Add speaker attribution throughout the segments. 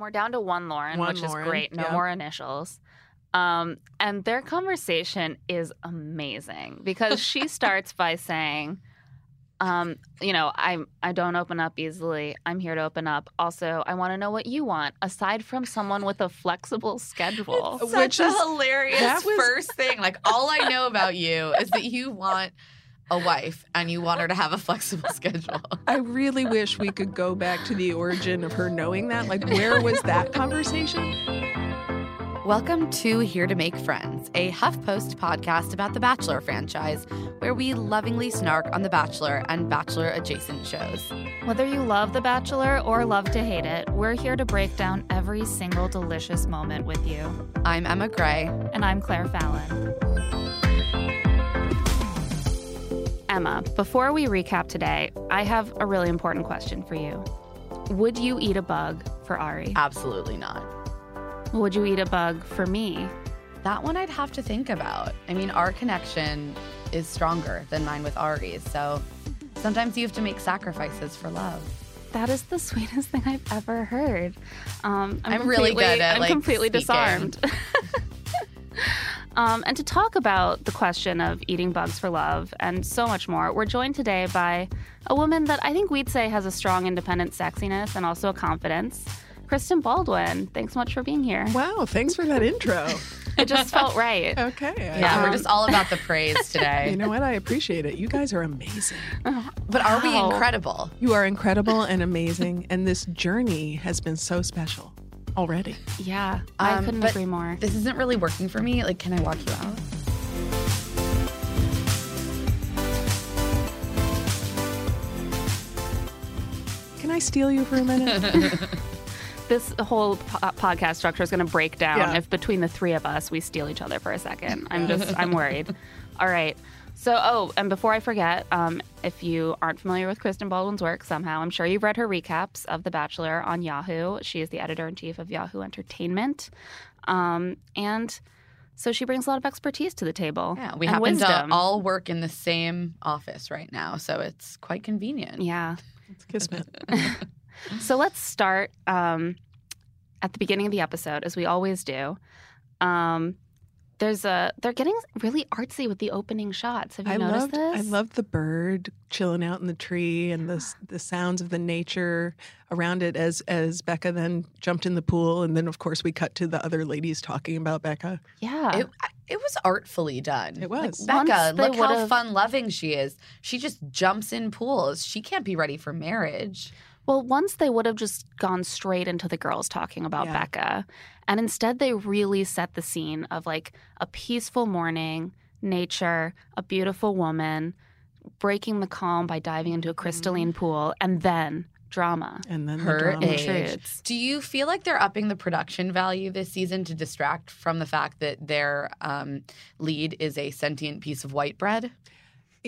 Speaker 1: We're down to one Lauren,
Speaker 2: One
Speaker 1: which
Speaker 2: Lauren,
Speaker 1: is great. No
Speaker 2: yeah.
Speaker 1: more initials. Um, and their conversation is amazing because she starts by saying, um, you know, I I don't open up easily. I'm here to open up. Also, I want to know what you want aside from someone with a flexible schedule.
Speaker 2: It's Which
Speaker 3: Such a
Speaker 2: is- that
Speaker 3: hilarious
Speaker 2: was-
Speaker 3: first thing. Like all I know about you is that you want a wife and you want her to have a flexible schedule.
Speaker 2: I really wish we could go back to the origin of her knowing that. Like, where was that conversation?
Speaker 4: Welcome to Here to Make Friends, a HuffPost podcast about the Bachelor franchise, where we lovingly snark on The Bachelor and Bachelor adjacent shows.
Speaker 5: Whether you love The Bachelor or love to hate it, we're here to break down every single delicious moment with you.
Speaker 4: I'm Emma Gray.
Speaker 5: And I'm Claire Fallon. Emma, before we recap today, I have a really important question for you. Would you eat a bug for Ari?
Speaker 4: Absolutely not.
Speaker 5: Would you eat a bug for me?
Speaker 4: That one I'd have to think about. I mean, our connection is stronger than mine with Ari's, so sometimes you have to make sacrifices for love.
Speaker 5: That is the sweetest thing I've ever heard. Um,
Speaker 4: I'm really
Speaker 5: completely-
Speaker 4: good at,
Speaker 5: I'm
Speaker 4: like,
Speaker 5: completely
Speaker 4: speaking.
Speaker 5: disarmed. um, and to talk about the question of eating bugs for love and so much more, we're joined today by a woman that I think we'd say has a strong independent sexiness and also a confidence. Kristen Baldwin, thanks so much for being here.
Speaker 2: Wow, thanks for that intro.
Speaker 5: It just felt right.
Speaker 2: Okay.
Speaker 4: Yeah,
Speaker 5: Um,
Speaker 4: we're just all about the praise
Speaker 2: You
Speaker 4: today.
Speaker 2: know what? I appreciate it. You guys are amazing.
Speaker 4: But are we
Speaker 5: Wow.
Speaker 4: incredible?
Speaker 2: You are incredible and amazing, and this journey has been so special already.
Speaker 5: Yeah, I
Speaker 4: Um,
Speaker 5: couldn't
Speaker 4: but
Speaker 5: agree more.
Speaker 4: This isn't really working for me. Like, can I walk you out?
Speaker 2: Can I steal you for a minute?
Speaker 5: this whole po- podcast structure is going to break down
Speaker 2: Yeah.
Speaker 5: if between the three of us we steal each other for a second. I'm just I'm worried. All right. So oh, and before I forget, um, if you aren't familiar with Kristen Baldwin's work somehow, I'm sure you've read her recaps of The Bachelor on Yahoo. She is the editor in chief of Yahoo Entertainment, um, and so she brings a lot of expertise to the table.
Speaker 4: Yeah, we
Speaker 5: and
Speaker 4: happen
Speaker 5: wisdom.
Speaker 4: to all work in the same office right now, so it's quite convenient.
Speaker 5: Yeah.
Speaker 2: It's kismet.
Speaker 5: So let's start um, at the beginning of the episode, as we always do. Um, there's a they're getting really artsy with the opening shots. Have you
Speaker 2: I
Speaker 5: noticed
Speaker 2: loved, I
Speaker 5: this?
Speaker 2: loved the bird chilling out in the tree and the s- the sounds of the nature around it as as Becca then jumped in the pool and then of course we cut to the other ladies talking about Becca.
Speaker 5: Yeah,
Speaker 4: It, it was artfully done.
Speaker 2: It was.
Speaker 4: Like, Becca,
Speaker 5: Once they
Speaker 4: look how
Speaker 5: would've-
Speaker 4: fun loving she is. She just jumps in pools. She can't be ready for marriage.
Speaker 5: Well, once they would have just gone straight into the girls talking about
Speaker 2: Yeah.
Speaker 5: Becca. And instead, they really set the scene of like a peaceful morning, nature, a beautiful woman, breaking the calm by diving into a
Speaker 2: Mm-hmm.
Speaker 5: crystalline pool, and then drama.
Speaker 2: And then
Speaker 4: Her
Speaker 2: the drama.
Speaker 4: age.
Speaker 5: Intrudes.
Speaker 4: Do you feel like they're upping the production value this season to distract from the fact that their um, lead is a sentient piece of white bread?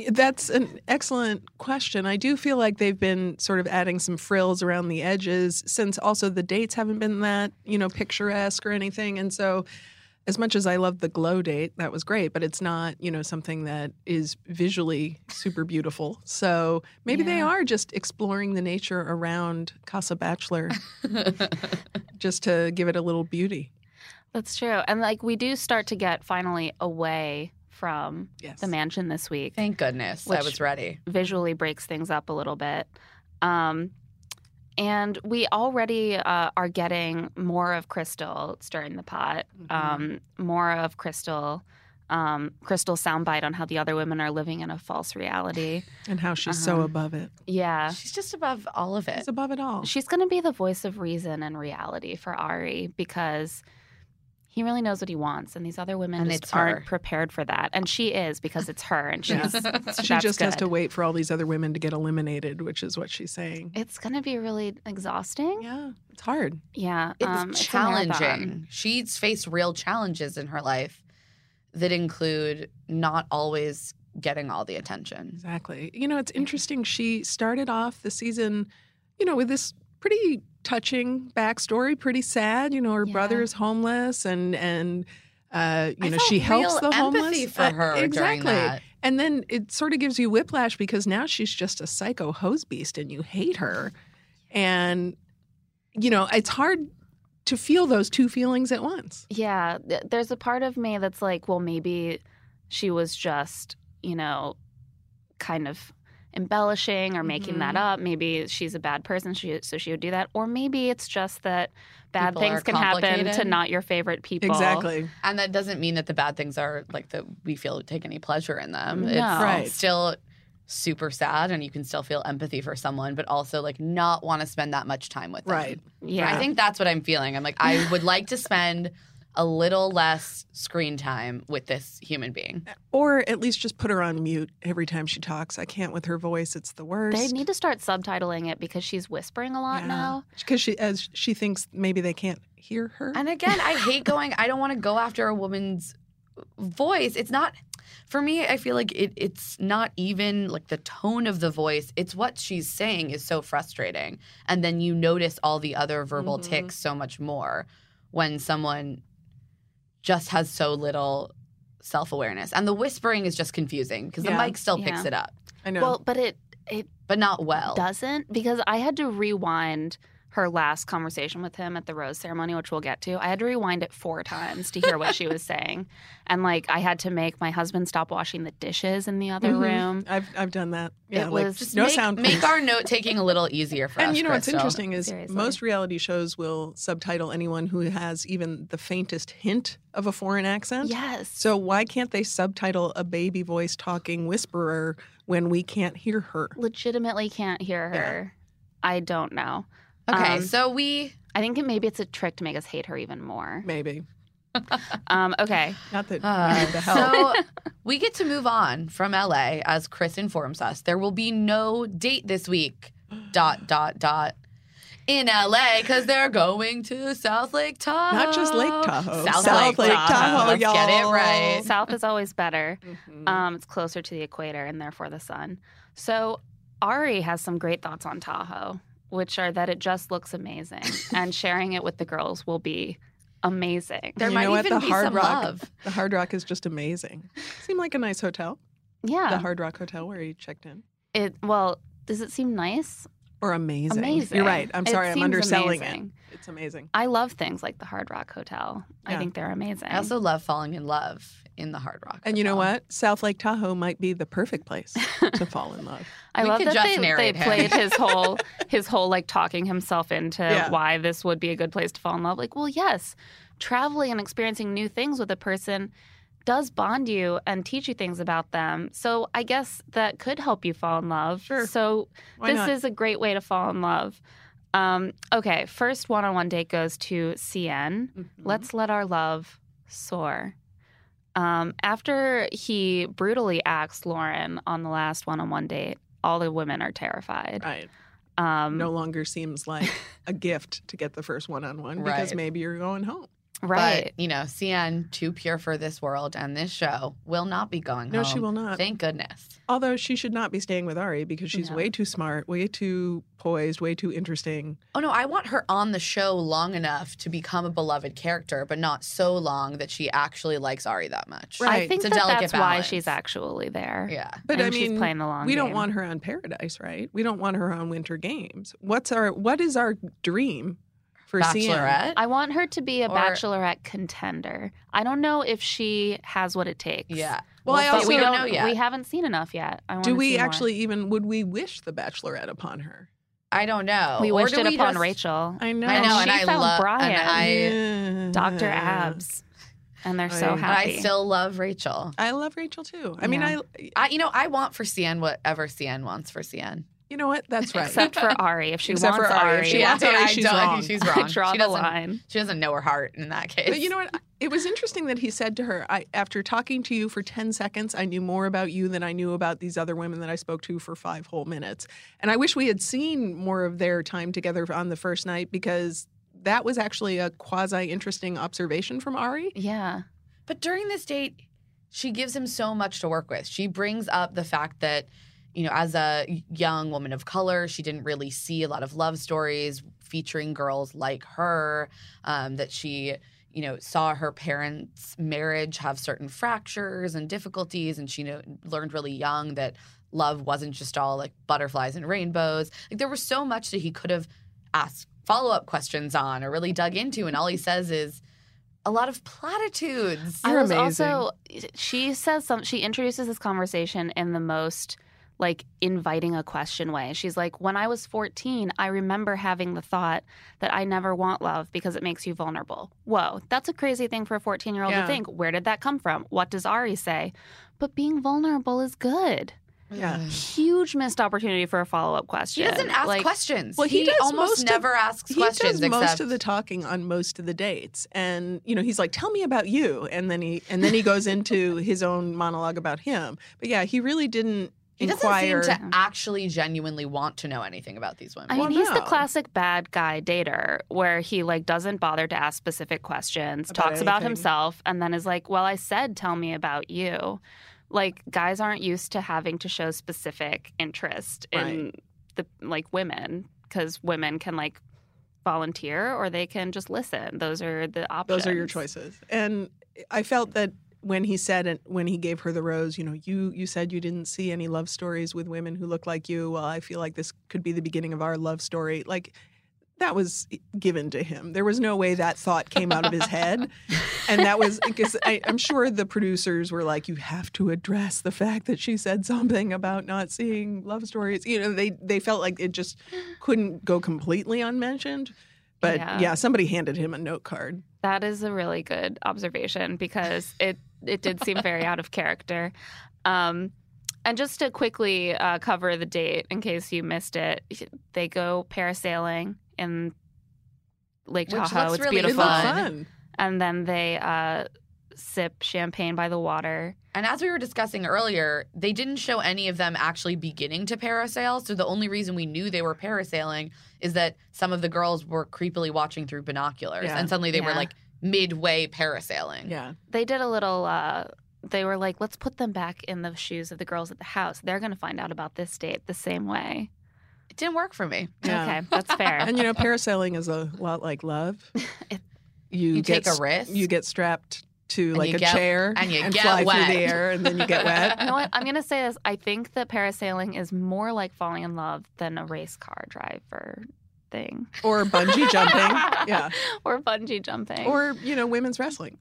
Speaker 2: That's an excellent question. I do feel like they've been sort of adding some frills around the edges since also the dates haven't been that, you know, picturesque or anything. And so as much as I love the glow date, that was great, but it's not, you know, something that is visually super beautiful. So maybe they are just exploring the nature around Casa Bachelor just to give it a little beauty.
Speaker 5: That's true. And like we do start to get finally away from
Speaker 2: Yes.
Speaker 5: the mansion this week.
Speaker 4: Thank goodness. I
Speaker 5: Which-
Speaker 4: was ready.
Speaker 5: Visually breaks things up a little bit. Um, And we already uh, are getting more of Crystal stirring the pot,
Speaker 2: Mm-hmm.
Speaker 5: um, more of Crystal, um, Crystal soundbite on how the other women are living in a false reality.
Speaker 2: and how she's so
Speaker 5: Uh-huh.
Speaker 2: above it.
Speaker 5: Yeah.
Speaker 4: She's just above all of it.
Speaker 2: It's above it
Speaker 4: Oh.
Speaker 2: all.
Speaker 5: She's going to be the voice of reason and reality for Ari because he really knows what he wants, and these other women
Speaker 4: And
Speaker 5: just
Speaker 4: it's
Speaker 5: aren't
Speaker 4: her.
Speaker 5: prepared for that. And she is because it's her, and
Speaker 2: Yeah.
Speaker 5: she's
Speaker 2: she
Speaker 5: that's
Speaker 2: just has
Speaker 5: good.
Speaker 2: to wait for all these other women to get eliminated, which is what she's saying.
Speaker 5: It's going to be really exhausting.
Speaker 2: Yeah, it's hard.
Speaker 5: Yeah,
Speaker 4: It's
Speaker 5: um, a marathon.
Speaker 4: challenging. She's faced real challenges in her life that include not always getting all the attention.
Speaker 2: Exactly. You know, it's interesting. She started off the season, you know, with this pretty touching backstory, pretty sad. You know, her
Speaker 5: Yeah.
Speaker 2: brother is homeless and, and, uh, you
Speaker 4: I
Speaker 2: know,
Speaker 4: felt
Speaker 2: she helps
Speaker 4: real
Speaker 2: the
Speaker 4: empathy
Speaker 2: homeless
Speaker 4: for
Speaker 2: Uh,
Speaker 4: her
Speaker 2: exactly.
Speaker 4: during that.
Speaker 2: And then it sort of gives you whiplash because now she's just a psycho hose beast and you hate her. And, you know, it's hard to feel those two feelings at once.
Speaker 5: Yeah, th- there's a part of me that's like, well, maybe she was just, you know, kind of embellishing or making that
Speaker 4: Mm-hmm.
Speaker 5: up. Maybe she's a bad person, she, so she would do that. Or maybe it's just that bad
Speaker 4: People
Speaker 5: things
Speaker 4: are
Speaker 5: can happen to
Speaker 4: complicated.
Speaker 5: not your favorite people.
Speaker 2: Exactly.
Speaker 4: And that doesn't mean that the bad things are like that we feel take any pleasure in them. It's
Speaker 5: No.
Speaker 2: Right.
Speaker 4: still super sad and you can still feel empathy for someone, but also like not want to spend that much time with them.
Speaker 2: Right.
Speaker 5: Yeah.
Speaker 4: I think that's what I'm feeling. I'm like, I would like to spend a little less screen time with this human being.
Speaker 2: Or at least just put her on mute every time she talks. I can't with her voice. It's the worst.
Speaker 5: they need to start subtitling it because she's whispering a lot now.
Speaker 2: Because she, as she thinks maybe they can't hear her.
Speaker 4: And again, I hate going. I don't want to go after a woman's voice. It's not for me. I feel like it. It's not even like the tone of the voice. It's what she's saying is so frustrating, and then you notice all the other verbal
Speaker 2: Mhm.
Speaker 4: tics so much more when someone just has so little self awareness. And the whispering is just confusing because
Speaker 2: Yeah.
Speaker 4: the mic still picks
Speaker 5: Yeah.
Speaker 4: it up,
Speaker 2: I know.
Speaker 5: Well, but it
Speaker 4: but not
Speaker 2: Oh.
Speaker 4: well.
Speaker 5: doesn't because I had to rewind her last conversation with him at the rose ceremony, which we'll get to. I had to rewind it four times to hear what she was saying. And like I had to make my husband stop washing the dishes in the other
Speaker 2: Mhm.
Speaker 5: room.
Speaker 2: I've, I've done that. Yeah,
Speaker 5: it
Speaker 2: like,
Speaker 5: was
Speaker 4: Just
Speaker 2: no
Speaker 4: make,
Speaker 2: sound.
Speaker 4: Make
Speaker 2: please.
Speaker 4: our note taking a little easier for us.
Speaker 2: and you know what's
Speaker 4: Crystal.
Speaker 2: interesting is
Speaker 5: Seriously.
Speaker 2: most reality shows will subtitle anyone who has even the faintest hint of a foreign accent.
Speaker 5: yes.
Speaker 2: So why can't they subtitle a baby voice talking whisperer when we can't hear her?
Speaker 5: legitimately can't hear her. I don't know.
Speaker 4: Okay,
Speaker 5: Um,
Speaker 4: so we
Speaker 5: I think it, maybe it's a trick to make us hate her even more.
Speaker 2: Maybe.
Speaker 5: Um, okay.
Speaker 2: Not that
Speaker 4: Uh,
Speaker 2: we need the help.
Speaker 4: So we get to move on from LA, as Chris informs us. There will be no date this week. Dot dot dot. In LA, because they're going to South Lake Tahoe.
Speaker 2: Not just Lake Tahoe.
Speaker 4: South,
Speaker 2: South
Speaker 4: Lake,
Speaker 2: Lake
Speaker 4: Tahoe.
Speaker 2: Tahoe,
Speaker 4: Let's get it
Speaker 2: y'all.
Speaker 4: right.
Speaker 5: South is always better.
Speaker 2: Mhm.
Speaker 5: Um, it's closer to the equator and therefore the sun. So Ari has some great thoughts on Tahoe, which are that it just looks amazing, and sharing it with the girls will be amazing.
Speaker 4: There
Speaker 2: You
Speaker 4: might
Speaker 2: know what?
Speaker 4: even
Speaker 2: The
Speaker 4: be
Speaker 2: Hard
Speaker 4: some
Speaker 2: Rock-
Speaker 4: love.
Speaker 2: the Hard Rock is just amazing. Seemed like a nice hotel. The
Speaker 5: Yeah.
Speaker 2: Hard Rock Hotel where you checked in.
Speaker 5: It well, does it seem nice?
Speaker 2: Or amazing.
Speaker 5: Amazing.
Speaker 2: You're right. I'm
Speaker 5: It
Speaker 2: sorry. I'm
Speaker 5: seems
Speaker 2: underselling
Speaker 5: amazing.
Speaker 2: it. It's amazing.
Speaker 5: I love things like the Hard Rock Hotel. I
Speaker 2: Yeah.
Speaker 5: think they're amazing.
Speaker 4: I also love falling in love in the Hard Rock.
Speaker 2: And you know
Speaker 4: Hotel.
Speaker 2: what? South Lake Tahoe might be the perfect place to fall in love.
Speaker 5: I
Speaker 4: We
Speaker 5: love
Speaker 4: could
Speaker 5: that
Speaker 4: just
Speaker 5: they, they
Speaker 4: narrate him.
Speaker 5: played his whole his whole like talking himself into
Speaker 2: Yeah.
Speaker 5: why this would be a good place to fall in love. Like, well, yes, traveling and experiencing new things with a person does bond you and teach you things about them. So I guess that could help you fall in love.
Speaker 2: Sure.
Speaker 5: So
Speaker 2: Why
Speaker 5: this
Speaker 2: not?
Speaker 5: is a great way to fall in love. Um, okay, first one-on-one date goes to CN.
Speaker 2: Mm-hmm.
Speaker 5: Let's let our love soar. Um, after he brutally axed Lauren on the last one on one date, all the women are terrified.
Speaker 2: right.
Speaker 5: Um,
Speaker 2: No longer seems like a gift to get the first one on one because
Speaker 4: Right.
Speaker 2: maybe you're going home.
Speaker 5: right.
Speaker 4: But, you know, CN, too pure for this world and this show, will not be going
Speaker 2: No,
Speaker 4: home.
Speaker 2: she will not.
Speaker 4: Thank goodness.
Speaker 2: Although she should not be staying with Ari because she's
Speaker 5: No.
Speaker 2: way too smart, way too poised, way too interesting.
Speaker 4: Oh no, I want her on the show long enough to become a beloved character, but not so long that she actually likes Ari that much.
Speaker 2: Right.
Speaker 5: I think
Speaker 4: It's a
Speaker 5: that
Speaker 4: delicate
Speaker 5: that's why
Speaker 4: balance.
Speaker 5: she's actually there.
Speaker 4: Yeah.
Speaker 2: But
Speaker 5: and
Speaker 2: I mean,
Speaker 5: she's playing the long
Speaker 2: we don't
Speaker 5: game.
Speaker 2: want her on Paradise, right? We don't want her on Winter Games. What's our what is our dream for CN?
Speaker 4: Bachelorette.
Speaker 5: I want her to be a
Speaker 4: Or-
Speaker 5: bachelorette contender. I don't know if she has what it takes.
Speaker 4: Yeah.
Speaker 2: Well, I
Speaker 4: but
Speaker 2: also
Speaker 4: we don't
Speaker 2: don't-
Speaker 4: know yet.
Speaker 5: We haven't seen enough yet. I wanna
Speaker 2: Do we
Speaker 5: see more.
Speaker 2: actually even would we wish the Bachelorette upon her?
Speaker 4: I don't know.
Speaker 5: We
Speaker 4: Or
Speaker 5: wished
Speaker 4: do
Speaker 5: it
Speaker 4: we
Speaker 5: upon
Speaker 4: just-
Speaker 5: Rachel.
Speaker 2: I know.
Speaker 4: I know,
Speaker 5: she
Speaker 4: and I
Speaker 5: found
Speaker 4: love
Speaker 5: Brian.
Speaker 4: and I
Speaker 2: Yeah.
Speaker 5: Dr. Abs. And they're so
Speaker 2: I-
Speaker 4: and
Speaker 5: happy.
Speaker 4: I still love Rachel.
Speaker 2: I love Rachel too. I mean,
Speaker 5: Yeah.
Speaker 2: I.
Speaker 4: I, you know, I want for CN whatever CN wants for CN.
Speaker 2: You know what? That's right.
Speaker 5: Except for Ari. If she
Speaker 2: Except for
Speaker 5: wants
Speaker 2: Ari. If
Speaker 5: Ari,
Speaker 2: she
Speaker 4: Yeah,
Speaker 2: wants Ari,
Speaker 4: I
Speaker 2: she's
Speaker 4: don't-
Speaker 2: wrong.
Speaker 4: She's wrong.
Speaker 5: draw
Speaker 4: she
Speaker 5: the
Speaker 4: doesn't.
Speaker 5: line.
Speaker 4: She doesn't know her heart in that case.
Speaker 2: But you know what? It was interesting that he said to her, I, after talking to you for 10 seconds, I knew more about you than I knew about these other women that I spoke to for five whole minutes. And I wish we had seen more of their time together on the first night because that was actually a quasi interesting observation from Ari.
Speaker 5: Yeah.
Speaker 4: But during this date, she gives him so much to work with. She brings up the fact that, you know, as a young woman of color, she didn't really see a lot of love stories featuring girls like her, um, that she, you know, saw her parents' marriage have certain fractures and difficulties, and she know, learned really young that love wasn't just all like butterflies and rainbows. Like there was so much that he could have asked follow up questions on or really dug into, and all he says is a lot of platitudes.
Speaker 5: I
Speaker 2: You're
Speaker 5: was
Speaker 2: amazing.
Speaker 5: also she says some she introduces this conversation in the most like inviting a question way. She's like, "When I was 14, I remember having the thought that I never want love because it makes you vulnerable." Whoa, that's a crazy thing for a 14-year-old
Speaker 2: Yeah.
Speaker 5: to think. Where did that come from? What does Ari say? But being vulnerable is good.
Speaker 2: Yeah.
Speaker 5: Huge missed opportunity for a follow-up
Speaker 4: She
Speaker 5: question.
Speaker 4: doesn't ask
Speaker 5: Like,
Speaker 4: questions.
Speaker 2: Well, he
Speaker 4: he,
Speaker 2: does most
Speaker 4: almost
Speaker 2: of-
Speaker 4: never asks
Speaker 2: He
Speaker 4: questions
Speaker 2: does most
Speaker 4: except
Speaker 2: of the talking on most of the dates, and you know he's like, "Tell me about you," and then he and then he goes into his own monologue about him. But yeah, he really didn't
Speaker 4: he doesn't
Speaker 2: inquire.
Speaker 4: seem to actually genuinely want to know anything about these women.
Speaker 5: I
Speaker 2: Well,
Speaker 5: mean, he's the
Speaker 2: no.
Speaker 5: classic bad guy dater where he like doesn't bother to ask specific questions,
Speaker 2: About
Speaker 5: talks about
Speaker 2: anything.
Speaker 5: himself, and then is like, "Well, I said, tell me about you." Like guys aren't used to having to show specific interest in the like women because women can like volunteer or they can just listen. Those are the options.
Speaker 2: Those are your choices. And I felt that when he said it, when he gave her the rose, you know, you you said you didn't see any love stories with women who look like you. Well, I feel like this could be the beginning of our love story. Like that was given to him. There was no way that thought came out of his head. And that was because I- I'm sure the producers were like, you have to address the fact that she said something about not seeing love stories. You know, they they felt like it just couldn't go completely unmentioned. But
Speaker 5: Yeah.
Speaker 2: yeah somebody handed him a note card.
Speaker 5: That is a really good observation because it it did seem very out of character. Um, and just to quickly uh, cover the date in case you missed it, they go parasailing in Lake
Speaker 4: Which
Speaker 5: Tahoe.
Speaker 4: looks
Speaker 5: it's
Speaker 4: really
Speaker 5: beautiful.
Speaker 4: fun.
Speaker 5: And then they uh, sip champagne by the water.
Speaker 4: And as we were discussing earlier, they didn't show any of them actually beginning to parasail. So the only reason we knew they were parasailing is that some of the girls were creepily watching through binoculars,
Speaker 2: Yeah.
Speaker 4: and suddenly they were
Speaker 5: Yeah.
Speaker 4: like midway parasailing.
Speaker 2: Yeah.
Speaker 5: They did a little. Uh, they were like, let's put them back in the shoes of the girls at the house. They're going to find out about this date the same way.
Speaker 4: It didn't work for me.
Speaker 2: Yeah.
Speaker 5: Okay, that's fair.
Speaker 2: And you know, parasailing is a lot like love.
Speaker 5: It-
Speaker 2: You,
Speaker 4: You,
Speaker 2: get
Speaker 4: take a
Speaker 2: s-
Speaker 4: risk.
Speaker 2: You get strapped to
Speaker 4: And
Speaker 2: like
Speaker 4: you
Speaker 2: a
Speaker 4: get-
Speaker 2: chair
Speaker 4: and you get
Speaker 2: fly
Speaker 4: wet.
Speaker 2: through the air, and then you get wet.
Speaker 5: you know what? I'm going to say this. I think that parasailing is more like falling in love than a race car driver thing
Speaker 2: Or bungee jumping. Yeah.
Speaker 5: or bungee jumping.
Speaker 2: Or, you know, women's wrestling.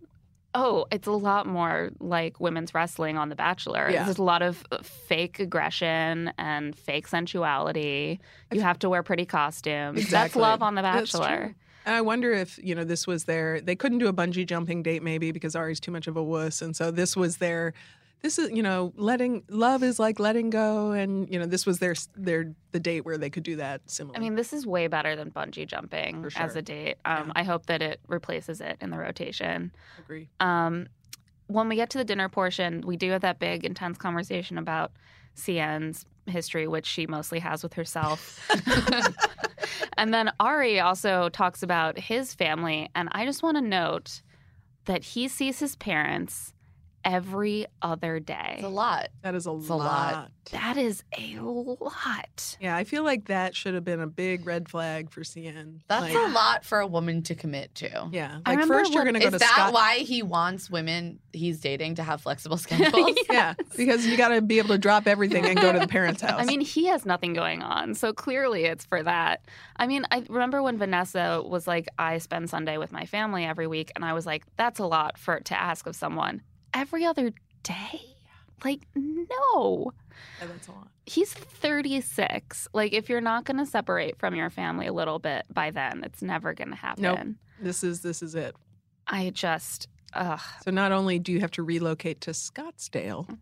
Speaker 5: oh, it's a lot more like women's wrestling on The Bachelor.
Speaker 2: Yeah.
Speaker 5: There's a lot of uh, fake aggression and fake sensuality. You have to wear pretty costumes. That's
Speaker 2: Exactly.
Speaker 5: love on The
Speaker 2: That's
Speaker 5: Bachelor.
Speaker 2: true. And I wonder if, you know, this was their they couldn't do a bungee jumping date maybe because Ari's too much of a wuss. And so this was their this is, you know, letting love is like letting go and, you know, this was their their the date where they could do that similarly.
Speaker 5: I mean, this is way better than bungee jumping
Speaker 2: For
Speaker 5: as
Speaker 2: sure.
Speaker 5: a date. Um,
Speaker 2: Yeah.
Speaker 5: I hope that it replaces it in the rotation.
Speaker 2: agree.
Speaker 5: um, when we get to the dinner portion, we do have that big, intense conversation about CN's history, which she mostly has with herself. and then Ari also talks about his family. And I just want to note that he sees his parents every other
Speaker 4: It's a
Speaker 5: day.
Speaker 4: lot.
Speaker 2: That is a
Speaker 4: It's a lot.
Speaker 5: That is a lot.
Speaker 2: Yeah, I feel like that should have been a big red flag for CN.
Speaker 4: That's
Speaker 2: Like,
Speaker 4: a lot for a woman to commit to.
Speaker 2: Yeah,
Speaker 5: I
Speaker 2: like
Speaker 5: remember
Speaker 2: first you're
Speaker 5: when-
Speaker 2: going to go
Speaker 4: Is
Speaker 2: to
Speaker 4: that
Speaker 2: Scott.
Speaker 4: why he wants women he's dating to have flexible schedules?
Speaker 2: Yeah, because you got to be able to drop everything and go to the parents' house.
Speaker 5: I mean, he has nothing going on, so clearly it's for that. I mean, I remember when Vanessa was like, "I spend Sunday with my family every week," and I was like, "That's a lot for to ask of someone every other day." Like, no.
Speaker 2: Yeah, that's a lot.
Speaker 5: He's 36. Like, if you're not going to separate from your family a little bit by then, it's never going to happen.
Speaker 2: This is this is it.
Speaker 5: I just, ugh.
Speaker 2: So not only do you have to relocate to Scottsdale,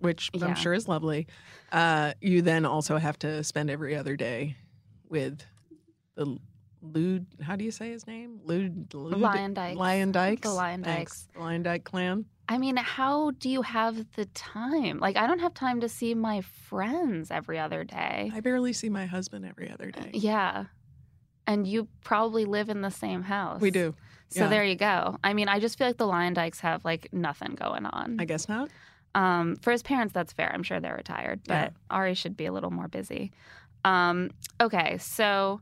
Speaker 2: which
Speaker 5: Yeah.
Speaker 2: I'm sure is lovely, uh, you then also have to spend every other day with the Lude. How do you say his name? Lude. Lude
Speaker 5: Lion Dykes.
Speaker 2: Lion Dykes.
Speaker 5: The Lion
Speaker 2: Thanks. The Lion Dyke clan.
Speaker 5: I mean, how do you have the time? Like, I don't have time to see my friends every other day.
Speaker 2: I barely see my husband every other day.
Speaker 5: Yeah. And you probably live in the same house.
Speaker 2: We do.
Speaker 5: So
Speaker 2: yeah.
Speaker 5: there you go. I mean, I just feel like the Lion Dykes have like nothing going on.
Speaker 2: I guess not.
Speaker 5: Um, for his parents, that's fair. I'm sure they're retired, but Ari should be a little more busy. Um, okay, so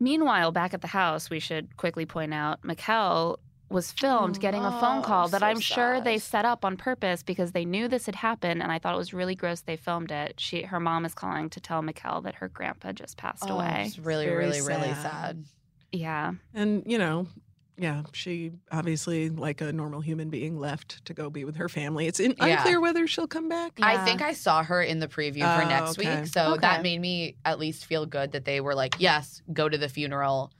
Speaker 5: meanwhile, back at the house, we should quickly point out Mikkel was filmed getting a phone
Speaker 4: Oh,
Speaker 5: call that
Speaker 4: so
Speaker 5: I'm sure they
Speaker 4: sad.
Speaker 5: set up on purpose because they knew this had happened, and I thought it was really gross they filmed it. She, her mom is calling to tell Mikkel that her grandpa just passed
Speaker 4: Oh,
Speaker 5: away.
Speaker 4: It's really,
Speaker 2: Very
Speaker 4: really, really
Speaker 2: sad.
Speaker 4: sad.
Speaker 5: Yeah,
Speaker 2: And, you know, yeah, she obviously, like a normal human being, left to go be with her family. It's in,
Speaker 4: Yeah.
Speaker 2: unclear whether she'll come back.
Speaker 5: Yeah.
Speaker 4: I think I saw her in the preview
Speaker 2: Oh,
Speaker 4: for next
Speaker 2: okay.
Speaker 4: week, so
Speaker 5: Okay.
Speaker 4: that made me at least feel good that they were like, "Yes, go to the funeral,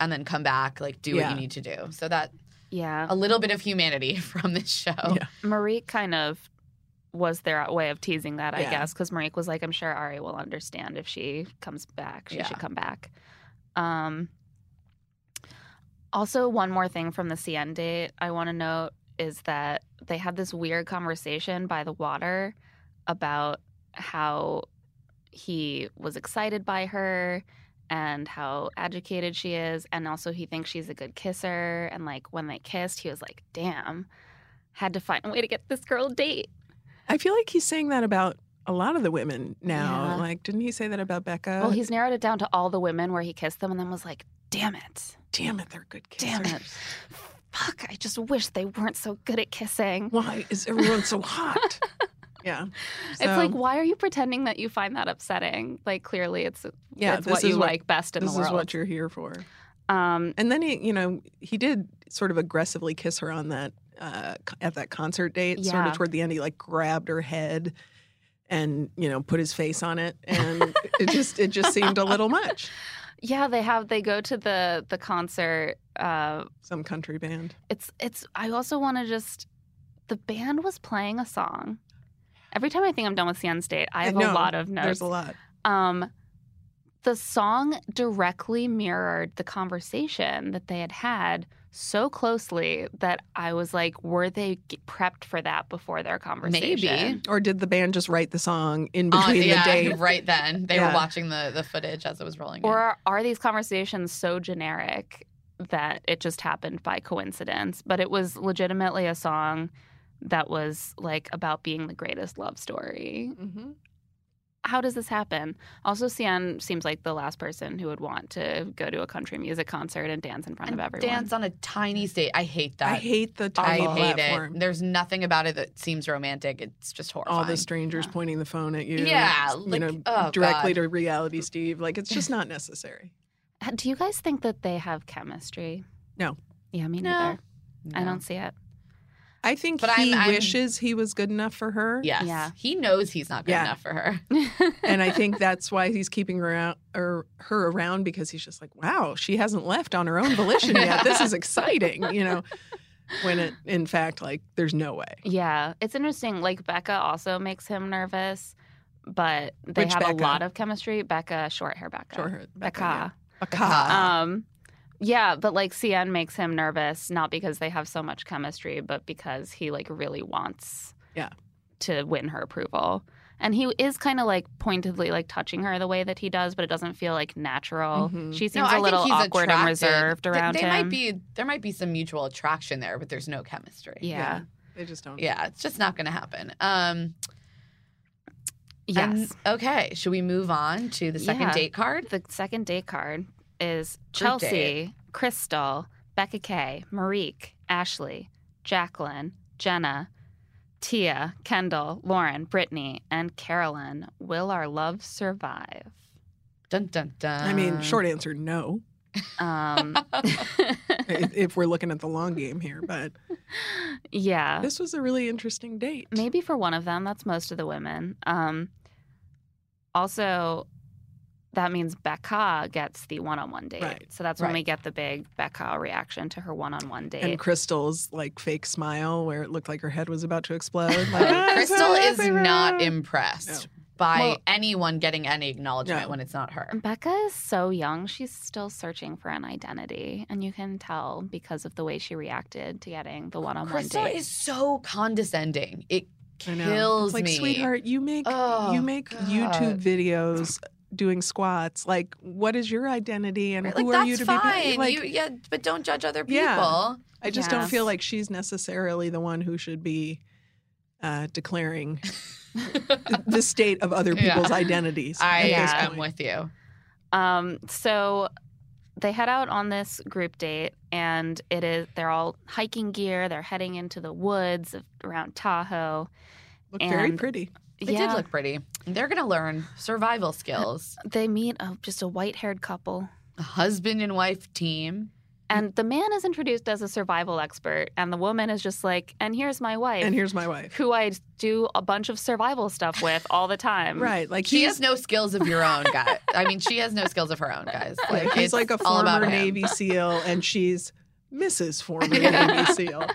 Speaker 4: and then come back, like do what
Speaker 2: Yeah.
Speaker 4: you need to do." So that
Speaker 5: yeah.
Speaker 4: a little bit of humanity from this show.
Speaker 2: Yeah.
Speaker 5: Marique kind of was their way of teasing that, I
Speaker 2: Yeah.
Speaker 5: guess, because Marique was like, "I'm sure Ari will understand if she comes back. She
Speaker 4: Yeah.
Speaker 5: should come back." Um, also, one more thing from the CN date I want to note is that they had this weird conversation by the water about how he was excited by her and how educated she is and also he thinks she's a good kisser and like when they kissed he was like damn had to find a way to get this girl a date
Speaker 2: I feel like he's saying that about a lot of the women now.
Speaker 5: Yeah.
Speaker 2: Like, didn't he say that about Becca?
Speaker 5: well he's narrowed it down to all the women where he kissed them and then was like damn it
Speaker 2: damn it, they're good kissers.
Speaker 5: damn it fuck i just wish they weren't so good at kissing
Speaker 2: Why is everyone so hot? yeah. So,
Speaker 5: it's like why are you pretending that you find that upsetting like clearly it's
Speaker 2: yeah,
Speaker 5: it's
Speaker 2: this
Speaker 5: what you
Speaker 2: is
Speaker 5: like best in
Speaker 2: This
Speaker 5: the world
Speaker 2: is what you're here for.
Speaker 5: um
Speaker 2: And then he, you know, he did sort of aggressively kiss her on that uh, co- at that concert date. Sort
Speaker 5: Yeah.
Speaker 2: of toward the end, he like grabbed her head and you know put his face on it, and it just it just seemed a little much.
Speaker 5: yeah they have they go to the the concert uh
Speaker 2: Some country band.
Speaker 5: it's it's i also want to just the band was playing a song every time i think i'm done with cn state i
Speaker 2: I
Speaker 5: have
Speaker 2: know.
Speaker 5: a lot of notes
Speaker 2: There's a lot.
Speaker 5: um the song directly mirrored the conversation that they had had so closely that i was like were they g- prepped for that before their conversation
Speaker 2: Or did the band just write the song in between
Speaker 4: Uh, Oh, yeah,
Speaker 2: the date?
Speaker 4: right then they
Speaker 2: Yeah.
Speaker 4: were watching the the footage as it was rolling.
Speaker 5: Or are, are these conversations so generic that it just happened by coincidence? But it was legitimately a song that was like about being the greatest love story.
Speaker 2: Mm-hmm.
Speaker 5: How does this happen? Also, Sian seems like the last person who would want to go to a country music concert and dance in front
Speaker 4: in.
Speaker 5: of
Speaker 4: And
Speaker 5: everyone.
Speaker 4: dance on a tiny stage. I hate that.
Speaker 2: I hate the
Speaker 4: I
Speaker 2: tiny
Speaker 4: hate
Speaker 2: platform.
Speaker 4: it. There's nothing about it that seems romantic. It's just horrifying.
Speaker 2: All the strangers pointing the phone at you.
Speaker 4: Yeah,
Speaker 2: you
Speaker 4: like,
Speaker 2: know,
Speaker 4: oh,
Speaker 2: directly
Speaker 4: God.
Speaker 2: to reality, Steve. Like it's just not necessary.
Speaker 5: Do you guys think that they have chemistry?
Speaker 2: No.
Speaker 5: Yeah, me
Speaker 4: No.
Speaker 5: neither. I
Speaker 4: No.
Speaker 5: don't see it.
Speaker 2: I think
Speaker 4: But
Speaker 2: he
Speaker 4: I'm- I'm-
Speaker 2: wishes he was good enough for her.
Speaker 4: Yes.
Speaker 5: Yeah.
Speaker 4: He knows he's not good
Speaker 2: Yeah.
Speaker 4: enough for her.
Speaker 2: and I think that's why he's keeping her out, or her around because he's just like, wow, she hasn't left on her own volition yet. This is exciting, you know. When it, in fact, like, there's no way.
Speaker 5: Yeah, it's interesting. Like Becca also makes him nervous, but they
Speaker 2: Which
Speaker 5: have
Speaker 2: Becca?
Speaker 5: a lot of chemistry. Becca, short hair Becca,
Speaker 2: Sure, Becca,
Speaker 5: Becca.
Speaker 2: yeah. Becca.
Speaker 4: Becca. Ah.
Speaker 5: Um, yeah, but like CN makes him nervous not because they have so much chemistry, but because he like really wants
Speaker 2: Yeah.
Speaker 5: to win her approval. And he is kind of like pointedly like touching her the way that he does, but it doesn't feel like natural.
Speaker 4: Mm-hmm.
Speaker 2: Mhm.
Speaker 5: She seems a little awkward and
Speaker 4: attracted.
Speaker 5: reserved
Speaker 4: Th-
Speaker 5: around
Speaker 4: they
Speaker 5: him.
Speaker 4: might be there might be some mutual attraction there, but there's no chemistry.
Speaker 5: yeah.
Speaker 2: They just don't.
Speaker 4: Yeah, it's just not going to happen. Um, and-
Speaker 5: Yes.
Speaker 4: okay, should we move on to the second
Speaker 5: Yeah.
Speaker 4: date card?
Speaker 5: The second date card is
Speaker 4: Group
Speaker 5: Chelsea,
Speaker 4: date.
Speaker 5: Crystal, Becca K, Marique, Ashley, Jacqueline, Jenna, Tia, Kendall, Lauren, Brittany, and Carolyn. Will our love survive?
Speaker 4: Dun Uh, dun dun.
Speaker 2: I mean, short answer, no.
Speaker 5: Um,
Speaker 2: i- if we're looking at the long game here. But
Speaker 4: Oh.
Speaker 5: yeah.
Speaker 2: this was a really interesting date.
Speaker 5: Maybe for one of them. That's most of the women. Um, also, that means Becca gets the one on one date.
Speaker 2: Right.
Speaker 5: So that's
Speaker 4: Right.
Speaker 5: when we get the big Becca reaction to her one on one date.
Speaker 2: And Crystal's like fake smile, where it looked like her head was about to explode. Like, "Ah, it's
Speaker 4: Crystal
Speaker 2: not
Speaker 4: is
Speaker 2: everywhere."
Speaker 4: not impressed by
Speaker 5: Well-
Speaker 4: anyone getting any acknowledgement
Speaker 2: No.
Speaker 4: when it's not her.
Speaker 5: Becca is so young. She's still searching for an identity. And you can tell because of the way she reacted to getting the one on one
Speaker 4: Crystal
Speaker 5: date.
Speaker 4: is so condescending. It
Speaker 2: I know.
Speaker 4: kills
Speaker 2: it's like,
Speaker 4: me.
Speaker 2: sweetheart, you make
Speaker 4: Oh,
Speaker 2: you make
Speaker 4: God.
Speaker 2: YouTube videos doing squats. Like, what is your identity, and
Speaker 4: Right?
Speaker 2: who
Speaker 4: Like
Speaker 2: are
Speaker 4: that's
Speaker 2: you to
Speaker 4: fine.
Speaker 2: be? Like,
Speaker 4: you, yeah, but don't judge other people.
Speaker 2: Yeah. I just don't
Speaker 5: Yes.
Speaker 2: feel like she's necessarily the one who should be uh, declaring the state of other
Speaker 4: Yeah.
Speaker 2: people's identities.
Speaker 4: I
Speaker 2: at this
Speaker 5: yeah.
Speaker 4: am
Speaker 2: point.
Speaker 4: with you.
Speaker 5: Um, so they head out on this group date, and it is they're all hiking gear. They're heading into the woods of, around Tahoe.
Speaker 2: Look very
Speaker 5: and-
Speaker 2: pretty.
Speaker 4: They did look pretty. They're gonna learn survival skills.
Speaker 5: They meet a, just a white-haired couple,
Speaker 4: A husband and wife team.
Speaker 5: and the man is introduced as a survival expert, and the woman is just like, "And here's my wife,
Speaker 2: And here's my wife.
Speaker 5: who I do a bunch of survival stuff with all the time."
Speaker 2: Right. Like
Speaker 4: She
Speaker 2: he's
Speaker 4: has no skills of your own, guy. I mean, she has no skills of her own, guys.
Speaker 2: like, he's
Speaker 4: it's
Speaker 2: like a
Speaker 4: all about
Speaker 2: former
Speaker 4: him.
Speaker 2: Navy SEAL, and she's Mrs. Former
Speaker 4: Yeah.
Speaker 2: Navy SEAL.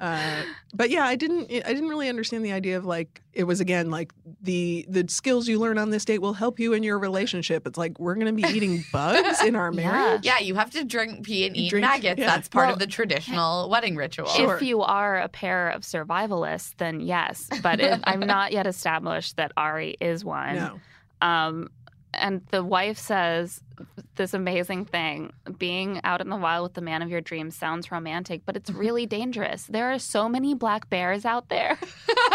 Speaker 2: Uh, but yeah, I didn't. I didn't really understand the idea of like it was again like the the skills you learn on this date will help you in your relationship. It's like we're gonna be eating bugs in our marriage.
Speaker 4: Yeah, you have to drink pee and eat
Speaker 2: Drink-
Speaker 4: maggots.
Speaker 2: yeah.
Speaker 4: That's part
Speaker 5: Well,
Speaker 4: of the traditional wedding ritual.
Speaker 2: Sure.
Speaker 5: If you are a pair of survivalists, then yes. But if, I'm not yet established that Ari is one.
Speaker 2: No,
Speaker 5: Um, and the wife says this amazing thing being out in the wild with the man of your dreams sounds romantic, but it's really dangerous. There are so many black bears out there.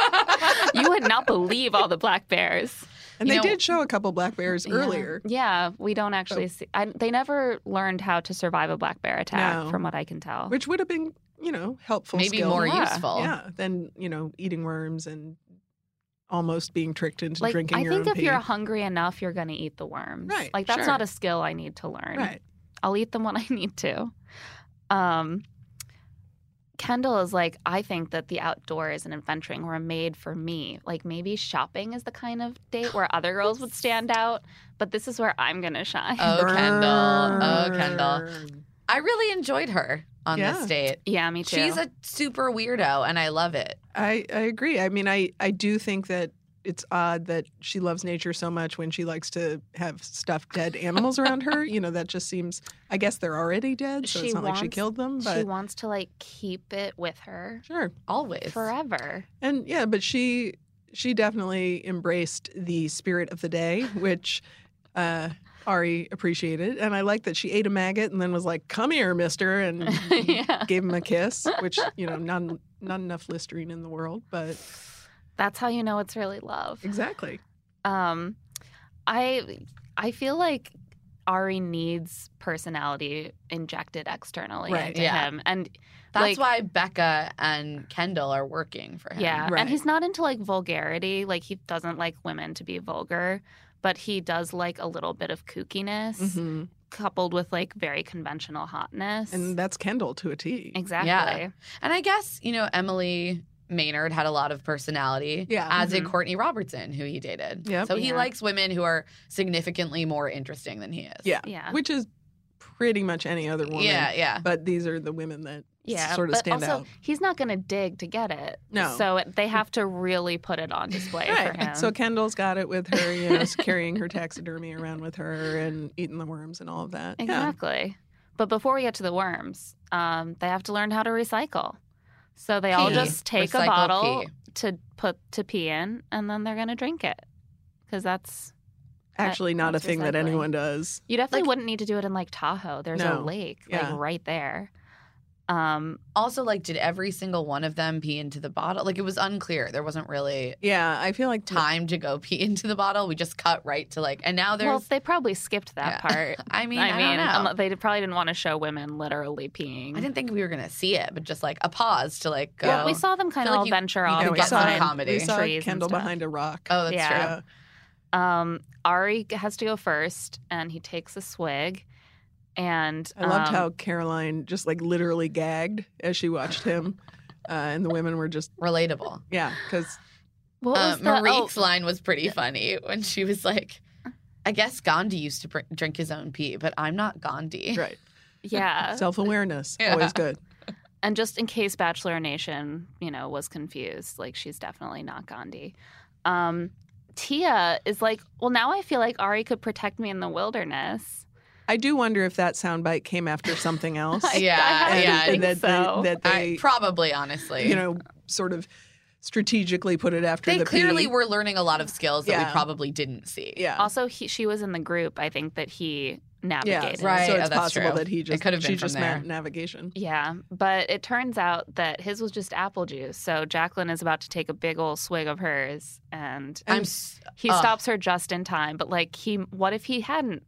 Speaker 5: you would not believe all the black bears.
Speaker 2: and
Speaker 4: You
Speaker 2: they
Speaker 4: know-
Speaker 2: did show a couple black bears earlier. Oh.
Speaker 5: Yeah, we don't actually see. I, they never learned how to survive a black bear attack,
Speaker 2: No.
Speaker 5: from what I can tell.
Speaker 2: which would have been you know helpful
Speaker 4: Maybe
Speaker 2: skill.
Speaker 4: more
Speaker 5: Yeah.
Speaker 4: useful.
Speaker 2: yeah than you know eating worms and almost being tricked into
Speaker 5: like,
Speaker 2: drinking
Speaker 5: I
Speaker 2: your
Speaker 5: think
Speaker 2: own
Speaker 5: if you're
Speaker 2: pee.
Speaker 5: hungry enough, you're going to eat the worms.
Speaker 2: Right,
Speaker 5: Like, that's
Speaker 2: sure.
Speaker 5: not a skill I need to learn.
Speaker 2: right
Speaker 5: I'll eat them when I need to. Um, Kendall is like, I think that the outdoors and adventuring were made for me. Like maybe shopping is the kind of date where other girls would stand out, but this is where I'm gonna shine.
Speaker 4: Oh, Kendall. Oh, Kendall.
Speaker 2: Burn.
Speaker 4: I really enjoyed her on
Speaker 2: Yeah.
Speaker 4: this date.
Speaker 5: yeah, me too.
Speaker 4: She's a super weirdo, and I love it.
Speaker 2: I, I agree i mean I, I do think that it's odd that she loves nature so much when she likes to have stuffed dead animals around her you know that just seems i guess they're already dead so
Speaker 5: She
Speaker 2: it's not like she
Speaker 5: wants-
Speaker 2: killed them
Speaker 5: she
Speaker 2: but
Speaker 5: wants to like keep it with her
Speaker 2: sure
Speaker 4: Always.
Speaker 5: forever.
Speaker 2: And yeah, but she she definitely embraced the spirit of the day, which uh, Ari appreciated. And I like that she ate a maggot and then was like, "Come here, Mister," and
Speaker 5: yeah,
Speaker 2: gave him a kiss. Which you know, not not enough listerine in the world, but
Speaker 5: that's how you know it's really love.
Speaker 2: exactly.
Speaker 5: Um, I I feel like Ari needs personality injected externally
Speaker 2: Right,
Speaker 5: into
Speaker 4: yeah.
Speaker 5: him, and
Speaker 4: That's
Speaker 5: like-
Speaker 4: why Becca and Kendall are working for him.
Speaker 5: Yeah,
Speaker 2: Right.
Speaker 5: and he's not into like vulgarity. Like he doesn't like women to be vulgar, but he does like a little bit of kookiness
Speaker 2: Mhm.
Speaker 5: coupled with like very conventional hotness.
Speaker 2: And that's Kendall to a T.
Speaker 5: exactly.
Speaker 4: Yeah. And I guess, you know, Emily Maynard had a lot of personality,
Speaker 2: Yeah.
Speaker 4: as did
Speaker 5: Mhm.
Speaker 4: Courtney Robertson, who he dated.
Speaker 2: Yep.
Speaker 4: So he
Speaker 5: Yeah.
Speaker 4: likes women who are significantly more interesting than he is.
Speaker 2: Yeah.
Speaker 5: Yeah.
Speaker 2: Which is pretty much any other woman.
Speaker 4: Yeah, yeah.
Speaker 2: But these are the women that
Speaker 5: Yeah,
Speaker 2: sort of
Speaker 5: but
Speaker 2: stand
Speaker 5: also,
Speaker 2: out.
Speaker 5: He's not going to dig to get it.
Speaker 2: No.
Speaker 5: So it- they have to really put it on display for him.
Speaker 2: So Kendall's got it with her, you know, carrying her taxidermy around with her and eating the worms and all of that. Yeah.
Speaker 5: exactly. But before we get to the worms, um, they have to learn how to recycle. So they all
Speaker 4: Pee.
Speaker 5: just take
Speaker 4: Recycle
Speaker 5: a bottle
Speaker 4: pee.
Speaker 5: to put to pee in, and then they're going to drink it because that's
Speaker 2: Actually, not a
Speaker 5: that's
Speaker 2: thing that
Speaker 5: recycling.
Speaker 2: anyone does.
Speaker 5: You definitely wouldn't need to do it in like Tahoe. There's a
Speaker 2: No.
Speaker 5: lake
Speaker 2: Yeah.
Speaker 5: like right there. Um,
Speaker 4: Also, like, did every single one of them pee into the bottle? Like, it was unclear. There wasn't really
Speaker 2: Yeah, I feel like
Speaker 4: time to go pee into the bottle. We just cut right to like, and now there's.
Speaker 5: well, they probably skipped that
Speaker 4: Yeah.
Speaker 5: part.
Speaker 4: I mean, I,
Speaker 5: I mean,
Speaker 4: don't know.
Speaker 5: um, they probably didn't want to show women literally peeing.
Speaker 4: I didn't
Speaker 2: Mm-hmm.
Speaker 4: think we were gonna see it, but just like a pause to like go.
Speaker 5: Well, we saw them kind
Speaker 4: Feel
Speaker 5: of
Speaker 4: like
Speaker 5: all
Speaker 4: you-
Speaker 5: venture
Speaker 4: you could
Speaker 5: off.
Speaker 2: yeah,
Speaker 5: and
Speaker 2: we
Speaker 4: get
Speaker 5: get
Speaker 2: saw
Speaker 4: some
Speaker 5: behind
Speaker 4: comedy.
Speaker 2: We saw
Speaker 5: trees and
Speaker 2: Kendall
Speaker 5: stuff.
Speaker 2: behind a rock.
Speaker 4: oh, that's
Speaker 5: Yeah.
Speaker 4: true.
Speaker 2: Yeah.
Speaker 5: Um, Ari has to go first, and he takes a swig, And
Speaker 2: I loved
Speaker 5: um,
Speaker 2: how Caroline just like literally gagged as she watched him, uh, and the women were just
Speaker 4: Relatable.
Speaker 2: yeah because
Speaker 5: what
Speaker 4: Uh,
Speaker 5: was the- oh,
Speaker 4: Marique's line was pretty funny when she was like, I guess Gandhi used to br- drink his own pee, but I'm not Gandhi.
Speaker 2: right
Speaker 5: yeah.
Speaker 2: self awareness
Speaker 4: Yeah.
Speaker 2: always good.
Speaker 5: and just in case Bachelor Nation, you know, was confused, like she's definitely not Gandhi. Um, Tia is like, well, now I feel like Ari could protect me in the wilderness.
Speaker 2: I do wonder if that soundbite came after something else.
Speaker 5: I-
Speaker 4: Yeah, yeah,
Speaker 5: I,
Speaker 4: I
Speaker 5: have to
Speaker 2: and, and
Speaker 5: think
Speaker 2: that
Speaker 5: so.
Speaker 2: they, that
Speaker 4: I,
Speaker 2: they
Speaker 4: probably, honestly.
Speaker 2: you know sort of strategically put it after
Speaker 4: they
Speaker 2: the
Speaker 4: clearly
Speaker 2: pee.
Speaker 4: were learning a lot of skills that we
Speaker 2: Yeah.
Speaker 4: probably didn't see.
Speaker 2: yeah
Speaker 5: also, he, she was in the group. I think that he navigated.
Speaker 2: yeah
Speaker 4: Right,
Speaker 2: So
Speaker 4: oh,
Speaker 2: it's
Speaker 4: that's
Speaker 2: possible
Speaker 4: true.
Speaker 2: that he
Speaker 4: It
Speaker 2: just
Speaker 4: could have been
Speaker 2: she
Speaker 4: from
Speaker 2: just ma-
Speaker 4: there.
Speaker 2: navigation.
Speaker 5: Yeah, but it turns out that his was just apple juice. So Jacqueline is about to take a big old swig of hers, and
Speaker 4: I'm s-
Speaker 5: he
Speaker 4: Ugh.
Speaker 5: stops her just in time. But like, he what if he hadn't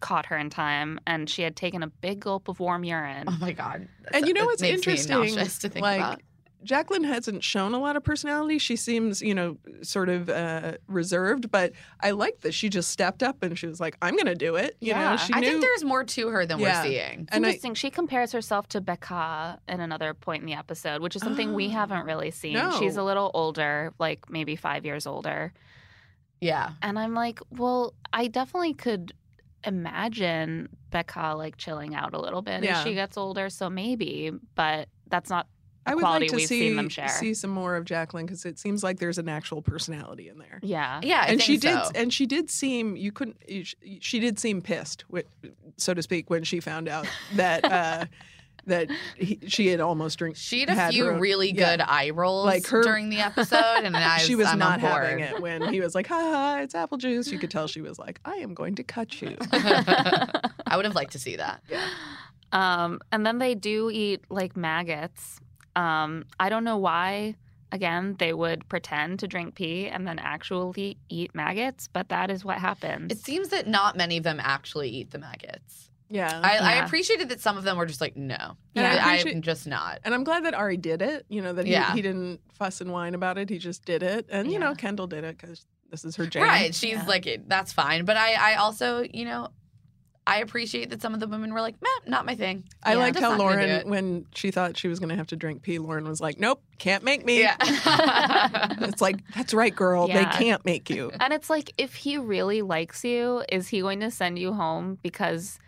Speaker 5: caught her in time and she had taken a big gulp of warm urine?
Speaker 4: oh my God.
Speaker 2: And you know
Speaker 4: That
Speaker 2: what's
Speaker 4: makes me
Speaker 2: interesting?
Speaker 4: nauseous to think
Speaker 2: like
Speaker 4: about.
Speaker 2: Jacqueline hasn't shown a lot of personality. She seems, you know, sort of uh, reserved, but I like that she just stepped up and she was like, "I'm going to do it." You
Speaker 5: Yeah.
Speaker 2: know, she
Speaker 4: I
Speaker 2: knew.
Speaker 4: think there's more to her than
Speaker 2: Yeah.
Speaker 4: we're seeing.
Speaker 5: It's
Speaker 2: and I,
Speaker 5: interesting. she compares herself to Becca in another point in the episode, which is something we
Speaker 2: Oh.
Speaker 5: haven't really seen.
Speaker 2: No.
Speaker 5: She's a little older, like maybe five years older.
Speaker 4: Yeah.
Speaker 5: And I'm like, well, I definitely could imagine Becca like chilling out a little bit
Speaker 2: Yeah.
Speaker 5: as she gets older. So maybe, but that's not
Speaker 2: I would
Speaker 5: quality
Speaker 2: like to
Speaker 5: we've
Speaker 2: see
Speaker 5: seen them share.
Speaker 2: see some more of Jacqueline because it seems like there's an actual personality in there.
Speaker 5: yeah.
Speaker 4: Yeah. I
Speaker 2: and
Speaker 4: think
Speaker 2: she did,
Speaker 4: so.
Speaker 2: and she did seem you couldn't. you sh- She did seem pissed, wi- so to speak, when she found out that uh, that he, she had almost drink.
Speaker 4: She had a
Speaker 2: had
Speaker 4: few
Speaker 2: her own-
Speaker 4: really
Speaker 2: yeah.
Speaker 4: good eye rolls
Speaker 2: Like her-
Speaker 4: during the episode, and I was,
Speaker 2: she was
Speaker 4: I'm
Speaker 2: not
Speaker 4: on board.
Speaker 2: having it when he was like, "Ha ha, it's apple juice." You could tell she was like, "I am going to cut you."
Speaker 4: I would have liked to see that.
Speaker 5: Um, and then they do eat like maggots. Um, I don't know why. Again, they would pretend to drink pee and then actually eat maggots, but that is what happens.
Speaker 4: It seems that not many of them actually eat the maggots.
Speaker 2: Yeah,
Speaker 4: I, I
Speaker 5: Yeah.
Speaker 4: appreciated that some of them were just like, no,
Speaker 2: And I
Speaker 4: I,
Speaker 2: appreciate-
Speaker 4: am just not.
Speaker 2: and I'm glad that Ari did it. You know that he,
Speaker 4: Yeah.
Speaker 2: he didn't fuss and whine about it. He just did it, and you know
Speaker 5: Yeah.
Speaker 2: Kendall did it because this is her jam.
Speaker 4: Right. She's
Speaker 5: Yeah.
Speaker 4: like, it- that's fine. But I, I also, you know, I appreciate that some of the women were like, meh, not my thing.
Speaker 2: I
Speaker 4: Yeah.
Speaker 2: liked
Speaker 4: Just
Speaker 2: how
Speaker 4: not gonna do
Speaker 2: Lauren,
Speaker 4: it.
Speaker 2: when she thought she was going to have to drink pee, Lauren was like, "Nope, can't make me."
Speaker 4: Yeah.
Speaker 2: It's like that's right, girl.
Speaker 5: Yeah.
Speaker 2: They can't make you.
Speaker 5: and it's like, if he really likes you, is he going to send you home because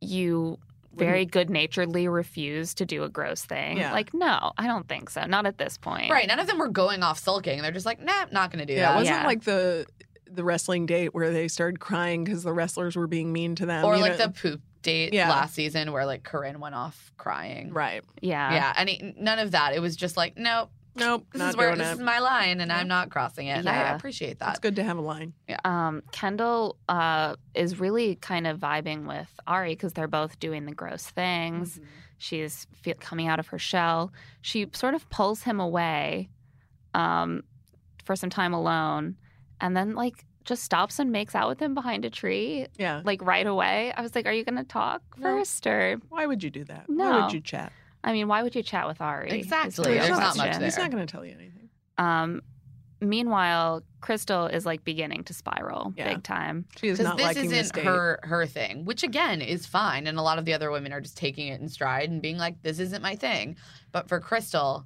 Speaker 5: you very good naturedly refuse to do a gross thing?
Speaker 2: Yeah.
Speaker 5: Like, no, I don't think so. Not at this point.
Speaker 4: right. None of them were going off sulking. They're just like, nah, not going to do
Speaker 2: Yeah, it
Speaker 4: that.
Speaker 2: wasn't
Speaker 5: Yeah.
Speaker 2: like the the wrestling date where they started crying because the wrestlers were being mean to them,
Speaker 4: Or
Speaker 2: you
Speaker 4: like
Speaker 2: know?
Speaker 4: the poop date
Speaker 2: Yeah.
Speaker 4: last season where like Corinne went off crying.
Speaker 2: right.
Speaker 5: Yeah.
Speaker 4: Yeah. And it- none of that. It was just like, nope,
Speaker 2: Nope,
Speaker 4: this
Speaker 2: not
Speaker 4: is where
Speaker 2: doing
Speaker 4: this is
Speaker 2: it.
Speaker 4: my line and I'm not crossing it. And I
Speaker 5: Yeah.
Speaker 4: appreciate
Speaker 2: It's
Speaker 4: that.
Speaker 2: good to have a line.
Speaker 5: um, Kendall uh, is really kind of vibing with Ari because they're both doing the gross things.
Speaker 2: Mm-hmm.
Speaker 4: Mm-hmm.
Speaker 5: She's fe- coming out of her shell. She sort of pulls him away um, for some time alone and then, like, just stops and makes out with him behind a tree,
Speaker 2: Yeah.
Speaker 5: like, right away. I was like, Are you going to talk
Speaker 2: No.
Speaker 5: first? Or,
Speaker 2: Why would you do that? Why
Speaker 5: No.
Speaker 2: would you chat?
Speaker 5: I mean, why would you chat with Ari? is the
Speaker 4: Exactly.
Speaker 5: real
Speaker 4: There's not
Speaker 5: question.
Speaker 4: much there.
Speaker 2: He's not going to tell you anything.
Speaker 5: Um, meanwhile, Crystal is like beginning to spiral
Speaker 2: Yeah.
Speaker 5: big time.
Speaker 2: She is
Speaker 4: because
Speaker 2: not
Speaker 4: this
Speaker 2: liking
Speaker 4: isn't
Speaker 2: this date.
Speaker 4: her her thing, which again is fine, and a lot of the other women are just taking it in stride and being like, "This isn't my thing." But for Crystal,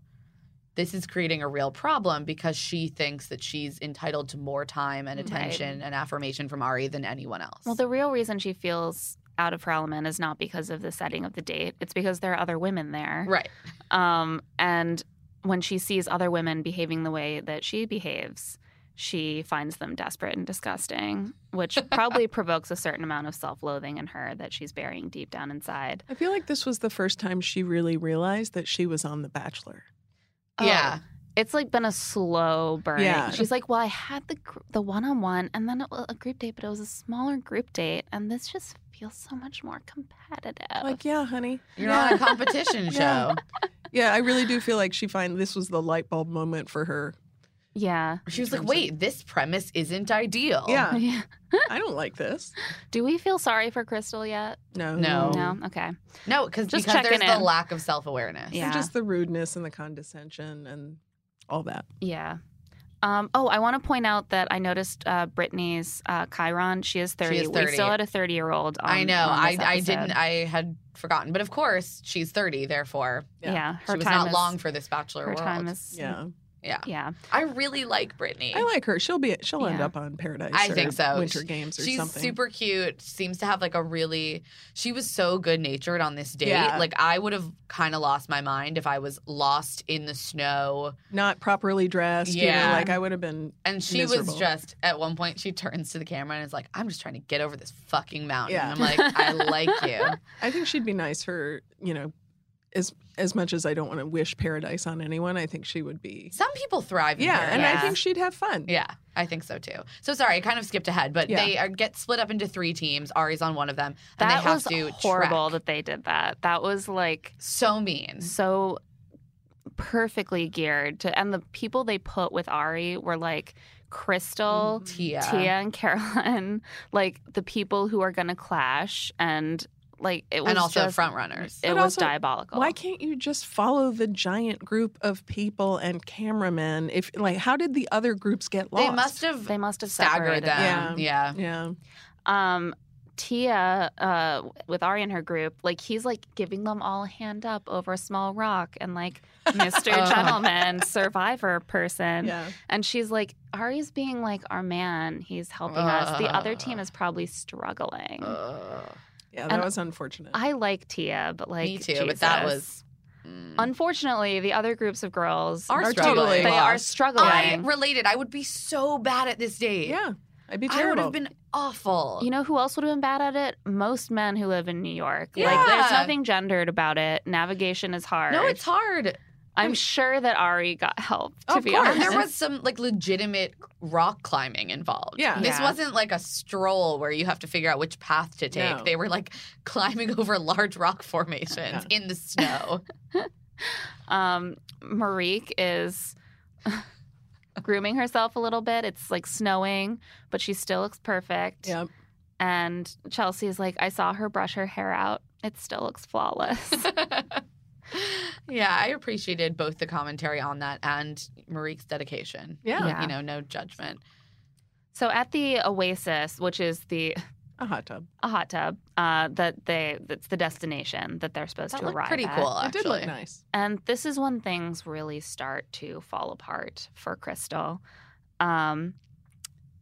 Speaker 4: this is creating a real problem because she thinks that she's entitled to more time and
Speaker 5: Right.
Speaker 4: attention and affirmation from Ari than anyone else.
Speaker 5: Well, the real reason she feels out of her element is not because of the setting of the date. It's because there are other women there.
Speaker 4: right,
Speaker 5: Um, and when she sees other women behaving the way that she behaves, she finds them desperate and disgusting, which probably provokes a certain amount of self loathing in her that she's burying deep down inside.
Speaker 2: I feel like this was the first time she really realized that she was on The Bachelor.
Speaker 5: Oh,
Speaker 4: yeah,
Speaker 5: It's like been a slow burn.
Speaker 2: Yeah.
Speaker 5: She's like, well, I had the gr- the one on one, and then it was a group date, but it was a smaller group date, and this just feels so much more competitive.
Speaker 2: Like, yeah, honey.
Speaker 4: you're on a competition
Speaker 2: Yeah.
Speaker 4: show.
Speaker 2: Yeah, I really do feel like she find this was the light bulb moment for her.
Speaker 5: yeah.
Speaker 4: She was like, "Wait, this premise isn't ideal."
Speaker 2: Yeah,
Speaker 5: Yeah.
Speaker 2: I don't like this.
Speaker 5: Do we feel sorry for Crystal yet?
Speaker 2: No.
Speaker 4: No.
Speaker 5: No. Okay.
Speaker 4: no, because
Speaker 5: Just
Speaker 4: because there's
Speaker 5: checking
Speaker 4: the
Speaker 5: in.
Speaker 4: lack of self awareness.
Speaker 2: And
Speaker 5: Yeah.
Speaker 2: just the rudeness and the condescension and all that.
Speaker 5: Yeah. Um, oh, I want to point out that I noticed uh, Brittany's uh, Chiron. She is thirty.
Speaker 4: She is
Speaker 5: We
Speaker 4: 30.
Speaker 5: still had a thirty-year-old.
Speaker 4: I know. I, I didn't. I had forgotten. But of course, she's 30. Therefore,
Speaker 5: Yeah, her
Speaker 4: she was
Speaker 5: time
Speaker 4: not
Speaker 5: is,
Speaker 4: long for this bachelor
Speaker 5: Her
Speaker 4: world.
Speaker 5: time is.
Speaker 2: Yeah,
Speaker 4: yeah.
Speaker 5: Yeah.
Speaker 4: I really like Brittany.
Speaker 2: I like her. She'll be. She'll end
Speaker 5: Yeah.
Speaker 2: up on Paradise.
Speaker 4: I
Speaker 2: or
Speaker 4: think so.
Speaker 2: Winter
Speaker 4: She-
Speaker 2: Games or
Speaker 4: She's
Speaker 2: something.
Speaker 4: super cute. Seems to have like a really. She was so good natured on this date.
Speaker 2: Yeah.
Speaker 4: Like I would have kind of lost my mind if I was lost in the snow.
Speaker 2: not properly dressed. Yeah,
Speaker 4: Yeah.
Speaker 2: like I would have been.
Speaker 4: And she
Speaker 2: Miserable.
Speaker 4: was just at one point she turns to the camera and is like, "I'm just trying to get over this fucking mountain."
Speaker 2: Yeah.
Speaker 4: And I'm like, "I like you."
Speaker 2: I think she'd be nice for you know, as as much as I don't want to wish Paradise on anyone. I think she would be.
Speaker 4: Some people thrive. In
Speaker 2: Yeah, and I
Speaker 4: paradise.
Speaker 2: think she'd have fun.
Speaker 4: Yeah, I think so too. So sorry, I kind of skipped ahead, but
Speaker 2: Yeah.
Speaker 4: they are, get split up into three teams. Ari's on one of them, and
Speaker 5: That
Speaker 4: they have
Speaker 5: was
Speaker 4: to
Speaker 5: horrible
Speaker 4: track.
Speaker 5: that they did that. That was like
Speaker 4: So mean.
Speaker 5: so perfectly geared to, and the people they put with Ari were like Crystal,
Speaker 4: Tia.
Speaker 5: Tia, and Caroline, like the people who are going to clash, and like it was
Speaker 4: and also
Speaker 5: just,
Speaker 4: front runners.
Speaker 5: It
Speaker 2: But
Speaker 5: was
Speaker 2: also,
Speaker 5: diabolical.
Speaker 2: Why can't you just follow the giant group of people and cameramen? If like, how did the other groups get lost?
Speaker 4: They must have
Speaker 5: they must have
Speaker 4: staggered
Speaker 5: separated
Speaker 4: them. Yeah.
Speaker 2: Yeah.
Speaker 4: yeah.
Speaker 2: Yeah,
Speaker 5: um Tia uh with Ari and her group like he's like giving them all a hand up over a small rock and like Mr.
Speaker 4: Oh.
Speaker 5: Gentleman survivor person
Speaker 2: yeah.
Speaker 5: and she's like Ari's being like our man he's helping us the other team
Speaker 4: Ugh.
Speaker 5: is probably struggling
Speaker 4: Uh. Ugh.
Speaker 2: Yeah, that
Speaker 5: And
Speaker 2: was unfortunate.
Speaker 5: I like Tia but like
Speaker 4: Me too, but that
Speaker 5: Jesus.
Speaker 4: was. Mm.
Speaker 5: unfortunately the other groups of girls
Speaker 4: Are
Speaker 2: struggling.
Speaker 5: they are
Speaker 4: Lost.
Speaker 5: struggling
Speaker 4: I related. I would be so bad at this date.
Speaker 2: yeah, I'd be
Speaker 4: I would
Speaker 2: terrible.
Speaker 4: have been awful.
Speaker 5: You know who else would have been bad at it? Most men who live in New York.
Speaker 4: Yeah.
Speaker 5: Like there's nothing gendered about it. Navigation is hard.
Speaker 4: no, it's hard.
Speaker 5: I'm sure that Ari got help to
Speaker 2: Of
Speaker 5: be
Speaker 2: course.
Speaker 4: And
Speaker 5: honest.
Speaker 4: there was some like legitimate rock climbing involved.
Speaker 2: Yeah.
Speaker 4: This
Speaker 5: Yeah.
Speaker 4: wasn't like a stroll where you have to figure out which path to take.
Speaker 2: No.
Speaker 4: They were like climbing over large rock formations
Speaker 2: Yeah.
Speaker 4: in the snow.
Speaker 5: um Marique is grooming herself a little bit. It's like snowing, but she still looks perfect.
Speaker 2: yeah,
Speaker 5: And Chelsea is like, I saw her brush her hair out. It still looks flawless.
Speaker 4: yeah, I appreciated both the commentary on that and Marique's dedication.
Speaker 2: yeah,
Speaker 5: Yeah.
Speaker 4: You know, no judgment.
Speaker 5: so at the Oasis, which is the
Speaker 2: a hot tub.
Speaker 5: a hot tub, uh, that they that's the destination that they're supposed
Speaker 4: That
Speaker 5: to
Speaker 4: looked
Speaker 5: arrive
Speaker 4: pretty
Speaker 5: at.
Speaker 4: cool,
Speaker 2: It did
Speaker 4: actually.
Speaker 2: look nice.
Speaker 5: And this is when things really start to fall apart for Crystal. Um,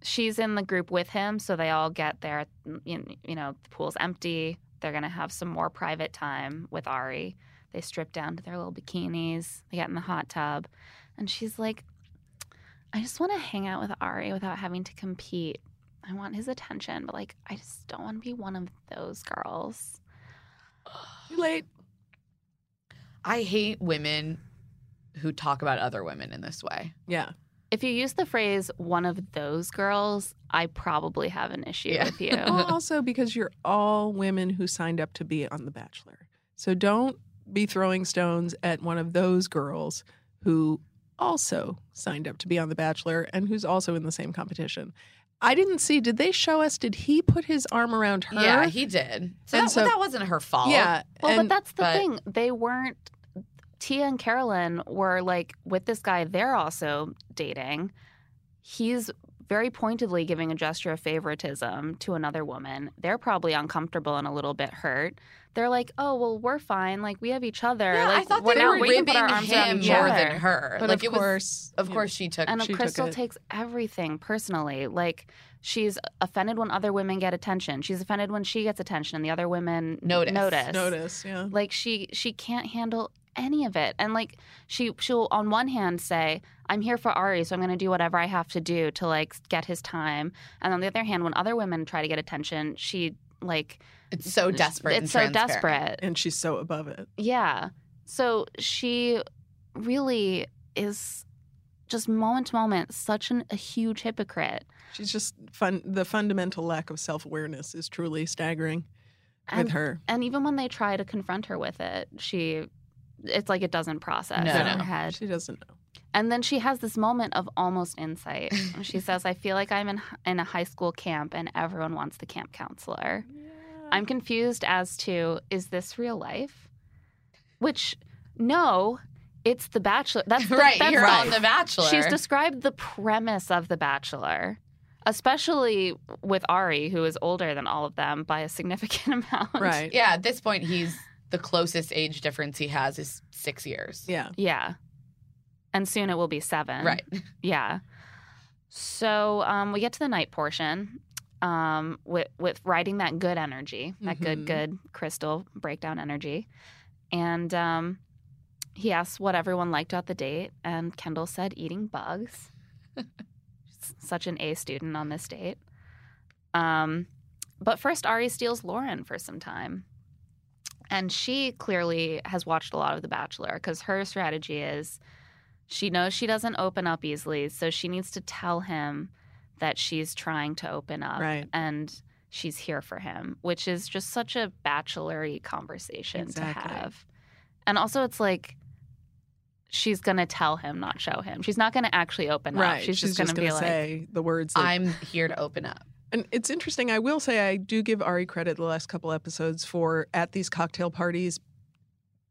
Speaker 5: she's in the group with him, so they all get there. You you know, the pool's empty. They're going to have some more private time with Ari. They strip down to their little bikinis, they get in the hot tub. And she's like, I just want to hang out with Ari without having to compete. I want his attention, but like, I just don't want to be one of those girls.
Speaker 2: Too late.
Speaker 4: I hate women who talk about other women in this way.
Speaker 2: Yeah,
Speaker 5: If you use the phrase one of those girls, I probably have an issue
Speaker 4: Yeah.
Speaker 5: with you.
Speaker 2: well, also because you're all women who signed up to be on The Bachelor. So don't be throwing stones at one of those girls who also signed up to be on The Bachelor and who's also in the same competition. I didn't see. Did they show us? Did he put his arm around her?
Speaker 4: Yeah, he did. So
Speaker 2: And
Speaker 4: that,
Speaker 2: so-
Speaker 4: that wasn't her fault.
Speaker 2: yeah.
Speaker 5: well,
Speaker 2: and-
Speaker 5: but that's the
Speaker 4: but-
Speaker 5: thing. They weren't Tia and Carolyn were like with this guy they're also dating. He's very pointedly giving a gesture of favoritism to another woman. They're probably uncomfortable and a little bit hurt. They're like, "Oh, well, we're fine. Like we have each other.
Speaker 4: Yeah,
Speaker 5: like
Speaker 4: I thought
Speaker 5: we're
Speaker 4: they
Speaker 5: not
Speaker 4: were
Speaker 5: we can put
Speaker 4: ribbing
Speaker 5: our arms around
Speaker 4: him
Speaker 5: each
Speaker 4: more
Speaker 5: other."
Speaker 4: than her.
Speaker 2: But
Speaker 4: like
Speaker 2: of
Speaker 4: it was,
Speaker 2: course,
Speaker 4: of
Speaker 2: you know,
Speaker 4: course, she took.
Speaker 5: And
Speaker 2: she took
Speaker 5: Crystal
Speaker 2: it.
Speaker 5: takes everything personally. Like she's offended when other women get attention. She's offended when she gets attention and the other women
Speaker 4: Notice.
Speaker 5: Notice.
Speaker 2: notice. Yeah,
Speaker 5: Like she she can't handle any of it. And like she she'll on one hand say, I'm here for Ari, so I'm gonna do whatever I have to do to like get his time. And on the other hand, when other women try to get attention, she like
Speaker 4: it's so desperate. and
Speaker 5: It's so
Speaker 4: transparent.
Speaker 5: desperate.
Speaker 2: and she's so above it.
Speaker 5: Yeah. So she really is just moment to moment such an, a huge hypocrite.
Speaker 2: She's just fun. The fundamental lack of self awareness is truly staggering
Speaker 5: And,
Speaker 2: with her.
Speaker 5: and even when they try to confront her with it, she it's like it doesn't process
Speaker 4: No,
Speaker 5: in
Speaker 4: no.
Speaker 5: her head.
Speaker 2: She doesn't know.
Speaker 5: And then she has this moment of almost insight. she says, "I feel like I'm in in a high school camp and everyone wants the camp counselor." I'm confused as to is this real life? Which no, It's The Bachelor. That's the,
Speaker 4: right,
Speaker 5: That's
Speaker 4: you're
Speaker 5: the
Speaker 4: on The Bachelor.
Speaker 5: She's described the premise of The Bachelor, especially with Ari, who is older than all of them by a significant amount.
Speaker 2: Right.
Speaker 4: yeah. At this point, he's the closest age difference he has is six years.
Speaker 2: Yeah.
Speaker 5: Yeah. And soon it will be seven.
Speaker 4: Right.
Speaker 5: Yeah. So um, we get to the night portion um, with with riding that good energy, that
Speaker 2: Mhm.
Speaker 4: Mm-hmm.
Speaker 5: good good crystal breakdown energy, and um, he asks what everyone liked about the date, and Kendall said eating bugs. S- Such an A student on this date. Um, but first, Ari steals Lauren for some time. And she clearly has watched a lot of The Bachelor because her strategy is she knows she doesn't open up easily. So she needs to tell him that she's trying to open up
Speaker 2: Right.
Speaker 5: and she's here for him, which is just such a bachelor y conversation to
Speaker 2: Exactly.
Speaker 5: have. And also, it's like, She's gonna tell him, not show him. She's not gonna actually open up.
Speaker 2: Right.
Speaker 5: She's, just gonna, be like,
Speaker 2: say the words. That,
Speaker 4: I'm here to open up.
Speaker 2: and it's interesting. I will say I do give Ari credit the last couple episodes for at these cocktail parties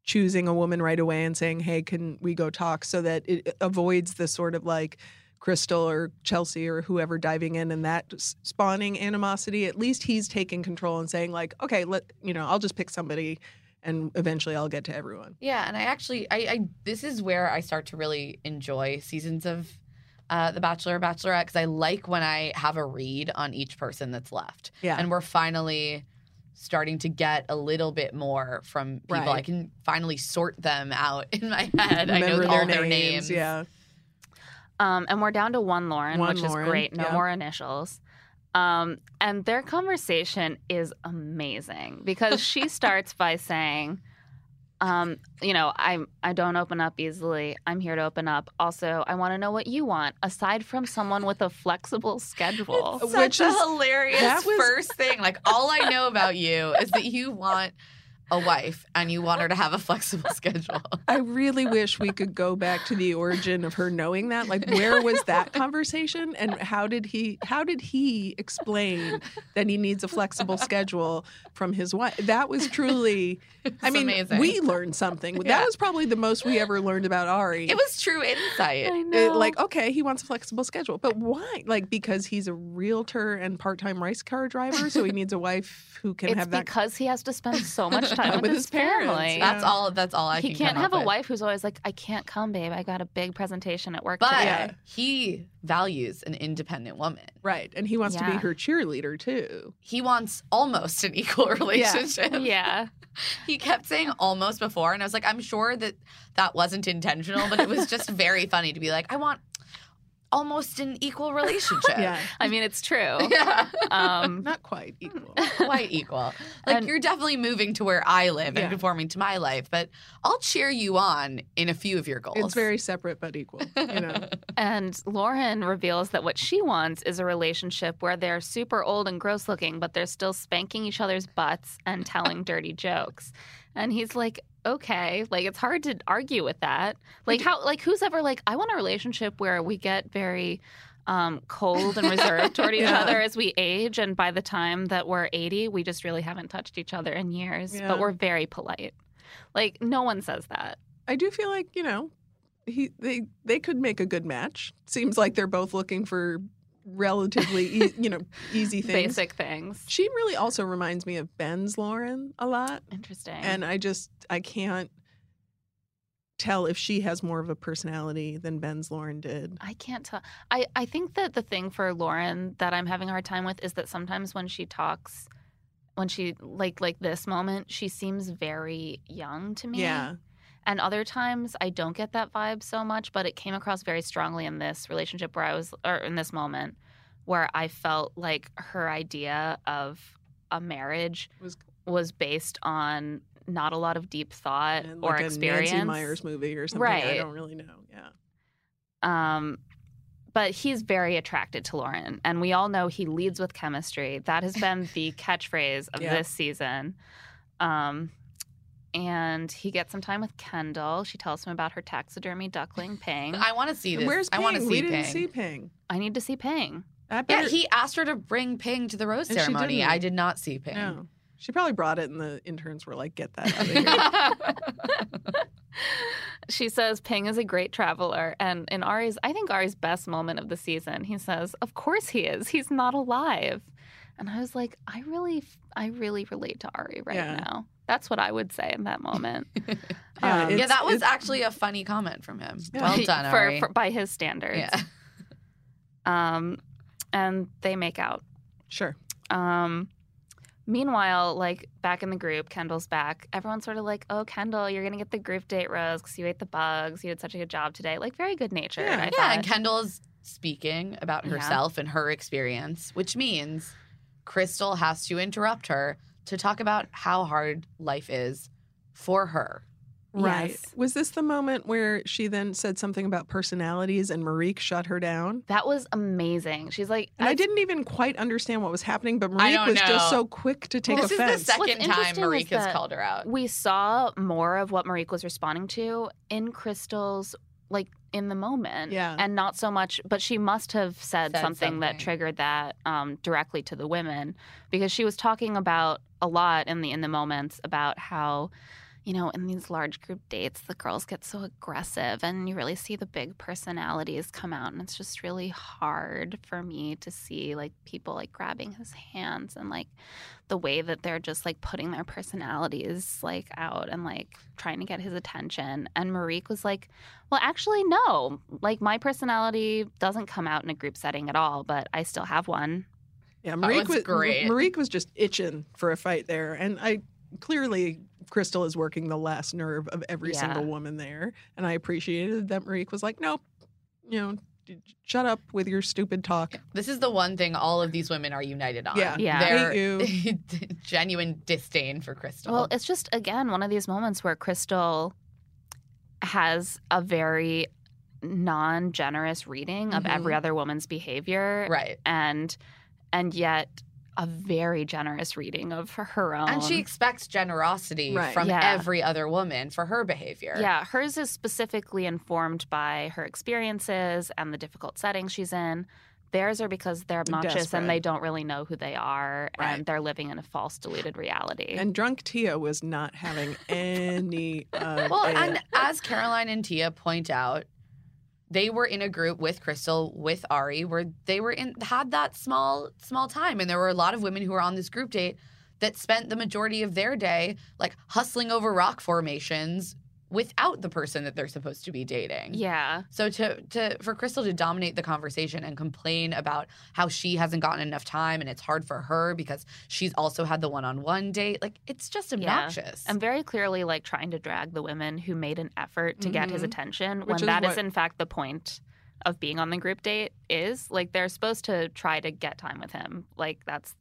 Speaker 2: choosing a woman right away and saying, "Hey, can we go talk?" So that it avoids the sort of like Crystal or Chelsea or whoever diving in and that s- spawning animosity. At least he's taking control and saying like, "Okay, let you know, I'll just pick somebody." And eventually, I'll get to everyone.
Speaker 4: Yeah, and I actually, I, I this is where I start to really enjoy seasons of uh, The Bachelor, Bachelorette, because I like when I have a read on each person that's left,
Speaker 2: Yeah,
Speaker 4: and we're finally starting to get a little bit more from people.
Speaker 2: Right.
Speaker 4: I can finally sort them out in my head. I know
Speaker 2: Remember
Speaker 4: all their names.
Speaker 2: Yeah,
Speaker 5: Um, and we're down to one Lauren,
Speaker 2: One
Speaker 5: which
Speaker 2: Lauren,
Speaker 5: is great. No
Speaker 2: yeah.
Speaker 5: more initials. Um, and their conversation is amazing because she starts by saying, um, you know, I I don't open up easily. I'm here to open up. Also, I want to know what you want aside from someone with a flexible schedule.
Speaker 2: It's-
Speaker 4: Such
Speaker 2: Which
Speaker 4: a
Speaker 2: is- that
Speaker 4: hilarious
Speaker 2: was-
Speaker 4: first thing. Like all I know about you is that you want a wife and you want her to have a flexible schedule.
Speaker 2: I really wish we could go back to the origin of her knowing that. Like, where was that conversation, and how did he how did he explain that he needs a flexible schedule from his wife? That was truly. I mean,
Speaker 4: amazing.
Speaker 2: we learned something.
Speaker 4: Yeah.
Speaker 2: That was probably the most we ever learned about Ari.
Speaker 4: It was true insight.
Speaker 2: It- like, okay, he wants a flexible schedule, but why? Like, because he's a realtor and part-time race car driver, so he needs a wife who can
Speaker 5: it's
Speaker 2: have that.
Speaker 5: because he has to spend so much time with, his,
Speaker 2: parents,
Speaker 5: family.
Speaker 2: yeah.
Speaker 4: That's all. That's all I.
Speaker 5: He
Speaker 4: can
Speaker 5: can't
Speaker 4: come
Speaker 5: have
Speaker 4: up
Speaker 5: a
Speaker 4: with.
Speaker 5: wife who's always like, I can't come, babe. I got a big presentation at work
Speaker 4: but
Speaker 5: today.
Speaker 2: Yeah.
Speaker 4: he values an independent woman.
Speaker 2: Right, and he wants to be
Speaker 5: Yeah.
Speaker 2: her cheerleader too.
Speaker 4: He wants almost an equal relationship.
Speaker 5: Yeah.
Speaker 4: He kept saying almost before, and I was like, I'm sure that that wasn't intentional, but it was just very funny to be like, I want almost an equal relationship.
Speaker 2: Yeah,
Speaker 5: I mean, it's true.
Speaker 4: Yeah.
Speaker 5: Um,
Speaker 2: not quite equal.
Speaker 4: quite equal. Like
Speaker 5: And-
Speaker 4: you're definitely moving to where I live
Speaker 2: Yeah.
Speaker 4: and conforming to my life, but I'll cheer you on in a few of your goals.
Speaker 2: It's very separate but equal. You know,
Speaker 5: And Lauren reveals that what she wants is a relationship where they're super old and gross looking, but they're still spanking each other's butts and telling dirty jokes. And he's like, okay, like it's hard to argue with that. Like how, like who's ever like, I want a relationship where we get very um, cold and reserved toward each
Speaker 2: Yeah.
Speaker 5: other as we age, and by the time that we're eighty, we just really haven't touched each other in years,
Speaker 2: Yeah.
Speaker 5: but we're very polite. Like no one says that.
Speaker 2: I do feel like you know, he they they could make a good match. Seems like they're both looking for relatively e- you know easy things.
Speaker 5: Basic things.
Speaker 2: She really also reminds me of Ben's Lauren a lot,
Speaker 5: Interesting.
Speaker 2: and I just I can't tell if she has more of a personality than Ben's Lauren did.
Speaker 5: I can't tell. I, I think that the thing for Lauren that I'm having a hard time with is that sometimes when she talks, when she like like this moment, she seems very young to me.
Speaker 2: Yeah,
Speaker 5: And other times I don't get that vibe so much, but it came across very strongly in this relationship where I was or in this moment where I felt like her idea of a marriage
Speaker 2: Was-
Speaker 5: was was based on not a lot of deep
Speaker 4: uh,
Speaker 5: thought
Speaker 2: and
Speaker 5: or
Speaker 2: like
Speaker 5: experience.
Speaker 2: a Nancy Myers movie or something. I
Speaker 5: Right.
Speaker 2: don't really know. Yeah,
Speaker 5: Um, but he's very attracted to Lauren, and we all know he leads with chemistry. That has been the catchphrase of
Speaker 2: Yeah.
Speaker 5: this season. Um, and he gets some time with Kendall. She tells him about her taxidermy duckling, Ping. I,
Speaker 4: I want to see this.
Speaker 2: where's
Speaker 4: I
Speaker 2: Ping?
Speaker 4: want to see
Speaker 2: we didn't
Speaker 4: Ping.
Speaker 2: see Ping.
Speaker 5: need to see Ping.
Speaker 2: I
Speaker 4: Yeah,
Speaker 2: better-
Speaker 4: he asked her to bring Ping to the rose
Speaker 2: And she
Speaker 4: ceremony.
Speaker 2: didn't.
Speaker 4: I did not see Ping.
Speaker 2: Uh, No. She probably brought it, and the interns were like, "Get that out of here."
Speaker 4: I
Speaker 5: She says Ping is a great traveler, and in Ari's, I think Ari's best moment of the season, he says, "Of course he is. He's not alive." And I was like, I really, I really relate to Ari right
Speaker 2: Yeah.
Speaker 5: now. That's what I would say in that moment.
Speaker 2: Yeah,
Speaker 5: Um,
Speaker 4: yeah,
Speaker 2: It's-
Speaker 4: that was
Speaker 2: it's-
Speaker 4: actually a funny comment from him.
Speaker 2: Yeah.
Speaker 4: Well done,
Speaker 5: for,
Speaker 4: Ari.
Speaker 5: for- by his standards.
Speaker 4: yeah.
Speaker 5: Um, and they make out.
Speaker 2: Sure.
Speaker 5: Um, meanwhile, like back in the group, Kendall's back. Everyone's sort of like, "Oh, Kendall, you're gonna get the group date rose because you ate the bugs. You did such a good job today." Like very good natured.
Speaker 2: Yeah.
Speaker 5: I
Speaker 4: Yeah, and
Speaker 5: thought.
Speaker 4: Kendall is speaking about
Speaker 5: Yeah.
Speaker 4: herself and her experience, which means Crystal has to interrupt her to talk about how hard life is for her.
Speaker 2: Right.
Speaker 5: Yes.
Speaker 2: Was this the moment where she then said something about personalities and Marique shut her down?
Speaker 5: that was amazing. She's like,
Speaker 2: And I didn't even quite understand what was happening, but
Speaker 4: I
Speaker 2: Marique
Speaker 4: don't
Speaker 2: was just
Speaker 4: know.
Speaker 2: so quick to take
Speaker 4: this
Speaker 2: offense.
Speaker 4: is the second
Speaker 5: What's
Speaker 4: time
Speaker 5: interesting is
Speaker 4: Marika's
Speaker 5: that
Speaker 4: called her out.
Speaker 5: we saw more of what Marique was responding to in Crystal's like in the moment.
Speaker 2: Yeah.
Speaker 5: And not so much but she must have said,
Speaker 4: Said
Speaker 5: something, that
Speaker 4: something.
Speaker 5: triggered that um, directly to the women because she was talking about a lot in the in the moments about how you know, in these large group dates, the girls get so aggressive, and you really see the big personalities come out. And it's just really hard for me to see like people like grabbing his hands and like the way that they're just like putting their personalities like out and like trying to get his attention. And Marique was like, Well, actually, no, like my personality doesn't come out in a group setting at all, but I still have one.
Speaker 2: Yeah, Marique
Speaker 4: was
Speaker 2: was
Speaker 4: great.
Speaker 2: Marique was just itching for a fight there, and I clearly Crystal is working the last nerve of every
Speaker 5: Yeah.
Speaker 2: single woman there, and I appreciated that Marique was like, "Nope, you know, d- shut up with your stupid talk."
Speaker 4: This is the one thing all of these women are united on.
Speaker 2: Yeah.
Speaker 5: Yeah.
Speaker 4: Their
Speaker 2: Hate
Speaker 4: genuine disdain for Crystal.
Speaker 5: Well, it's just again one of these moments where Crystal has a very non-generous reading of
Speaker 4: Mhm.
Speaker 5: every other woman's behavior
Speaker 4: right.
Speaker 5: and and yet a very generous reading of her own.
Speaker 4: And she expects generosity
Speaker 2: Right.
Speaker 4: from
Speaker 5: Um, Yeah.
Speaker 4: every other woman for her behavior.
Speaker 5: Yeah, hers is specifically informed by her experiences and the difficult setting she's in. Theirs are because they're obnoxious
Speaker 2: Desperate.
Speaker 5: and they don't really know who they are
Speaker 2: Right.
Speaker 5: and they're living in a false deluded reality.
Speaker 2: And drunk Tia was not having any. Of
Speaker 4: Well,
Speaker 2: it.
Speaker 4: and as Caroline and Tia point out, they were in a group with Crystal, with Ari, where they were in had that small small time, and there were a lot of women who were on this group date that spent the majority of their day like hustling over rock formations without the person that they're supposed to be dating.
Speaker 5: yeah.
Speaker 4: So to to for Crystal to dominate the conversation and complain about how she hasn't gotten enough time and it's hard for her because she's also had the one-on-one date, like it's just
Speaker 5: Yeah.
Speaker 4: obnoxious.
Speaker 5: And very clearly, like trying to drag the women who made an effort to get his
Speaker 2: Mhm.
Speaker 5: attention
Speaker 2: Which
Speaker 5: when
Speaker 2: is
Speaker 5: that is,
Speaker 2: what-
Speaker 5: in fact, the point of being on the group date is like they're supposed to try to get time with him. Like, that's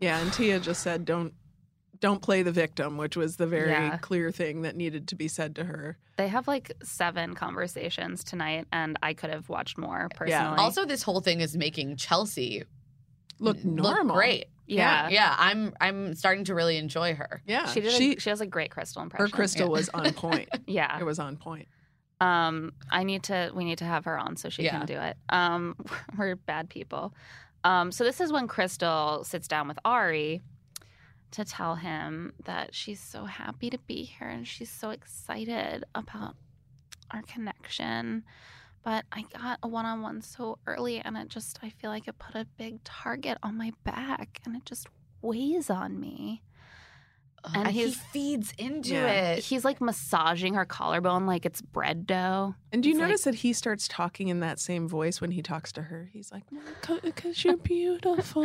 Speaker 2: yeah, and Tia just said, "Don't." Don't play the victim, which was the very
Speaker 5: Yeah.
Speaker 2: clear thing that needed to be said to her.
Speaker 5: they have like seven conversations tonight, and I could have watched more personally.
Speaker 4: Also, this whole thing is making Chelsea
Speaker 2: Look normal.
Speaker 4: look great.
Speaker 5: yeah.
Speaker 4: Yeah, I'm I'm starting to really enjoy her.
Speaker 2: Yeah.
Speaker 5: She did.
Speaker 2: She,
Speaker 5: a, she has a great crystal impression.
Speaker 2: her crystal
Speaker 4: yeah.
Speaker 2: was on point.
Speaker 5: Yeah.
Speaker 2: it was on point.
Speaker 5: Um, I need to. We need to have her on so she
Speaker 4: Yeah.
Speaker 5: can do it. Um, we're bad people. Um, so this is when Crystal sits down with Ari to tell him that she's so happy to be here and she's so excited about our connection. But I got a one-on-one so early, and it just I feel like it put a big target on my back, and it just weighs on me.
Speaker 4: And,
Speaker 5: And
Speaker 4: he
Speaker 5: he's-
Speaker 4: feeds into
Speaker 2: Yeah.
Speaker 4: it.
Speaker 5: He's like massaging her collarbone like it's bread dough.
Speaker 2: And do you
Speaker 5: It's like-
Speaker 2: notice that he starts talking in that same voice when he talks to her? He's like, "Because you're beautiful."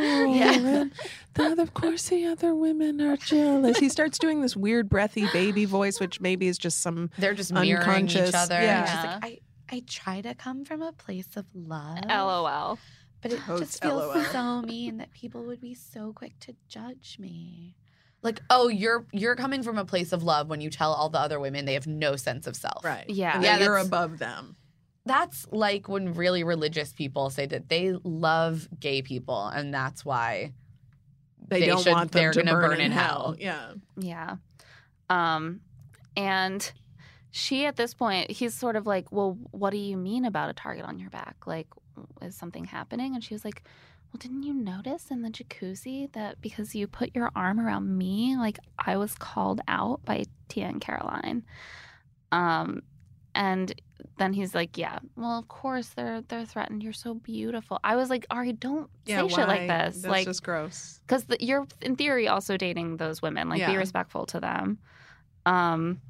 Speaker 4: Yeah.
Speaker 2: And the other, of course, the other women are jealous. He starts doing this weird, breathy baby voice, which maybe is just some.
Speaker 4: They're just mirroring each
Speaker 2: Unconscious.
Speaker 4: other.
Speaker 2: Yeah.
Speaker 4: And she's like, I I try to come from a place of love.
Speaker 5: LOL.
Speaker 4: But it
Speaker 2: Totes
Speaker 4: just feels
Speaker 2: LOL.
Speaker 4: so mean that people would be so quick to judge me. Like, oh, you're you're coming from a place of love when you tell all the other women they have no sense of self.
Speaker 5: Yeah.
Speaker 2: And
Speaker 4: Yeah,
Speaker 2: that you're
Speaker 4: that's-
Speaker 2: above them.
Speaker 4: That's like when really religious people say that they love gay people and that's why
Speaker 2: They,
Speaker 4: They
Speaker 2: don't
Speaker 4: should-
Speaker 2: want them
Speaker 4: they're
Speaker 2: to
Speaker 4: gonna
Speaker 2: burn,
Speaker 4: burn
Speaker 2: in
Speaker 4: in
Speaker 2: hell.
Speaker 4: hell.
Speaker 2: Yeah.
Speaker 5: Yeah. Um and she at this point he's sort of like, "Well, what do you mean about a target on your back? Like is something happening?" And she was like, "Well, didn't you notice in the jacuzzi that because you put your arm around me, like I was called out by Tia and Caroline?" Um, and then he's like, "Yeah, well, of course they're they're threatened. You're so beautiful." I was like, "Ari, don't
Speaker 2: Yeah,
Speaker 5: say shit like
Speaker 2: why?
Speaker 5: this.
Speaker 2: That's
Speaker 5: like,
Speaker 2: just gross.
Speaker 5: because you're in theory also dating those women. Like, be
Speaker 2: Yeah.
Speaker 5: respectful to them." Um,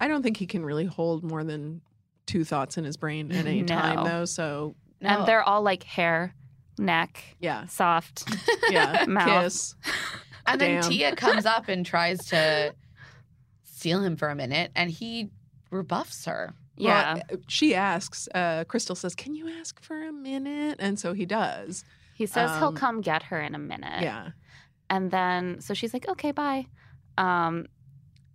Speaker 2: I don't think he can really hold more than two thoughts in his brain at any
Speaker 5: No.
Speaker 2: time, though. So
Speaker 4: No.
Speaker 5: And they're all like hair, neck,
Speaker 2: yeah,
Speaker 5: soft.
Speaker 2: yeah,
Speaker 5: Mouth.
Speaker 2: kiss.
Speaker 4: And then
Speaker 2: Damn.
Speaker 4: Tia comes up and tries to steal him for a minute, and he rebuffs her.
Speaker 5: Yeah.
Speaker 2: Well, uh, she asks. Uh, Crystal says, "Can you ask for a minute?" And so he does.
Speaker 5: he says he'll
Speaker 2: um,
Speaker 5: come get her in a minute.
Speaker 2: Yeah,
Speaker 5: And then, so she's like, okay, bye. Um,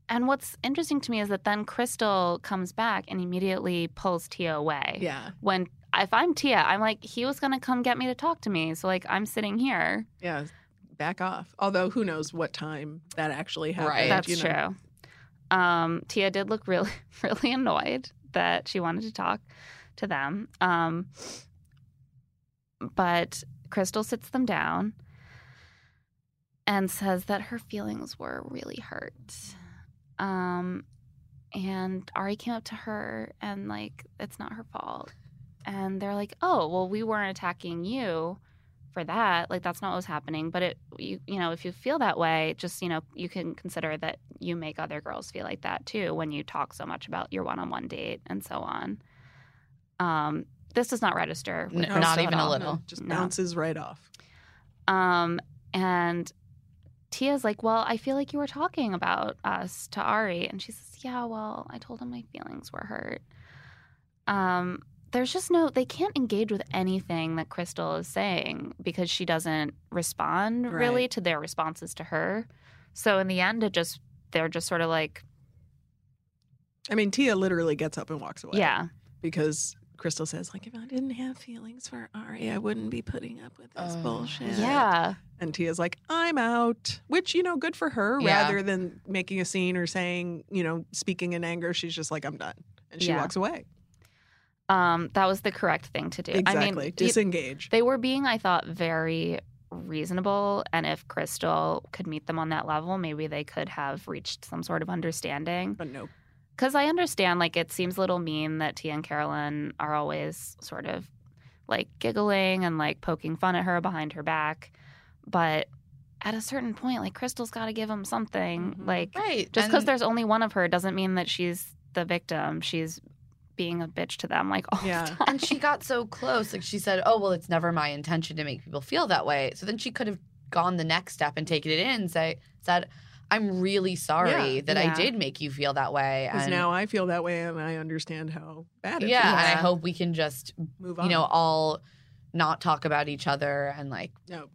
Speaker 5: and what's interesting to me is that then Crystal comes back and immediately pulls Tia away.
Speaker 2: yeah,
Speaker 5: When, if I'm Tia, I'm like, he was going to come get me to talk to me. So, like, I'm sitting here.
Speaker 2: yeah. Back off. Although who knows what time that actually happened?
Speaker 4: Right.
Speaker 5: That's
Speaker 2: you know.
Speaker 5: true. Um, Tia did look really, really annoyed that she wanted to talk to them. Um, but Crystal sits them down and says that her feelings were really hurt. Um, and Ari came up to her and, like, it's not her fault. And they're like, oh, well, we weren't attacking you for that like that's not what was happening but it you you know if you feel that way just you know you can consider that you make other girls feel like that too when you talk so much about your one-on-one date and so on um this does not register with
Speaker 4: N-
Speaker 2: No,
Speaker 5: Crystal
Speaker 4: not
Speaker 5: at
Speaker 4: even a
Speaker 5: all.
Speaker 4: little.
Speaker 2: Just
Speaker 5: No.
Speaker 2: bounces right off.
Speaker 5: um and tia's like well i feel like you were talking about us to ari and she says yeah well i told him my feelings were hurt um there's just no they can't engage with anything that crystal is saying because she doesn't respond really
Speaker 2: Right.
Speaker 5: to their responses to her so in the end it just they're just sort of like
Speaker 2: I mean, Tia literally gets up and walks away.
Speaker 5: yeah
Speaker 2: because Crystal says, like, if I didn't have feelings for Ari, I wouldn't be putting up with this
Speaker 4: Oh.
Speaker 2: bullshit.
Speaker 5: yeah
Speaker 2: And Tia's like, I'm out, which, you know, good for her
Speaker 4: Yeah.
Speaker 2: rather than making a scene or saying, you know, speaking in anger. She's just like, I'm done. And she
Speaker 5: Yeah.
Speaker 2: walks away.
Speaker 5: um that was the correct thing to do
Speaker 2: Exactly.
Speaker 5: i mean you-
Speaker 2: Disengage.
Speaker 5: They were being, I thought, very reasonable. And if Crystal could meet them on that level, maybe they could have reached some sort of understanding.
Speaker 2: but no.
Speaker 5: Because I understand, like, it seems a little mean that Tia and Carolyn are always sort of like giggling and like poking fun at her behind her back. But at a certain point, like, Crystal's got to give them something.
Speaker 2: Mhm.
Speaker 5: Like,
Speaker 4: Mm-hmm. Right.
Speaker 5: just because
Speaker 4: and-
Speaker 5: there's only one of her doesn't mean that she's the victim. She's being a bitch to them, like, all
Speaker 2: Yeah.
Speaker 5: the time.
Speaker 4: And she got so close. Like she said, Oh, well, it's never my intention to make people feel that way. So then she could have gone the next step and taken it in and say, said, I'm really sorry
Speaker 2: Yeah.
Speaker 4: that
Speaker 5: Yeah.
Speaker 4: I did make you feel that way.
Speaker 2: Because
Speaker 4: And
Speaker 2: now I feel that way and I understand how bad
Speaker 4: yeah,
Speaker 2: it
Speaker 4: and I
Speaker 5: Yeah.
Speaker 4: hope we can just,
Speaker 2: feels. Move on.
Speaker 4: you know, all not talk about each other and like
Speaker 2: no.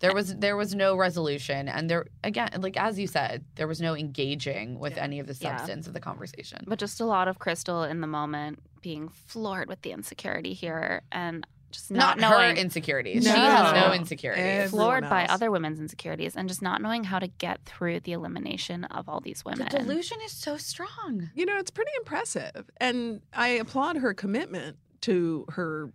Speaker 4: there was there was no resolution and there again like as you said there was no engaging with
Speaker 2: Yeah.
Speaker 4: any of the
Speaker 5: Yeah.
Speaker 4: substance of the conversation
Speaker 5: but just a lot of crystal in the moment being floored with the insecurity here and just
Speaker 4: not,
Speaker 5: not,
Speaker 4: her
Speaker 5: knowing
Speaker 4: insecurities
Speaker 2: No.
Speaker 4: she has no
Speaker 5: No.
Speaker 4: insecurities
Speaker 2: Everyone
Speaker 5: floored by
Speaker 2: else.
Speaker 5: other women's insecurities and just not knowing how to get through the elimination of all these
Speaker 4: the
Speaker 5: women
Speaker 4: delusion is so strong
Speaker 2: You know, it's pretty impressive. And I applaud her commitment to her,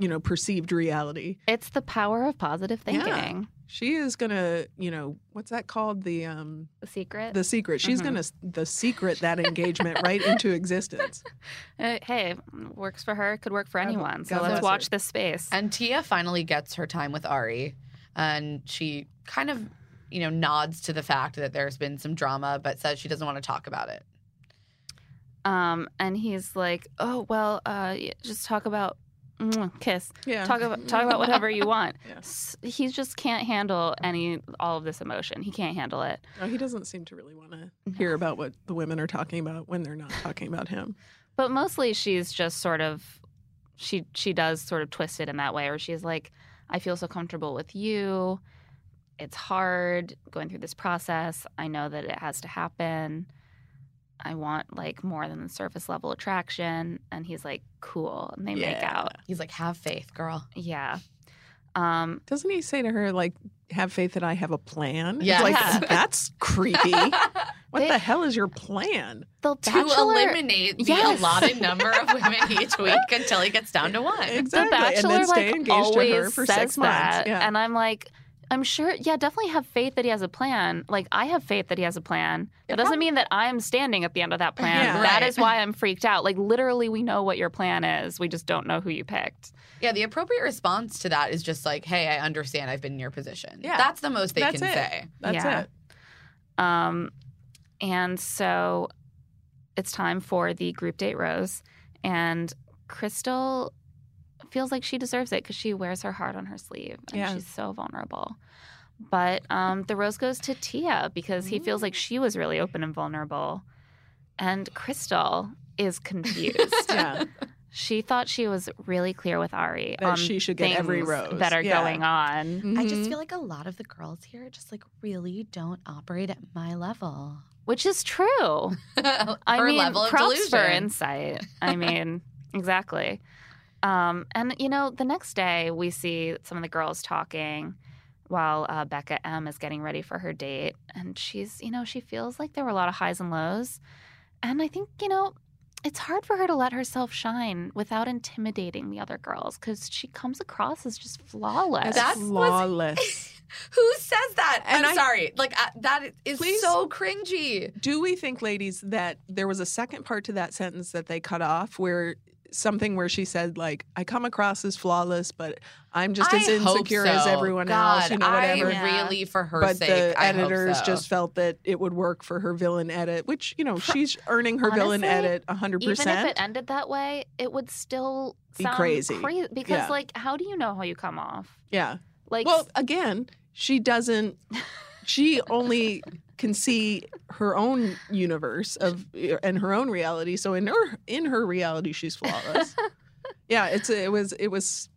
Speaker 2: you know, perceived reality.
Speaker 5: it's the power of positive
Speaker 2: Yeah.
Speaker 5: thinking
Speaker 2: She is gonna, you know, what's that called? The um
Speaker 5: the secret
Speaker 2: the secret. She's
Speaker 5: Mhm.
Speaker 2: gonna s- the secret that engagement right into existence.
Speaker 5: Uh, hey works for her could work for
Speaker 2: God-
Speaker 5: anyone so
Speaker 2: God
Speaker 5: let's
Speaker 2: bless
Speaker 5: watch
Speaker 2: her.
Speaker 5: this space
Speaker 4: And Tia finally gets her time with Ari, and she kind of, you know, nods to the fact that there's been some drama, but says she doesn't want to talk about it.
Speaker 5: um and he's like oh well uh y- just talk about mm, kiss
Speaker 2: Yeah.
Speaker 5: talk about talk about whatever you want
Speaker 2: Yeah.
Speaker 5: S he just can't handle any all of this emotion he can't handle it
Speaker 2: No, he doesn't seem to really want to hear
Speaker 5: Mm-hmm.
Speaker 2: about what the women are talking about when they're not talking about him.
Speaker 5: But mostly she's just sort of she she does sort of twist it in that way where she's like, I feel so comfortable with you. It's hard going through this process. I know that it has to happen. I want like more than the surface level attraction. And he's like, cool. And they make
Speaker 2: Yeah.
Speaker 5: out.
Speaker 4: He's like, "Have faith, girl."
Speaker 5: Yeah. Um,
Speaker 2: Doesn't he say to her like, "Have faith that I have a plan"? It's
Speaker 4: Yeah.
Speaker 5: Yeah.
Speaker 2: Like that's creepy. What
Speaker 5: They-
Speaker 2: the hell is your plan?
Speaker 5: the
Speaker 4: To
Speaker 5: bachelor,
Speaker 4: eliminate the
Speaker 5: Yes.
Speaker 4: allotted number of women each week until he gets down to one.
Speaker 2: Exactly.
Speaker 5: The Bachelor
Speaker 2: and then stay
Speaker 5: like
Speaker 2: engaged
Speaker 5: always
Speaker 2: to her for
Speaker 5: says
Speaker 2: six
Speaker 5: that,
Speaker 2: months. Yeah.
Speaker 5: and I'm like, I'm sure, yeah, definitely have faith that he has a plan. Like, I have faith that he has a plan. That
Speaker 4: It
Speaker 5: doesn't
Speaker 4: prob-
Speaker 5: mean that I'm standing at the end of that plan.
Speaker 2: Yeah.
Speaker 5: That
Speaker 4: Right.
Speaker 5: is why I'm freaked out. Like, literally, we know what your plan is. We just don't know who you picked.
Speaker 4: Yeah, the appropriate response to that is just like, "Hey, I understand. I've been in your position."
Speaker 2: Yeah.
Speaker 4: that's the most they
Speaker 2: That's
Speaker 4: can
Speaker 2: it.
Speaker 4: say.
Speaker 2: That's
Speaker 5: Yeah.
Speaker 2: it.
Speaker 5: Um, and so it's time for the group date rose. And Crystal feels like she deserves it because she wears her heart on her sleeve and
Speaker 2: Yeah.
Speaker 5: she's so vulnerable. But um, the rose goes to Tia because he feels like she was really open and vulnerable. And Crystal is confused.
Speaker 2: Yeah.
Speaker 5: She thought she was really clear with Ari
Speaker 2: That
Speaker 5: on
Speaker 2: she should get every
Speaker 5: things
Speaker 2: rose.
Speaker 5: that are
Speaker 2: Yeah.
Speaker 5: going on.
Speaker 4: I just
Speaker 2: Mhm.
Speaker 4: feel like a lot of the girls here just like really don't operate at my level.
Speaker 5: which is true.
Speaker 4: Her
Speaker 5: I mean,
Speaker 4: level of
Speaker 5: props
Speaker 4: delusion.
Speaker 5: for insight. I mean, exactly. Um, and you know, the next day we see some of the girls talking while uh, Becca M is getting ready for her date, and she's, you know, she feels like there were a lot of highs and lows, and I think, you know. It's hard for her to let herself shine without intimidating the other girls because she comes across as just flawless.
Speaker 2: That's
Speaker 4: That was-
Speaker 2: flawless.
Speaker 4: Who says that?
Speaker 2: And
Speaker 4: I'm
Speaker 2: I-
Speaker 4: sorry. Like I, that is
Speaker 2: Please-
Speaker 4: so cringy.
Speaker 2: Do we think, ladies, that there was a second part to that sentence that they cut off where something where she said, like, I come across as flawless, but I'm just as
Speaker 4: I hope
Speaker 2: insecure as
Speaker 4: so.
Speaker 2: everyone else,
Speaker 4: God,
Speaker 2: you know, whatever.
Speaker 5: Yeah.
Speaker 4: I really, for her
Speaker 2: But
Speaker 4: sake,
Speaker 2: the
Speaker 4: I hope
Speaker 2: editors
Speaker 4: so.
Speaker 2: just felt that it would work for her villain edit, which, you know, she's earning her villain
Speaker 5: Honestly,
Speaker 2: edit 100%.
Speaker 5: even if it ended that way, it would still
Speaker 2: Be
Speaker 5: sound
Speaker 2: crazy.
Speaker 5: cra- because,
Speaker 2: Yeah.
Speaker 5: like, how do you know how you come off?
Speaker 2: yeah.
Speaker 5: Like,
Speaker 2: well, again, she doesn't. She only can see her own universe of and her own reality. So in her in her reality, she's flawless. yeah, it's it was it was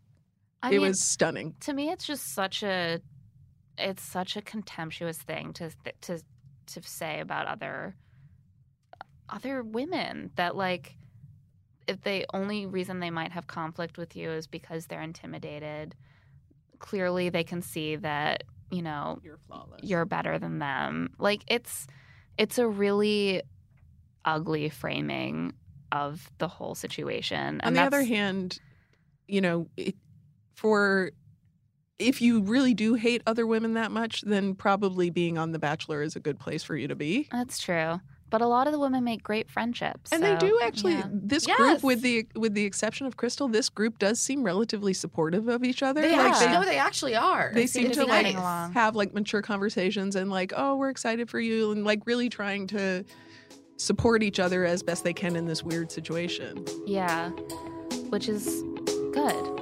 Speaker 5: I
Speaker 2: it
Speaker 5: mean,
Speaker 2: was stunning.
Speaker 5: to me, it's just such a, it's such a contemptuous thing to th- to to say about other other women that like if the only reason they might have conflict with you is because they're intimidated. Clearly, they can see that you know
Speaker 2: You're flawless.
Speaker 5: you're better than them. Like it's it's a really ugly framing of the whole situation. And
Speaker 2: On the other
Speaker 5: that's-
Speaker 2: hand, you know, it, for if you really do hate other women that much, then probably being on The Bachelor is a good place for you to be.
Speaker 5: that's true. But a lot of the women make great friendships,
Speaker 2: And they
Speaker 5: so-
Speaker 2: do actually.
Speaker 5: yeah.
Speaker 2: This
Speaker 4: Yes.
Speaker 2: group, with the with the exception of Crystal, this group does seem relatively supportive of each other.
Speaker 4: They
Speaker 2: Like,
Speaker 4: actually,
Speaker 2: they-
Speaker 4: no, they actually are.
Speaker 2: they
Speaker 5: seem
Speaker 2: seem
Speaker 5: to
Speaker 2: to
Speaker 5: be
Speaker 2: like
Speaker 5: getting along.
Speaker 2: have like mature conversations and like oh we're excited for you and like really trying to support each other as best they can in this weird situation
Speaker 5: yeah, which is good.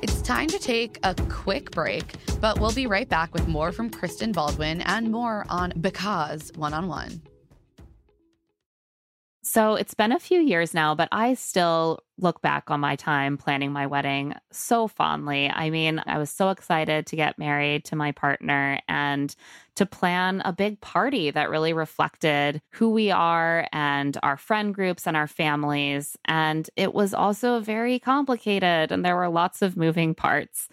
Speaker 4: It's time to take a quick break, but we'll be right back with more from Kristen Baldwin and more on Because One on One.
Speaker 6: So it's been a few years now, but I still look back on my time planning my wedding so fondly. I mean, I was so excited to get married to my partner and to plan a big party that really reflected who we are and our friend groups and our families. And it was also very complicated, and there were lots of moving parts.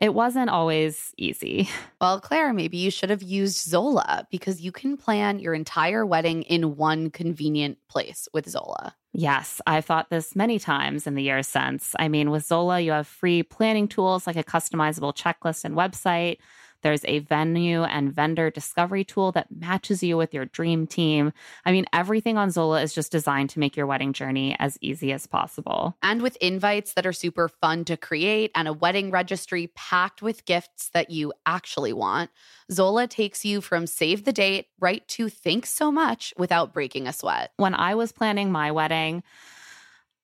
Speaker 6: It wasn't always easy.
Speaker 7: Well, Claire, maybe you should have used Zola because you can plan your entire wedding in one convenient place with Zola.
Speaker 6: Yes, I've thought this many times in the years since. I mean, with Zola, you have free planning tools like a customizable checklist and website. There's a venue and vendor discovery tool that matches you with your dream team. I mean, everything on Zola is just designed to make your wedding journey as easy as possible.
Speaker 7: And with invites that are super fun to create and a wedding registry packed with gifts that you actually want, Zola takes you from save the date right to thanks so much without breaking a sweat.
Speaker 6: when I was planning my wedding,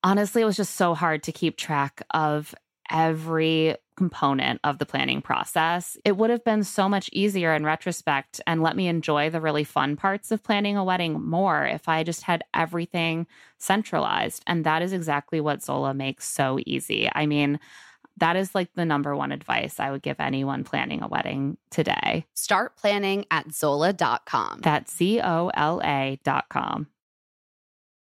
Speaker 6: honestly, it was just so hard to keep track of every component of the planning process. It would have been so much easier in retrospect and let me enjoy the really fun parts of planning a wedding more if I just had everything centralized. And that is exactly what Zola makes so easy. I mean, that is like the number one advice I would give anyone planning a wedding today.
Speaker 7: Start planning at zola.com.
Speaker 6: That's Z O L A dot com.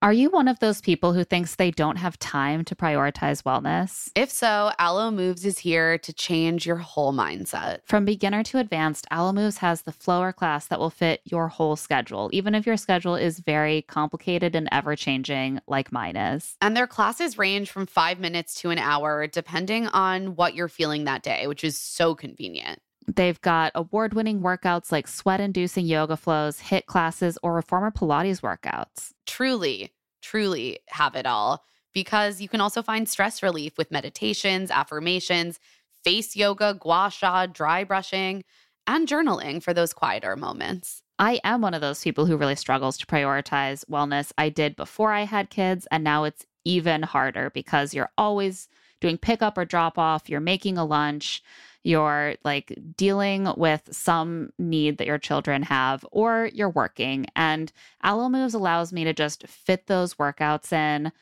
Speaker 5: Are you one of those people who thinks they don't have time to prioritize wellness?
Speaker 4: If so, Allo Moves is here to change your whole mindset.
Speaker 5: From beginner to advanced, AlloMoves has the flower class that will fit your whole schedule, even if your schedule is very complicated and ever changing, like mine is.
Speaker 4: And their classes range from five minutes to an hour, depending on what you're feeling that day, which is so convenient.
Speaker 5: They've got award winning workouts like sweat inducing yoga flows, HIT classes, or reformer Pilates workouts.
Speaker 4: Truly, truly have it all because you can also find stress relief with meditations, affirmations, face yoga, gua sha, dry brushing, and journaling for those quieter moments.
Speaker 5: I am one of those people who really struggles to prioritize wellness. I did before I had kids, and now it's even harder because you're always doing pickup or drop off, you're making a lunch, you're like dealing with some need that your children have, or you're working. And Allo Moves allows me to just fit those workouts in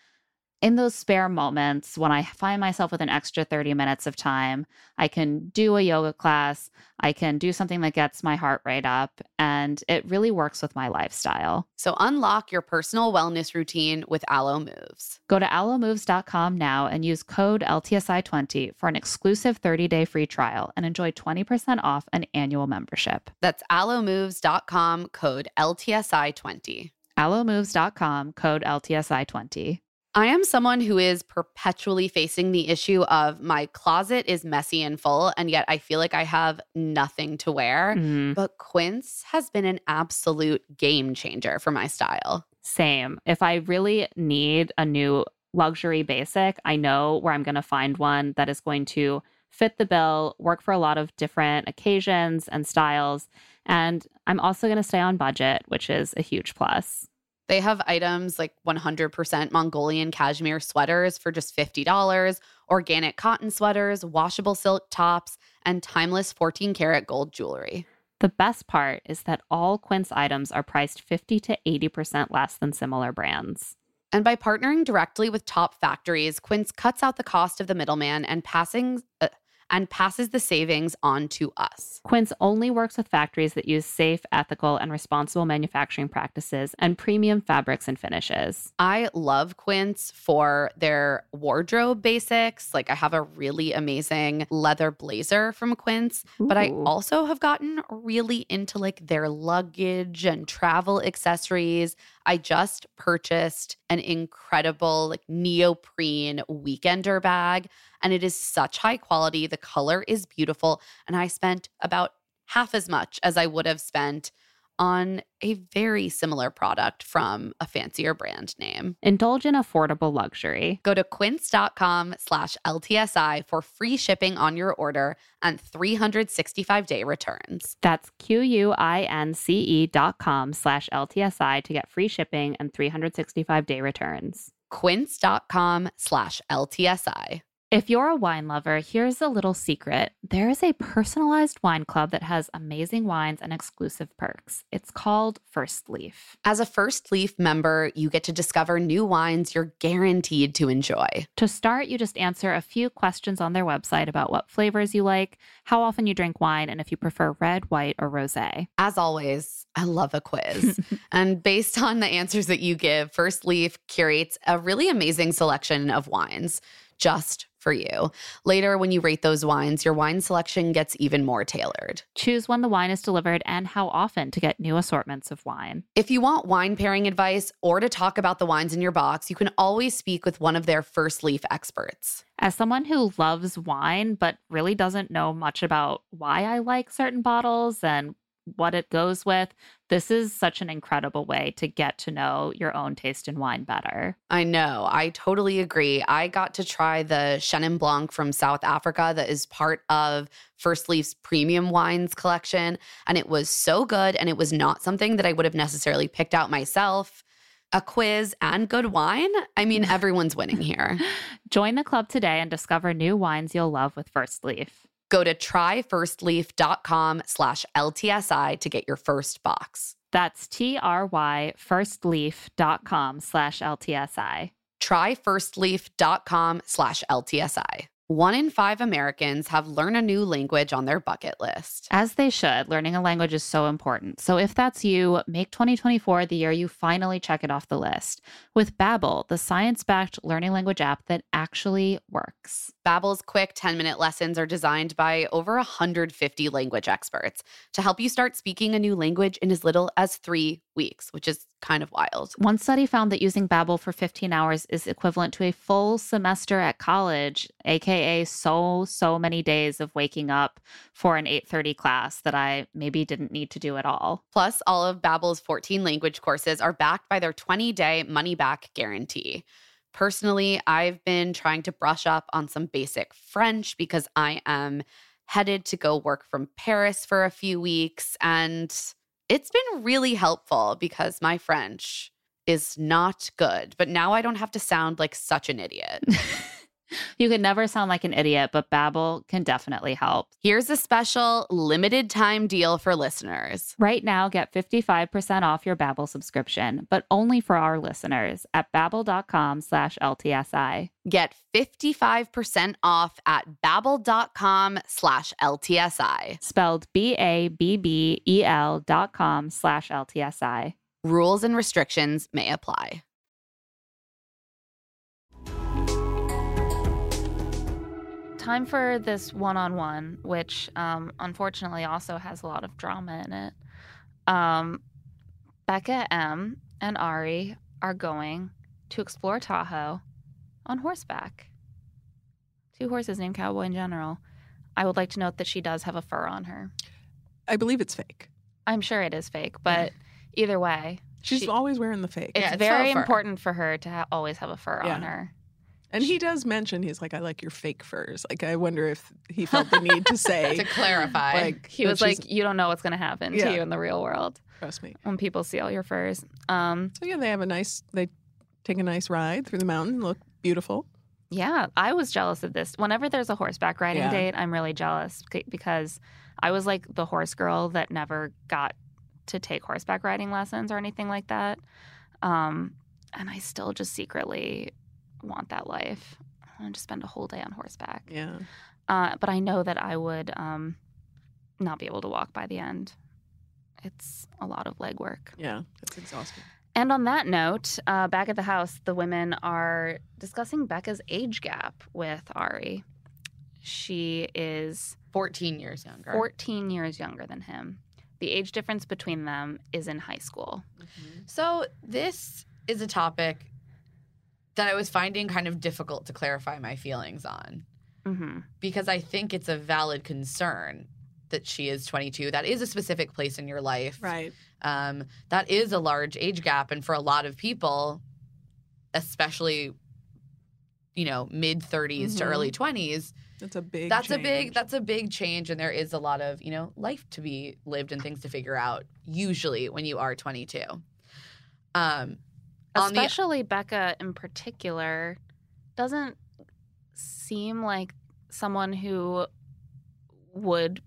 Speaker 5: in those spare moments when I find myself with an extra 30 minutes of time, I can do a yoga class. I can do something that gets my heart rate up, and it really works with my lifestyle.
Speaker 4: So unlock your personal wellness routine with Allo Moves.
Speaker 5: Go to allomoves.com now and use code LTSI20 for an exclusive 30 day free trial and enjoy 20% off an annual membership.
Speaker 4: That's allomoves.com code LTSI20.
Speaker 5: Allomoves.com, code LTSI20.
Speaker 4: I am someone who is perpetually facing the issue of my closet is messy and full, and yet I feel like I have nothing to wear.
Speaker 5: Mhm.
Speaker 4: But Quince has been an absolute game changer for my style.
Speaker 5: Same. If I really need a new luxury basic, I know where I'm going to find one that is going to fit the bill, work for a lot of different occasions and styles. And I'm also going to stay on budget, which is a huge plus.
Speaker 4: They have items like 100% Mongolian cashmere sweaters for just $50, organic cotton sweaters, washable silk tops, and timeless 14 karat gold jewelry.
Speaker 5: The best part is that all Quince items are priced 50 to 80% less than similar brands.
Speaker 4: And by partnering directly with top factories, Quince cuts out the cost of the middleman and passing uh, and passes the savings on to us.
Speaker 5: Quince only works with factories that use safe, ethical, and responsible manufacturing practices and premium fabrics and finishes.
Speaker 4: I love Quince for their wardrobe basics. Like I have a really amazing leather blazer from Quince, but I
Speaker 5: Ooh.
Speaker 4: also have gotten really into like their luggage and travel accessories. I just purchased an incredible like neoprene weekender bag and it is such high quality. The color is beautiful and I spent about half as much as I would have spent on a very similar product from a fancier brand name.
Speaker 5: Indulge in affordable luxury.
Speaker 4: Go to quince.com slash LTSI for free shipping on your order and 365 day returns.
Speaker 5: That's Q U I N C E dot com slash LTSI to get free shipping and 365 day returns.
Speaker 4: Quince.com slash LTSI.
Speaker 5: If you're a wine lover, here's a little secret. There is a personalized wine club that has amazing wines and exclusive perks. It's called First Leaf.
Speaker 4: As a First Leaf member, you get to discover new wines you're guaranteed to enjoy.
Speaker 5: To start, you just answer a few questions on their website about what flavors you like, how often you drink wine, and if you prefer red, white, or rose.
Speaker 4: As always, I love a quiz. and based on the answers that you give, First Leaf curates a really amazing selection of wines just for you. Later, when you rate those wines, your wine selection gets even more tailored.
Speaker 5: Choose when the wine is delivered and how often to get new assortments of wine.
Speaker 4: If you want wine pairing advice or to talk about the wines in your box, you can always speak with one of their First Leaf experts.
Speaker 5: As someone who loves wine, but really doesn't know much about why I like certain bottles and what it goes with, this is such an incredible way to get to know your own taste in wine better.
Speaker 4: I know, I totally agree. I got to try the Chenin Blanc from South Africa that is part of First Leaf's premium wines collection, and it was so good and it was not something that I would have necessarily picked out myself. A quiz and good wine? I mean, everyone's winning here.
Speaker 5: Join the club today and discover new wines you'll love with First Leaf.
Speaker 4: Go to tryfirstleaf.com slash LTSI to get your first box.
Speaker 5: That's T R Y firstleaf.com slash LTSI.
Speaker 4: tryfirstleaf.com slash LTSI.
Speaker 7: One in five Americans have learn a new language on their bucket list.
Speaker 6: As they should, learning a language is so important. So if that's you, make 2024 the year you finally check it off the list with Babbel, the science-backed learning language app that actually works.
Speaker 7: Babbel's quick 10-minute lessons are designed by over 150 language experts to help you start speaking a new language in as little as 3 weeks, which is kind of wild.
Speaker 6: One study found that using Babbel for 15 hours is equivalent to a full semester at college, aka so so many days of waking up for an 8:30 class that I maybe didn't need to do at all.
Speaker 7: Plus, all of Babbel's 14 language courses are backed by their 20-day money-back guarantee. Personally, I've been trying to brush up on some basic French because I am headed to go work from Paris for a few weeks and it's been really helpful because my French is not good, but now I don't have to sound like such an idiot.
Speaker 6: you could never sound like an idiot, but Babbel can definitely help.
Speaker 7: Here's a special limited time deal for listeners.
Speaker 6: Right now, get 55% off your Babbel subscription, but only for our listeners at babbel.com slash LTSI.
Speaker 7: Get 55% off at babbel.com slash LTSI.
Speaker 6: Spelled B-A-B-B-E-L E dot com slash LTSI.
Speaker 7: Rules and restrictions may apply.
Speaker 5: Time for this one on one, which um, unfortunately also has a lot of drama in it. Um, Becca M and Ari are going to explore Tahoe on horseback. Two horses named Cowboy in general. I would like to note that she does have a fur on her.
Speaker 2: I believe it's fake.
Speaker 5: I'm sure it is fake, but either way,
Speaker 2: She's
Speaker 5: she-
Speaker 2: always wearing the fake.
Speaker 5: it's
Speaker 4: Yeah, it's
Speaker 5: very
Speaker 4: fur.
Speaker 5: important for her to ha- always have a fur
Speaker 2: Yeah.
Speaker 5: on her.
Speaker 2: And he does mention he's like, I like your fake furs. Like, I wonder if he felt the need to
Speaker 4: to
Speaker 2: say,
Speaker 4: clarify.
Speaker 2: like,
Speaker 5: He
Speaker 2: that
Speaker 5: was
Speaker 2: she's-
Speaker 5: like, "You don't know what's going to happen
Speaker 2: Yeah.
Speaker 5: to you in the real world
Speaker 2: trust me.
Speaker 5: when people see all your furs." Um,
Speaker 2: So yeah, they have a nice. They take a nice ride through the mountain. Look beautiful.
Speaker 5: yeah, I was jealous of this. Whenever there's a horseback riding
Speaker 2: Yeah.
Speaker 5: date, I'm really jealous c- because I was like the horse girl that never got to take horseback riding lessons or anything like that. Um, and I still just secretly want that life. I want to spend a whole day on horseback.
Speaker 2: Yeah.
Speaker 5: Uh, but I know that I would um, not be able to walk by the end. It's a lot of legwork.
Speaker 2: Yeah. That's exhausting.
Speaker 5: And on that note, uh, back at the house, the women are discussing Becca's age gap with Ari. She is
Speaker 4: 14 years younger.
Speaker 5: 14 years younger than him. The age difference between them is in high school.
Speaker 2: Mm-hmm.
Speaker 4: So this is a topic that I was finding kind of difficult to clarify my feelings on
Speaker 5: hmm
Speaker 4: because I think it's a valid concern that she is 22. That is a specific place in your life.
Speaker 2: Right.
Speaker 4: Um, that is a large age gap, and for a lot of people, especially you know mid 30s to
Speaker 2: Mhm.
Speaker 4: early 20s
Speaker 2: That's a big.
Speaker 4: that's a big
Speaker 2: change.
Speaker 4: that's a big change and there is a lot of you know life to be lived and things to figure out usually when you are 22 um on the
Speaker 5: Especially Becca in particular doesn't seem like someone who would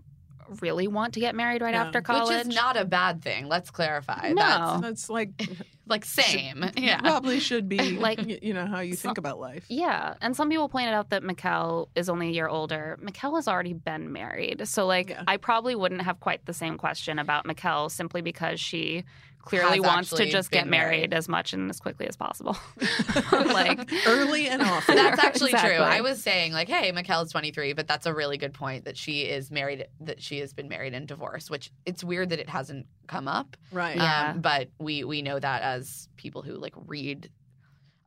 Speaker 5: really want to get married right
Speaker 2: No.
Speaker 5: after college.
Speaker 4: Which is not a bad thing. Let's clarify.
Speaker 5: No.
Speaker 4: That's
Speaker 2: That's like
Speaker 4: like same. Yeah.
Speaker 2: probably should be
Speaker 5: Like-
Speaker 2: like you know how you
Speaker 5: Some-
Speaker 2: think about life.
Speaker 5: Yeah. And some people pointed out that Mikkel is only a year older. Mikkel has already been married. So, like,
Speaker 2: Yeah.
Speaker 5: I probably wouldn't have quite the same question about Mikkel simply because she clearly
Speaker 4: Has
Speaker 5: wants to
Speaker 4: actually
Speaker 5: just get
Speaker 4: been
Speaker 5: married,
Speaker 4: married.
Speaker 5: as much and as quickly as possible. like,
Speaker 4: Er
Speaker 2: Early and often.
Speaker 4: That's actually
Speaker 5: Exactly.
Speaker 4: true. I was saying like, hey, Mikkel's 23, but that's a really good point that she is married, that she has been married and divorced, which it's weird that it hasn't come up.
Speaker 2: right.
Speaker 5: Yeah.
Speaker 4: Um, but we we know that as people who like read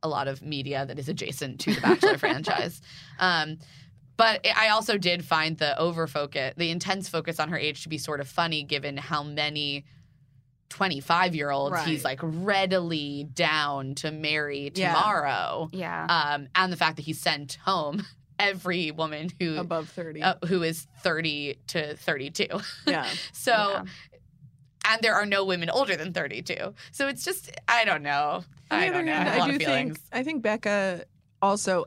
Speaker 4: a lot of media that is adjacent to the Bachelor franchise. Um, but I I also did find the over focus, the intense focus on her age to be sort of funny, given how many. 25 year olds he's like
Speaker 2: Right.
Speaker 4: readily down to marry
Speaker 2: Yeah.
Speaker 4: tomorrow
Speaker 5: yeah.
Speaker 4: um and the fact that he sent home every woman who
Speaker 2: Above thirty.
Speaker 4: uh, who is 30 to 32
Speaker 2: yeah.
Speaker 4: so
Speaker 5: Yeah.
Speaker 4: and there are no women older than 32. So it's just I don't know.
Speaker 2: On the
Speaker 4: I
Speaker 2: other
Speaker 4: don't know. I
Speaker 2: hand,
Speaker 4: have a lot
Speaker 2: I do
Speaker 4: of feelings.
Speaker 2: think I think Becca also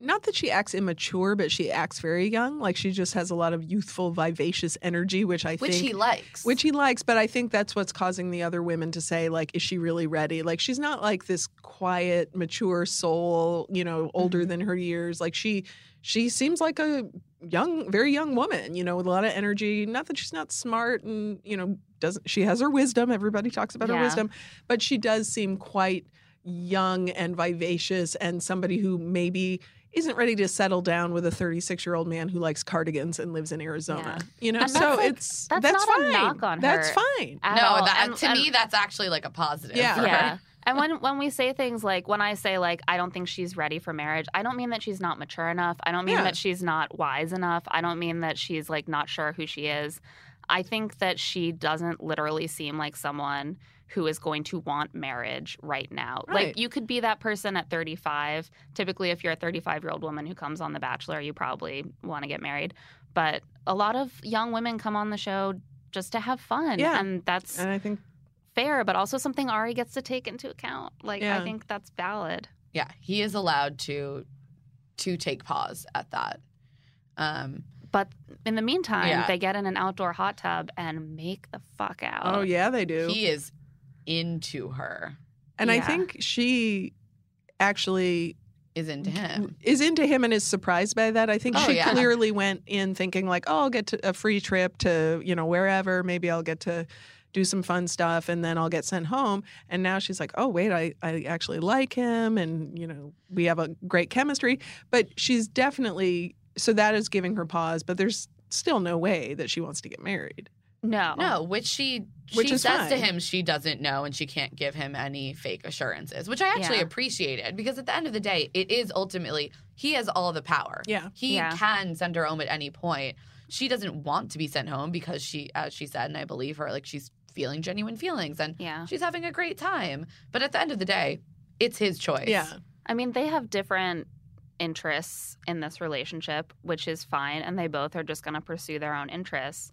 Speaker 2: Not that she acts immature, but she acts very young. Like she just has a lot of youthful, vivacious energy, which I
Speaker 4: which
Speaker 2: think
Speaker 4: he likes.
Speaker 2: which he likes but i think that's what's causing the other women to say like is she really ready like she's not like this quiet mature soul you know older
Speaker 5: Mm-hmm.
Speaker 2: than her years like she she seems like a young very young woman you know with a lot of energy not that she's not smart and you know doesn't she has her wisdom everybody talks about her
Speaker 6: Yeah.
Speaker 2: wisdom but she does seem quite young and vivacious and somebody who maybe isn't ready to settle down with a 36 year old man who likes cardigans and lives in Arizona. You know,
Speaker 5: And
Speaker 2: so
Speaker 5: that's, like,
Speaker 2: it's
Speaker 5: that's not a
Speaker 2: fine.
Speaker 5: knock on
Speaker 2: That's
Speaker 5: her.
Speaker 2: fine.
Speaker 5: At
Speaker 4: no,
Speaker 5: all.
Speaker 4: that,
Speaker 5: And-
Speaker 4: to
Speaker 5: and-
Speaker 4: me that's actually like a positive.
Speaker 2: Yeah.
Speaker 4: for her.
Speaker 5: yeah. And when, when we say things like, when I say, like, I don't think she's ready for marriage, I don't mean that she's not mature enough. I don't mean
Speaker 2: Yeah.
Speaker 5: that she's not wise enough. I don't mean that she's, like, not sure who she is. I think that she doesn't literally seem like someone who is going to want marriage right now.
Speaker 2: Right.
Speaker 5: Like, you could be that person at 35. Typically, if you're a 35 year old woman who comes on The Bachelor, you probably want to get married. But a lot of young women come on the show just to have fun.
Speaker 2: Yeah.
Speaker 5: And that's
Speaker 2: And I think
Speaker 5: fair, but also something Ari gets to take into account. Like
Speaker 2: Yeah.
Speaker 5: I think that's valid.
Speaker 4: yeah, he is allowed to to take pause at that. Um,
Speaker 5: But in the meantime,
Speaker 4: Yeah.
Speaker 5: they get in an outdoor hot tub and make the fuck out.
Speaker 2: Oh yeah, they do.
Speaker 4: he is into her,
Speaker 2: and I
Speaker 5: yeah.
Speaker 2: think she actually
Speaker 4: is into him.
Speaker 2: is into him and is surprised by that. I think
Speaker 4: Oh,
Speaker 2: she
Speaker 4: yeah.
Speaker 2: clearly went in thinking like, "Oh, I'll get to a free trip to, you know, wherever, maybe I'll get to do some fun stuff and then I'll get sent home." And now she's like, "Oh, wait, I I actually like him and, you know, we have a great chemistry." But she's definitely so that is giving her pause, but there's still no way that she wants to get married.
Speaker 5: No.
Speaker 4: No, which she
Speaker 2: Oh. Which
Speaker 4: she
Speaker 2: is
Speaker 4: says to
Speaker 2: fine.
Speaker 4: him she doesn't know and she can't give him any fake assurances, which I actually
Speaker 5: Yeah.
Speaker 4: appreciated because at the end of the day, it is ultimately he has all the power.
Speaker 2: Yeah.
Speaker 4: He
Speaker 5: Yeah.
Speaker 4: can send her home at any point. She doesn't want to be sent home because she as she said and I believe her like she's feeling genuine feelings and
Speaker 5: Yeah.
Speaker 4: she's having a great time. But at the end of the day, it's his choice.
Speaker 2: Yeah.
Speaker 5: I mean, they have different interests in this relationship, which is fine, and they both are just going to pursue their own interests.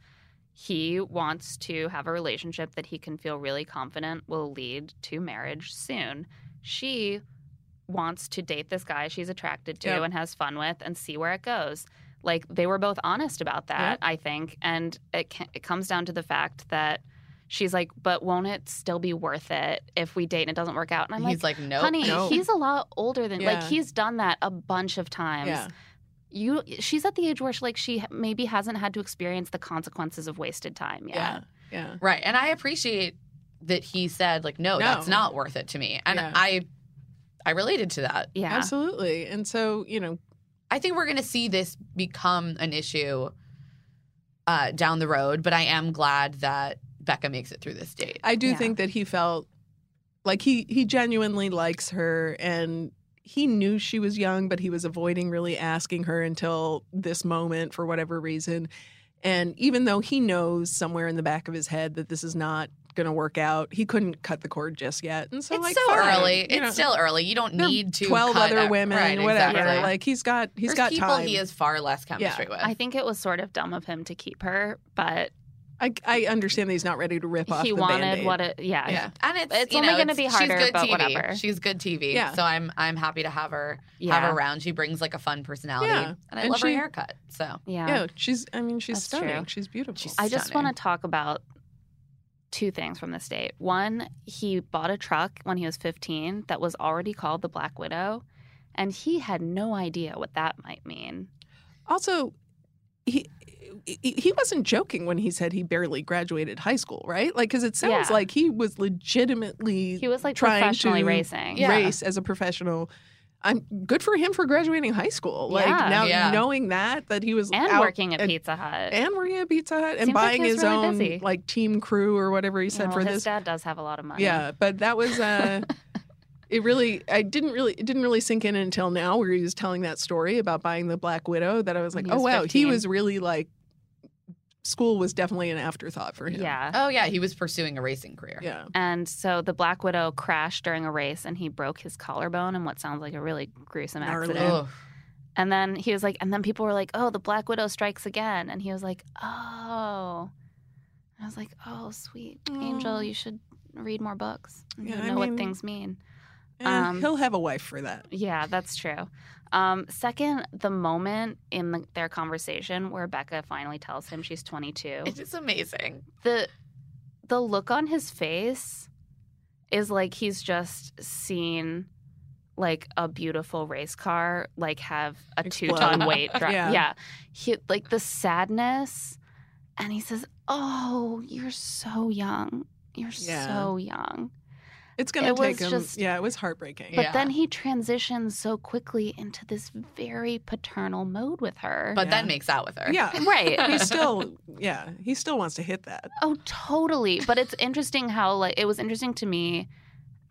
Speaker 5: He wants to have a relationship that he can feel really confident will lead to marriage soon. She wants to date this guy she's attracted to
Speaker 2: Yep.
Speaker 5: and has fun with and see where it goes. Like they were both honest about that,
Speaker 2: Yep.
Speaker 5: I think, and it ca it comes down to the fact that she's like, "But won't it still be worth it if we date and it doesn't work out?" And I'm
Speaker 4: And
Speaker 5: like,
Speaker 4: he's like, nope.
Speaker 5: honey
Speaker 2: Nope.
Speaker 5: he's a lot older than like
Speaker 2: Yeah.
Speaker 5: he's done that a bunch of times
Speaker 2: Yeah.
Speaker 5: you she's at the age where she like she maybe hasn't had to experience the consequences of wasted time yet
Speaker 2: Yeah. Yeah.
Speaker 4: Right. And I appreciate that he said, like, no,
Speaker 2: No.
Speaker 4: that's not worth it to me. And
Speaker 2: Yeah.
Speaker 4: I I related to that.
Speaker 5: yeah
Speaker 2: Absolutely. And so, you know,
Speaker 4: I think we're going to see this become an issue uh, down the road, but I am glad that Becca makes it through this date.
Speaker 2: I do
Speaker 5: Yeah.
Speaker 2: think that he felt like he he genuinely likes her and he knew she was young but he was avoiding really asking her until this moment for whatever reason. And even though he knows somewhere in the back of his head that this is not going to work out, he couldn't cut the cord just yet. And so
Speaker 4: it's
Speaker 2: like
Speaker 4: so
Speaker 2: fine,
Speaker 4: early.
Speaker 2: you
Speaker 4: It's
Speaker 2: know,
Speaker 4: still early. You don't
Speaker 2: there are
Speaker 4: need to
Speaker 2: 12
Speaker 4: cut
Speaker 2: other
Speaker 4: that-
Speaker 2: women
Speaker 4: right,
Speaker 2: whatever.
Speaker 4: Exactly.
Speaker 2: Like he's got he's
Speaker 4: There's
Speaker 2: got
Speaker 4: people
Speaker 2: time.
Speaker 4: he has far less chemistry with.
Speaker 5: i think it was sort of dumb of him to keep her but
Speaker 2: I I understand that he's not ready to rip off
Speaker 5: he
Speaker 2: the
Speaker 5: wanted
Speaker 2: Band-Aid.
Speaker 5: what it yeah,
Speaker 4: yeah, and it's
Speaker 5: It's
Speaker 4: you
Speaker 5: only
Speaker 4: know,
Speaker 5: gonna be harder,
Speaker 4: She's good
Speaker 5: but
Speaker 4: TV.
Speaker 5: whatever.
Speaker 4: She's good TV.
Speaker 2: Yeah.
Speaker 4: So I'm I'm happy to have her
Speaker 5: yeah.
Speaker 4: have her around. She brings like a fun personality,
Speaker 2: Yeah.
Speaker 4: and I
Speaker 2: And
Speaker 4: love her
Speaker 2: she-
Speaker 4: haircut. So
Speaker 5: yeah.
Speaker 2: yeah, she's. I mean, she's
Speaker 5: That's
Speaker 2: stunning.
Speaker 5: true.
Speaker 2: She's beautiful.
Speaker 4: She's
Speaker 5: I just
Speaker 4: stunning.
Speaker 5: want to talk about two things from this date. One, he bought a truck when he was 15 that was already called the Black Widow, and he had no idea what that might mean.
Speaker 2: Also, he he- he wasn't joking when he said he barely graduated high school, right? Like, because it sounds
Speaker 5: Yeah.
Speaker 2: like he was legitimately
Speaker 5: He was like
Speaker 2: Trying
Speaker 5: professionally
Speaker 2: to-
Speaker 5: racing.
Speaker 4: Yeah.
Speaker 2: race as a professional. I'm good for him for graduating high school. Like
Speaker 5: Yeah.
Speaker 2: now
Speaker 4: Yeah.
Speaker 2: knowing that that he was
Speaker 5: and
Speaker 2: out
Speaker 5: working at
Speaker 2: and-
Speaker 5: Pizza Hut.
Speaker 2: and working at Pizza Hut and
Speaker 5: Seems like
Speaker 2: buying
Speaker 5: he was
Speaker 2: his
Speaker 5: really
Speaker 2: own
Speaker 5: busy.
Speaker 2: like team crew or whatever he
Speaker 5: You
Speaker 2: said
Speaker 5: know,
Speaker 2: for
Speaker 5: his
Speaker 2: this.
Speaker 5: dad does have a lot of money.
Speaker 2: Yeah, but that was uh it really I didn't really it didn't really sink in until now where he was telling that story about buying the Black Widow that I was
Speaker 5: When
Speaker 2: like,
Speaker 5: he
Speaker 2: "Oh
Speaker 5: was
Speaker 2: wow, he
Speaker 5: 15.
Speaker 2: was really like school was definitely an afterthought for him."
Speaker 5: yeah. Um,
Speaker 4: Oh yeah, he was pursuing a racing career.
Speaker 2: Yeah.
Speaker 5: And so the Black Widow crashed during a race, and he broke his collarbone in what sounds like a really gruesome
Speaker 2: Gnarly.
Speaker 5: accident.
Speaker 4: Ugh.
Speaker 5: And then he was like, and then people were like, oh, the Black Widow strikes again. And he was like, oh. And I was like, oh, sweet. Angel,
Speaker 2: Aw.
Speaker 5: you should read more books. You
Speaker 2: Yeah, I
Speaker 5: know what
Speaker 2: mean-
Speaker 5: things mean.
Speaker 2: Eh,
Speaker 5: Um,
Speaker 2: he'll have a wife for that.
Speaker 5: Yeah, that's true. Um, second, the moment in the, their conversation where Becca finally tells him she's 22,
Speaker 4: It is amazing.
Speaker 5: the the look on his face is like he's just seen like a beautiful race car like have a two ton
Speaker 2: Explode.
Speaker 5: weight dri-
Speaker 2: Yeah.
Speaker 5: yeah. he like the sadness and he says oh you're so young you're
Speaker 2: Yeah.
Speaker 5: so young
Speaker 2: It's going to
Speaker 5: it
Speaker 2: take
Speaker 5: was
Speaker 2: him.
Speaker 5: just-
Speaker 2: yeah, it was heartbreaking.
Speaker 5: but
Speaker 4: Yeah.
Speaker 5: then he transitions so quickly into this very paternal mode with her
Speaker 4: But
Speaker 2: Yeah.
Speaker 4: then makes out with her.
Speaker 2: yeah,
Speaker 5: right
Speaker 2: he still, yeah, he still wants to hit that.
Speaker 5: Oh, totally. But it's interesting how like it was interesting to me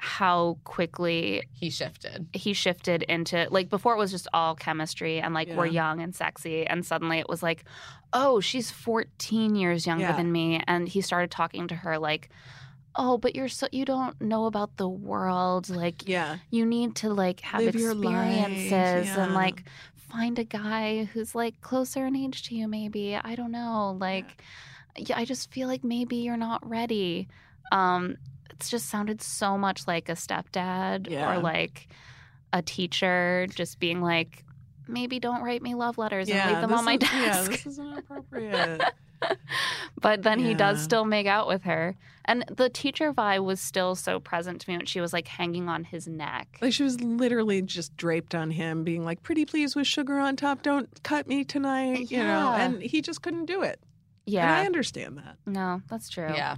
Speaker 5: how quickly
Speaker 4: He shifted.
Speaker 5: he shifted into like before it was just all chemistry and like we're
Speaker 2: Yeah.
Speaker 5: young and sexy and suddenly it was like oh she's 14 years younger
Speaker 2: Yeah.
Speaker 5: than me and he started talking to her like oh but you're so you don't know about the world like
Speaker 2: Yeah,
Speaker 5: you need to like have
Speaker 2: Live your life,
Speaker 5: experiences
Speaker 2: yeah.
Speaker 5: and like find a guy who's like closer in age to you maybe i don't know like yeah, i just feel like maybe you're not ready um it's just sounded so much like a stepdad
Speaker 2: Yeah.
Speaker 5: or like a teacher just being like maybe don't write me love letters
Speaker 2: yeah,
Speaker 5: and leave them
Speaker 2: this
Speaker 5: on my
Speaker 2: is- Yeah,
Speaker 5: desk
Speaker 2: this is inappropriate.
Speaker 5: but then he does
Speaker 2: Yeah.
Speaker 5: still make out with her and the teacher vibe was still so present to me when she was like hanging on his neck
Speaker 2: Like she was literally just draped on him, being like, "Pretty please with sugar on top. Don't cut me tonight," you know.
Speaker 5: Yeah.
Speaker 2: And he just couldn't do it. And
Speaker 5: yeah
Speaker 2: I understand that.
Speaker 5: No, that's true.
Speaker 4: Yeah.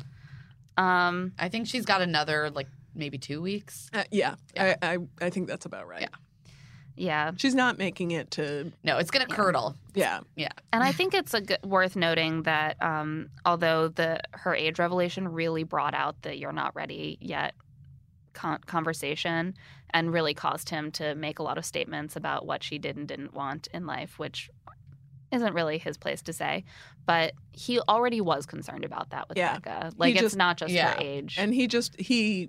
Speaker 5: Um,
Speaker 4: I think she's got another like maybe two weeks.
Speaker 2: Uh, yeah, I, I, I think that's about right.
Speaker 4: Yeah.
Speaker 5: yeah.
Speaker 2: She's not making it to.
Speaker 4: No, it's gonna curdle.
Speaker 2: Yeah,
Speaker 5: And I think it's a good, worth noting that um, although the her age revelation really brought out the you're not ready yet con- conversation and really caused him to make a lot of statements about what she did and didn't want in life, which isn't really his place to say, but he already was concerned about that with
Speaker 2: Yeah.
Speaker 5: Becca. Like it's
Speaker 2: just-
Speaker 5: not just
Speaker 4: yeah.
Speaker 5: her age.
Speaker 2: and he just he,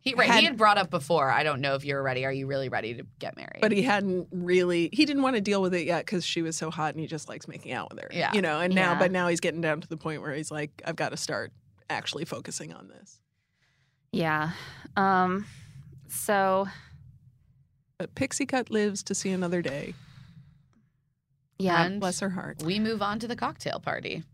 Speaker 4: He right.
Speaker 2: Had-
Speaker 4: he had brought up before. I don't know if you're ready. Are you really ready to get married?
Speaker 2: but he hadn't really. He didn't want to deal with it yet because she was so hot, and he just likes making out with her.
Speaker 4: Yeah.
Speaker 2: you know. And now,
Speaker 5: Yeah.
Speaker 2: but now he's getting down to the point where he's like, "I've got to start actually focusing on this."
Speaker 5: yeah. Um, so
Speaker 2: But Pixie Cut lives to see another day.
Speaker 5: yeah,
Speaker 4: And
Speaker 2: Bless her heart.
Speaker 4: we move on to the cocktail party.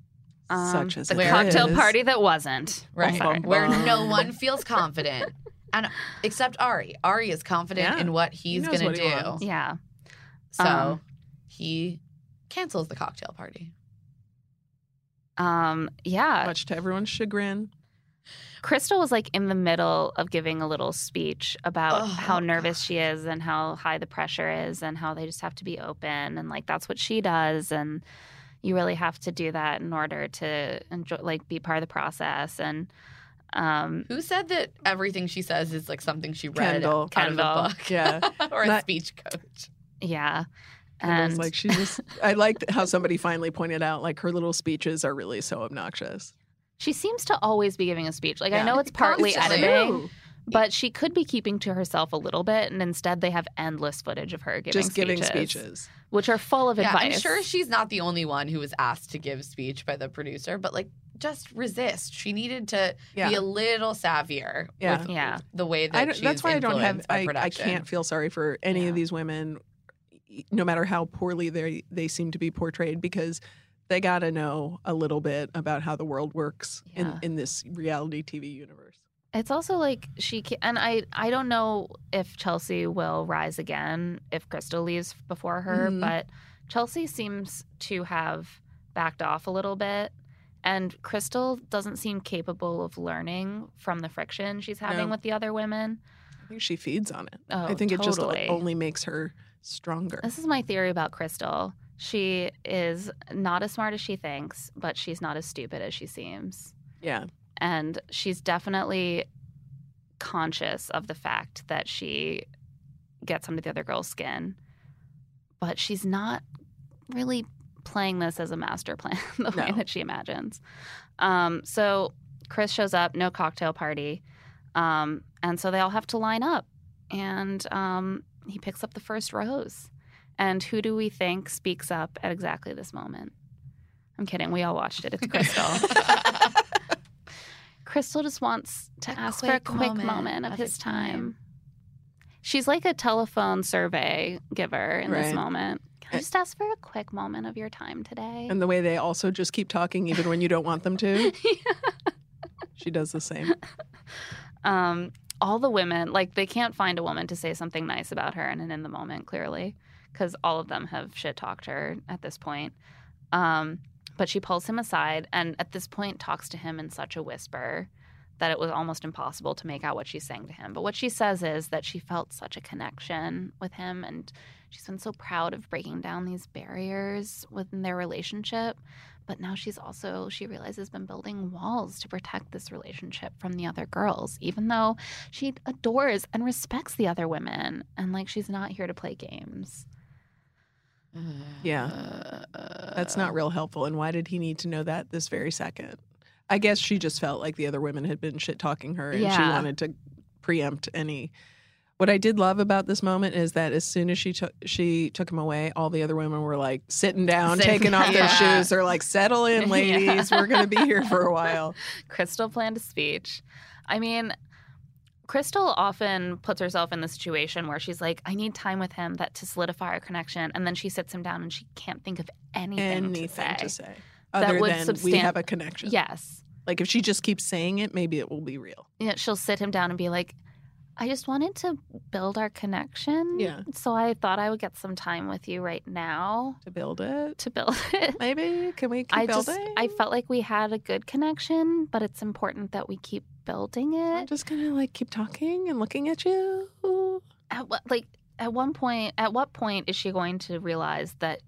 Speaker 5: um,
Speaker 2: Such as
Speaker 5: the
Speaker 2: it
Speaker 5: cocktail
Speaker 2: is.
Speaker 5: party that wasn't.
Speaker 4: Right.
Speaker 2: bum,
Speaker 4: Where
Speaker 2: bum.
Speaker 4: no one feels confident. And except Ari. Ari is confident
Speaker 2: Yeah.
Speaker 4: in what he's
Speaker 2: knows
Speaker 4: gonna
Speaker 2: what
Speaker 4: do.
Speaker 2: he wants.
Speaker 5: Yeah.
Speaker 4: So
Speaker 5: Um,
Speaker 4: he cancels the cocktail party.
Speaker 5: Um, yeah.
Speaker 2: Much to everyone's chagrin.
Speaker 5: Crystal was like in the middle of giving a little speech about
Speaker 4: Oh,
Speaker 5: how nervous
Speaker 4: God.
Speaker 5: she is and how high the pressure is and how they just have to be open and like that's what she does and you really have to do that in order to enjoy like be part of the process and um
Speaker 4: Who said that everything she says is like something she read out
Speaker 2: Kendall.
Speaker 4: of a
Speaker 5: Kendall.
Speaker 4: book?
Speaker 2: Yeah.
Speaker 4: or a
Speaker 2: Not-
Speaker 4: speech coach.
Speaker 5: yeah.
Speaker 2: And, I
Speaker 5: And
Speaker 2: was like, she just, I liked how somebody finally pointed out, like, her little speeches are really so obnoxious.
Speaker 5: she seems to always be giving a speech. Like
Speaker 2: Yeah.
Speaker 5: I know it's partly
Speaker 2: It's
Speaker 4: Constantly.
Speaker 5: editing, but she could be keeping to herself a little bit and instead they have endless footage of her giving
Speaker 2: just giving
Speaker 5: speeches,
Speaker 2: speeches.
Speaker 5: which are full of
Speaker 4: Yeah,
Speaker 5: advice.
Speaker 4: I'm sure she's not the only one who was asked to give speech by the producer, but like just resist. She needed to
Speaker 2: Yeah.
Speaker 4: be a little savvier
Speaker 2: Yeah.
Speaker 4: with
Speaker 5: Yeah.
Speaker 4: the way that
Speaker 2: I don't,
Speaker 4: she's
Speaker 2: that's why I don't have,
Speaker 4: influenced by
Speaker 2: I, I
Speaker 4: production.
Speaker 2: can't feel sorry for any
Speaker 5: Yeah.
Speaker 2: of these women, e, no matter how poorly they, they seem to be portrayed, because they got to know a little bit about how the world works
Speaker 5: Yeah.
Speaker 2: in, in this reality TV universe.
Speaker 5: It's also like she ca and I I don't know if Chelsea will rise again if Crystal leaves before her,
Speaker 2: Mhm.
Speaker 5: but Chelsea seems to have backed off a little bit and Crystal doesn't seem capable of learning from the friction she's having
Speaker 2: No.
Speaker 5: with the other women.
Speaker 2: I think she feeds on it.
Speaker 5: Oh,
Speaker 2: I think it just
Speaker 5: totally.
Speaker 2: like, only makes her stronger.
Speaker 5: This is my theory about Crystal. She is not as smart as she thinks, but she's not as stupid as she seems.
Speaker 2: Yeah.
Speaker 5: and she's definitely conscious of the fact that she gets under the other girl's skin but she's not really playing this as a master plan the way
Speaker 2: No.
Speaker 5: that she imagines um, so chris shows up no cocktail party um, and so they all have to line up and um, he picks up the first rose and who do we think speaks up at exactly this moment i'm kidding we all watched it it's crystal Crystal just wants to
Speaker 4: A
Speaker 5: ask for a
Speaker 4: quick
Speaker 5: quick
Speaker 4: moment
Speaker 5: moment of
Speaker 4: of
Speaker 5: his
Speaker 4: his time.
Speaker 5: time. She's like a telephone survey giver in this
Speaker 2: Right.
Speaker 5: moment. Can I
Speaker 2: Uh,
Speaker 5: just ask for a quick moment of your time today?
Speaker 2: And the way they also just keep talking even when you don't want them to. She does the same.
Speaker 5: um, all the women, like they can't find a woman to say something nice about her in an in the moment, clearly, because all of them have shit talked her at this point. Um, but she pulls him aside and at this point talks to him in such a whisper that it was almost impossible to make out what she's saying to him. But what she says is that she felt such a connection with him and she's been so proud of breaking down these barriers within their relationship but now she's also she realizes been building walls to protect this relationship from the other girls even though she adores and respects the other women and like she's not here to play games
Speaker 2: Yeah. That's not real helpful. And why did he need to know that this very second? I guess she just felt like the other women had been shit talking her and she
Speaker 5: Yeah.
Speaker 2: wanted to preempt any. What I did love about this moment is that as soon as she took she took him away, all the other women were like sitting down,
Speaker 4: Sitting
Speaker 2: taking off their
Speaker 4: down. Yeah.
Speaker 2: shoes. They're like, "Settle in,
Speaker 5: Yeah.
Speaker 2: ladies. We're going to be here for a while."
Speaker 5: crystal planned a speech i mean crystal often puts herself in the situation where she's like i need time with him that to solidify our connection and then she sits him down and she can't think of anything, to say,
Speaker 2: Anything to say
Speaker 5: That
Speaker 2: other
Speaker 5: would
Speaker 2: than we
Speaker 5: substan-
Speaker 2: have a connection.
Speaker 5: yes
Speaker 2: Like if she just keeps saying it, maybe it will be real.
Speaker 5: you know, she'll sit him down and be like, I just wanted to build our connection.
Speaker 2: Yeah.
Speaker 5: So I thought I would get some time with you right now
Speaker 2: To build it,
Speaker 5: to build it.
Speaker 2: maybe can we keep
Speaker 5: I
Speaker 2: building?
Speaker 5: just I felt like we had a good connection, but it's important that we keep building
Speaker 2: I'm
Speaker 5: it.
Speaker 2: just gonna like keep talking and looking at you.
Speaker 5: At what like at one point at what point is she going to realize that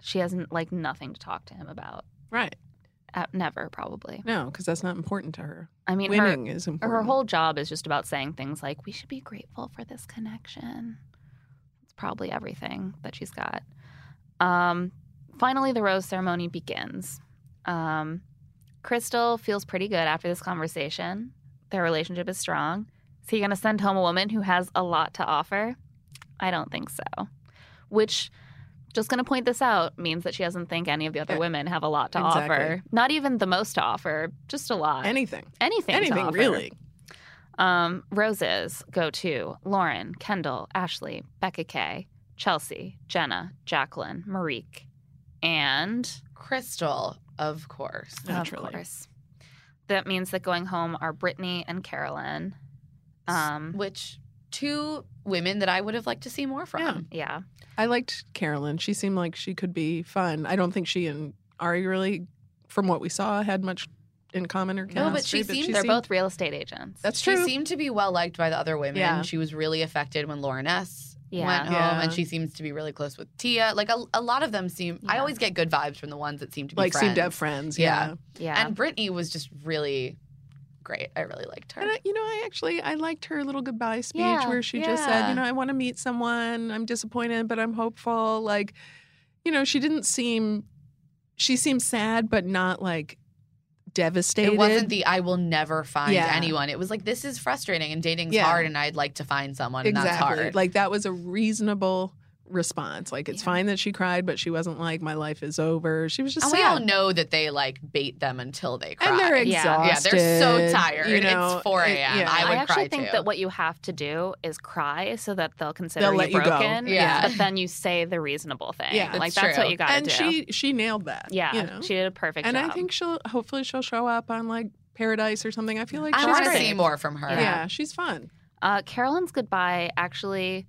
Speaker 5: she hasn't like nothing to talk to him about?
Speaker 2: Right.
Speaker 5: At, never probably.
Speaker 2: No, because that's not important to her.
Speaker 5: I mean her
Speaker 2: Winning is
Speaker 5: Or
Speaker 2: important.
Speaker 5: her whole job is just about saying things like, we should be grateful for this connection. It's probably everything that she's got. Um, finally, the rose ceremony begins. Um, Crystal feels pretty good after this conversation. Their relationship is strong. Is he going to send home a woman who has a lot to offer? I don't think so. Which, just going to point this out, means that she doesn't think any of the other
Speaker 2: Yeah.
Speaker 5: women have a lot to
Speaker 2: Eh, Exactly.
Speaker 5: offer. Not even the most to offer, just a lot.
Speaker 2: anything,
Speaker 5: anything. to
Speaker 2: anything
Speaker 5: offer.
Speaker 2: really.
Speaker 5: Um, roses go to Lauren, Kendall, Ashley, Becca Kay, Chelsea, Jenna, Jacqueline, Marique, and
Speaker 4: Crystal, of course.
Speaker 2: Naturally.
Speaker 5: of course. That means that going home are Brittany and Carolyn.
Speaker 2: Mm-hmm.
Speaker 5: Um,
Speaker 4: Which two women that I would have liked to see more from.
Speaker 5: yeah,
Speaker 2: Yeah. I liked Carolyn. She seemed like she could be fun. I don't think she and Ari really, from what we saw, had much in common or chemistry.
Speaker 4: No, but she seemed-
Speaker 5: they're both real estate agents.
Speaker 2: That's
Speaker 4: she
Speaker 2: true.
Speaker 4: seemed to be well liked by the other women.
Speaker 2: Yeah.
Speaker 4: She was really affected when Lauren S.
Speaker 5: Yeah.
Speaker 4: went home,
Speaker 2: Yeah.
Speaker 4: um, and she seems to be really close with Tia. Like a, a lot of them seem. I
Speaker 5: Yeah.
Speaker 4: always get good vibes from the ones that seem to be
Speaker 2: like
Speaker 4: friends.
Speaker 2: seemed to have friends.
Speaker 4: Yeah.
Speaker 2: Yeah.
Speaker 5: yeah,
Speaker 4: And Brittany was just really great. I really liked her.
Speaker 2: And I, you know, I actually I liked her little goodbye speech
Speaker 5: Yeah,
Speaker 2: where she just said,
Speaker 4: yeah.
Speaker 2: you know, I want to meet someone. I'm disappointed, but I'm hopeful. Like, you know, she didn't seem she seemed sad, but not like devastated.
Speaker 4: It wasn't the I will never find
Speaker 2: Yeah.
Speaker 4: anyone. It was like this is frustrating and dating's
Speaker 2: Yeah.
Speaker 4: hard and I'd like to find someone and
Speaker 2: exactly
Speaker 4: that's hard.
Speaker 2: like that was a reasonable response. Like it's
Speaker 5: Yeah.
Speaker 2: fine that she cried, but she wasn't like my life is over. She was just
Speaker 4: and we
Speaker 2: sad.
Speaker 4: all know that they like bait them until they cry.
Speaker 2: and they're
Speaker 5: Yeah.
Speaker 4: yeah,
Speaker 2: exhausted.
Speaker 4: they're so tired.
Speaker 2: You know,
Speaker 4: it's 4
Speaker 2: It-
Speaker 4: a.m.
Speaker 2: yeah.
Speaker 4: I would
Speaker 5: actually
Speaker 4: cry
Speaker 5: think
Speaker 4: too.
Speaker 5: that what you have to do is cry so that they'll consider
Speaker 2: They'll let
Speaker 5: you
Speaker 2: you go.
Speaker 5: broken.
Speaker 4: Yeah.
Speaker 5: but then you say the reasonable thing.
Speaker 2: Yeah.
Speaker 5: like
Speaker 4: That's
Speaker 5: that's
Speaker 4: true.
Speaker 5: what you got to
Speaker 2: and
Speaker 5: do.
Speaker 2: she she nailed that.
Speaker 5: yeah,
Speaker 2: you know?
Speaker 5: she did a perfect
Speaker 2: and
Speaker 5: job.
Speaker 2: I think she'll hopefully she'll show up on like Paradise or something. I feel like
Speaker 4: I
Speaker 2: she's
Speaker 4: want to
Speaker 2: great.
Speaker 4: see more from her.
Speaker 2: Yeah.
Speaker 5: Yeah.
Speaker 2: she's fun.
Speaker 5: Uh, Carolyn's goodbye actually,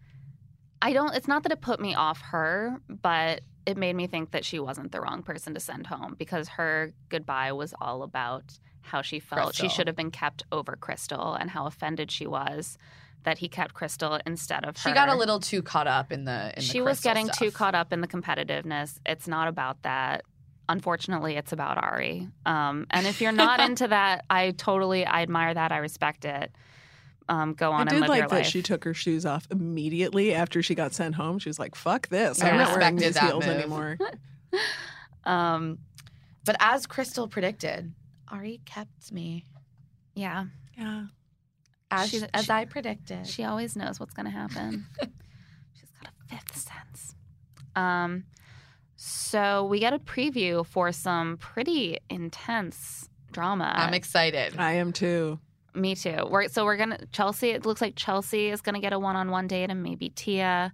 Speaker 5: I don't. It's not that it put me off her, but it made me think that she wasn't the wrong person to send home because her goodbye was all about how she felt
Speaker 4: Crystal.
Speaker 5: she should have been kept over Crystal and how offended she was that he kept Crystal instead of her.
Speaker 4: She got a little too caught up in the. In the
Speaker 5: she was
Speaker 4: Crystal
Speaker 5: getting
Speaker 4: stuff.
Speaker 5: too caught up in the competitiveness. It's not about that. Unfortunately, it's about Ari. Um, and if you're not into that, I totally I admire that. I respect it. Um, go
Speaker 2: I
Speaker 5: on and
Speaker 2: did
Speaker 5: live
Speaker 2: like
Speaker 5: your
Speaker 2: that
Speaker 5: life.
Speaker 2: she took her shoes off immediately after she got sent home. She was like, "Fuck this!
Speaker 4: I
Speaker 2: I'm not wearing
Speaker 4: respected
Speaker 2: these
Speaker 4: that
Speaker 2: heels
Speaker 4: move.
Speaker 2: anymore."
Speaker 5: um,
Speaker 4: But as Crystal predicted, Ari kept me.
Speaker 5: yeah,
Speaker 2: yeah,
Speaker 4: As,
Speaker 5: She's-
Speaker 4: as
Speaker 5: she-
Speaker 4: I predicted.
Speaker 5: she always knows what's going to happen. She's got a fifth sense. Um, so we get a preview for some pretty intense drama.
Speaker 4: I'm excited.
Speaker 2: I am too.
Speaker 5: Me too. We're, so we're gonna Chelsea. It looks like Chelsea is gonna get a one-on-one date, and maybe Tia.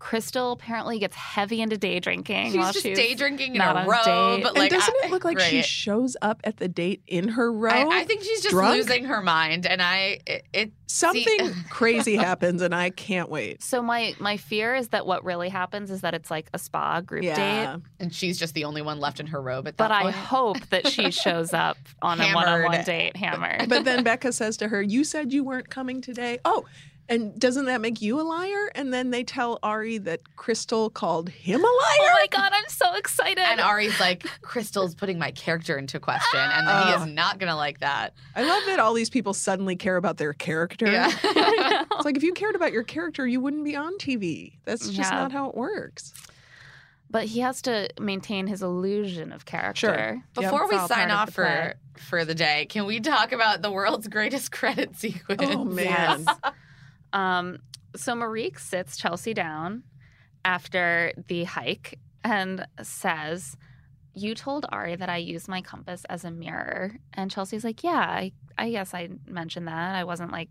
Speaker 5: Crystal apparently gets heavy into day drinking.
Speaker 4: She's
Speaker 5: while
Speaker 4: just
Speaker 5: she's,
Speaker 4: day drinking in
Speaker 5: not
Speaker 4: a
Speaker 5: on
Speaker 4: robe.
Speaker 5: date.
Speaker 4: But
Speaker 5: And
Speaker 2: And
Speaker 4: like,
Speaker 2: doesn't
Speaker 4: I-
Speaker 2: it look like she
Speaker 4: right.
Speaker 2: shows up at the date in her robe?
Speaker 4: I, I think she's just
Speaker 2: drunk?
Speaker 4: losing her mind, and I it, it
Speaker 2: Something crazy happens, and I can't wait.
Speaker 5: So my my fear is that what really happens is that it's like a spa group date.
Speaker 2: Yeah,
Speaker 4: and she's just the only one left in her robe at that
Speaker 5: But I
Speaker 4: point.
Speaker 5: hope that she shows up on a
Speaker 4: Hammered.
Speaker 5: one-on-one date hammered.
Speaker 2: but then Becca says to her, "You said you weren't coming today." Oh. And doesn't that make you a liar? And then they tell Ari that Crystal called him a liar.
Speaker 5: oh my god, I'm so excited.
Speaker 4: And Ari's like, Crystal's putting my character into question, and he
Speaker 2: Oh.
Speaker 4: is not gonna like that.
Speaker 2: I love that all these people suddenly care about their character.
Speaker 4: Yeah.
Speaker 2: It's like if you cared about your character, you wouldn't be on TV. That's just
Speaker 5: Yeah.
Speaker 2: not how it works.
Speaker 5: but he has to maintain his illusion of character.
Speaker 4: Before
Speaker 5: It's
Speaker 4: we
Speaker 5: all
Speaker 4: sign
Speaker 5: part of
Speaker 4: off
Speaker 5: the play.
Speaker 4: for for the day, can we talk about the world's greatest credit sequence?
Speaker 2: Oh man.
Speaker 5: Um, so Marique sits Chelsea down after the hike and says, You told Ari that I use my compass as a mirror. And Chelsea's like, Yeah, I, I guess I mentioned that. I wasn't like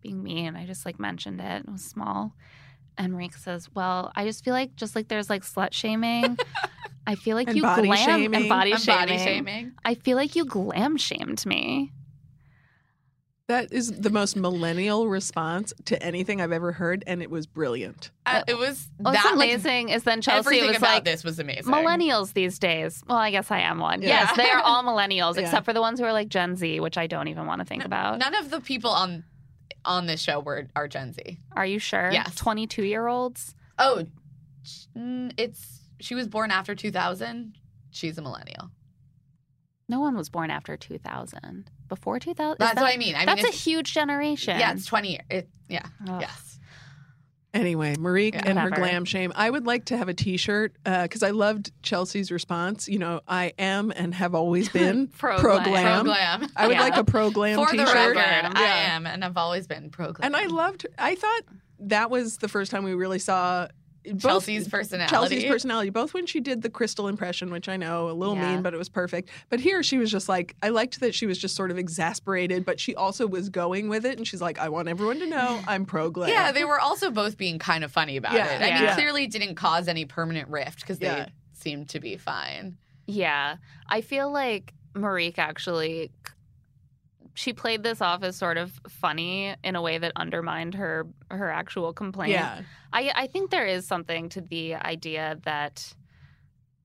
Speaker 5: being mean. I just like mentioned it. It was small. And Marique says, Well, I just feel like just like there's like slut shaming. I feel like
Speaker 2: And
Speaker 5: you
Speaker 2: body
Speaker 5: glam
Speaker 2: shaming.
Speaker 5: and body
Speaker 4: I'm
Speaker 5: shaming.
Speaker 4: body shaming.
Speaker 5: I feel like you glam shamed me.
Speaker 2: That is the most millennial response to anything I've ever heard, and it was brilliant.
Speaker 4: Uh, it was
Speaker 5: What's
Speaker 4: that like,
Speaker 5: amazing is then Chelsea
Speaker 4: everything
Speaker 5: was
Speaker 4: about
Speaker 5: like,
Speaker 4: this was amazing.
Speaker 5: Millennials these days. Well, I guess I am one.
Speaker 2: Yeah.
Speaker 5: Yes, they are all millennials
Speaker 2: Yeah.
Speaker 5: except for the ones who are like Gen Z, which I don't even want to think about.
Speaker 4: None of the people on on this show were are Gen Z.
Speaker 5: Are you sure?
Speaker 4: Yes.
Speaker 5: 22 year olds.
Speaker 4: Oh, mm, it's she was born after 2000. She's a millennial.
Speaker 5: No one was born after 2000. Before 2000? Is
Speaker 4: That's
Speaker 5: that-
Speaker 4: what I mean. I mean,
Speaker 5: that's a
Speaker 4: it's-
Speaker 5: huge Oh. generation.
Speaker 4: yeah, it's 20 years. It, yeah,
Speaker 5: Ugh.
Speaker 4: yes.
Speaker 2: Anyway, Marique
Speaker 4: Yeah,
Speaker 2: and her
Speaker 5: whatever.
Speaker 2: glam shame. I would like to have a t shirt because I loved Chelsea's response. You know, I am and have always been
Speaker 5: Pro
Speaker 2: pro
Speaker 4: Pro
Speaker 2: glam.
Speaker 4: glam.
Speaker 2: I would
Speaker 5: Yeah.
Speaker 2: like a pro glam
Speaker 4: For
Speaker 2: t
Speaker 4: the record,
Speaker 2: shirt.
Speaker 4: I
Speaker 2: Yeah.
Speaker 4: am, and I've always been pro glam.
Speaker 2: And I loved, I thought that was the first time we really saw both
Speaker 4: Chelsea's personality.
Speaker 2: Chelsea's personality, both when she did the crystal impression, which I know a little
Speaker 5: Yeah.
Speaker 2: mean, but it was perfect. But here she was just like, I liked that she was just sort of exasperated, but she also was going with it. And she's like, I want everyone to know I'm pro glam.
Speaker 4: Yeah, they were also both being kind of funny about
Speaker 2: Yeah.
Speaker 4: it. I mean,
Speaker 5: Yeah.
Speaker 4: clearly it didn't cause any permanent rift because they
Speaker 2: Yeah.
Speaker 4: seemed to be fine.
Speaker 5: Yeah. I feel like Marique actually she played this off as sort of funny in a way that undermined her her actual complaint.
Speaker 2: yeah.
Speaker 5: I, I think there is something to the idea that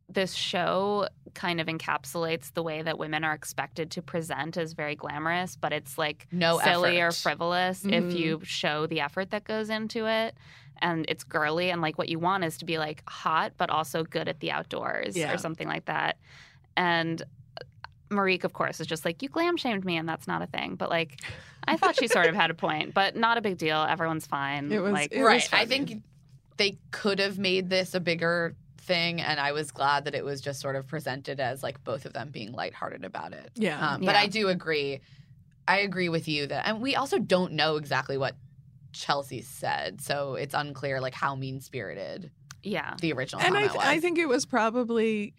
Speaker 5: this show kind of encapsulates the way that women are expected to present as very glamorous, but it's like
Speaker 4: No
Speaker 5: silly
Speaker 4: effort.
Speaker 5: or frivolous if
Speaker 2: Mhm.
Speaker 5: you show the effort that goes into it. And it's girly, and like what you want is to be like hot, but also good at the outdoors
Speaker 2: Yeah.
Speaker 5: or something like that. And uh, Marique, of course, is just like, you glam shamed me, and that's not a thing. But like, I thought she sort of had a point, but not a big deal. Everyone's fine.
Speaker 2: It was-
Speaker 5: like,
Speaker 2: it was
Speaker 4: right. I
Speaker 2: funny.
Speaker 4: think they could have made this a bigger thing, and I was glad that it was just sort of presented as like both of them being lighthearted about it.
Speaker 2: Yeah.
Speaker 4: Um, But
Speaker 5: Yeah.
Speaker 4: I do agree. I agree with you that, and we also don't know exactly what Chelsea said, so it's unclear like how mean spirited
Speaker 5: yeah.
Speaker 4: the original
Speaker 2: and I,
Speaker 4: comment
Speaker 2: th-
Speaker 4: was.
Speaker 2: I think it was probably,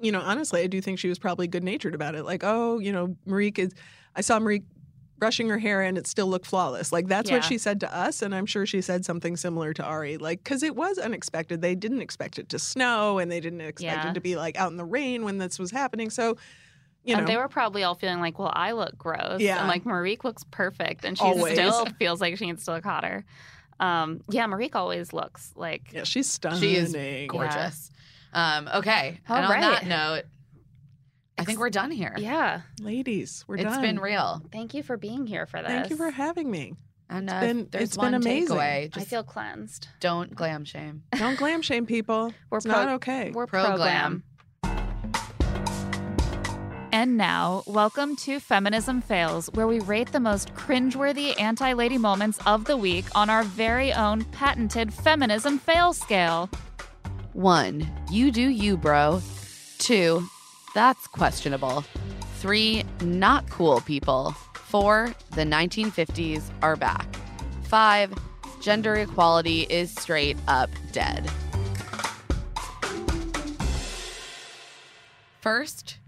Speaker 2: you know, honestly, I do think she was probably good natured about it. Like, oh, you know, Marique is, I saw Marique brushing her hair and it still looked flawless. Like, that's
Speaker 5: Yeah.
Speaker 2: what she said to us. And I'm sure she said something similar to Ari. Like, because it was unexpected. They didn't expect it to snow and they didn't expect
Speaker 5: Yeah.
Speaker 2: it to be like out in the rain when this was happening. So, you know,
Speaker 5: and Um, they were probably all feeling like, well, I look gross.
Speaker 2: Yeah.
Speaker 5: And like, Marique looks perfect. And she
Speaker 2: Always.
Speaker 5: still feels like she needs to look hotter. Um, yeah, Marique always looks like.
Speaker 2: yeah, she's stunning.
Speaker 4: She is
Speaker 2: yeah.
Speaker 4: gorgeous. Um, okay.
Speaker 5: All
Speaker 4: and on
Speaker 5: right.
Speaker 4: that note, I think we're done here.
Speaker 5: Yeah.
Speaker 2: Ladies, we're
Speaker 4: It's
Speaker 2: done.
Speaker 4: been real.
Speaker 5: Thank you for being here for this.
Speaker 2: Thank you for having me.
Speaker 4: And uh,
Speaker 2: been-
Speaker 4: there's
Speaker 2: it's been
Speaker 4: one
Speaker 2: amazing.
Speaker 4: takeaway. Just
Speaker 5: I feel cleansed.
Speaker 4: don't glam shame.
Speaker 2: Don't glam shame people.
Speaker 5: We're
Speaker 2: it's
Speaker 5: pro-
Speaker 2: not okay.
Speaker 5: We're
Speaker 4: Pro
Speaker 5: pro
Speaker 4: glam.
Speaker 5: glam.
Speaker 8: And now, welcome to Feminism Fails, where we rate the most cringeworthy anti lady moments of the week on our very own patented Feminism Fail Scale.
Speaker 4: One, you do you, bro. Two, that's questionable. Three, not cool people. Four, the 1950s are back. Five, gender equality is straight up dead. First,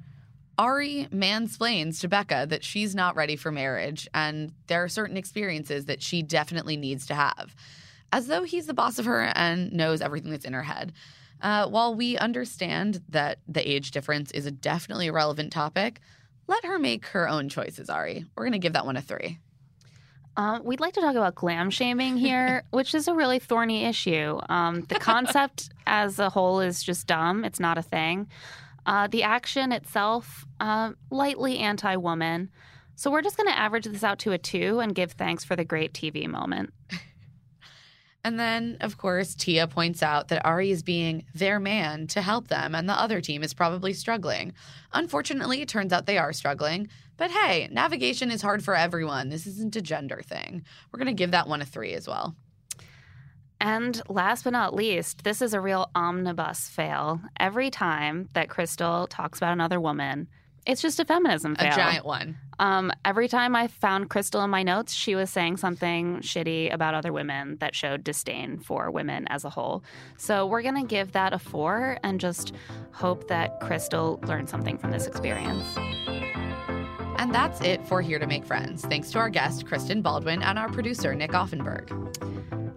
Speaker 4: Ari mansplains to Becca that she's not ready for marriage and there are certain experiences that she definitely needs to have, as though he's the boss of her and knows everything that's in her head. Uh, while we understand that the age difference is a definitely relevant topic, let her make her own choices, Ari. We're going to give that one a three.
Speaker 5: Um, we'd like to talk about glam shaming here, which is a really thorny issue. Um, the concept as a whole is just dumb. It's not a thing. Uh, the action itself, uh, lightly anti woman. So we're just going to average this out to a two and give thanks for the great TV moment.
Speaker 4: And then, of course, Tia points out that Ari is being their man to help them, and the other team is probably struggling. Unfortunately, it turns out they are struggling. But hey, navigation is hard for everyone. This isn't a gender thing. We're going to give that one a three as well.
Speaker 5: And last but not least, this is a real omnibus fail. Every time that Crystal talks about another woman, it's just a feminism fail.
Speaker 4: A giant one.
Speaker 5: Um, every time I found Crystal in my notes, she was saying something shitty about other women that showed disdain for women as a whole. So we're going to give that a four and just hope that Crystal learned something from this experience.
Speaker 4: And that's it for Here to Make Friends. Thanks to our guest, Kristen Baldwin, and our producer, Nick Offenberg.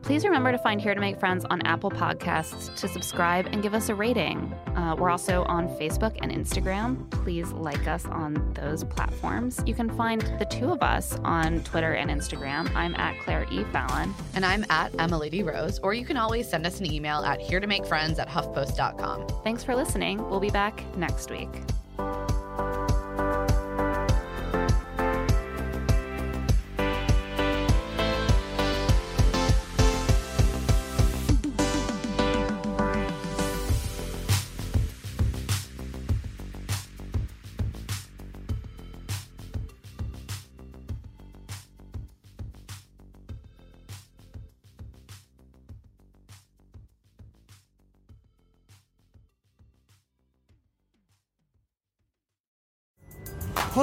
Speaker 5: Please remember to find Here to Make Friends on Apple Podcasts to subscribe and give us a rating. Uh, we're also on Facebook and Instagram. Please like us on those platforms. You can find the two of us on Twitter and Instagram. I'm at Claire E. Fallon.
Speaker 4: And I'm at Emily D. Rose, or you can always send us an email at here to make friends at huffpost.com.
Speaker 5: Thanks for listening. We'll be back next week.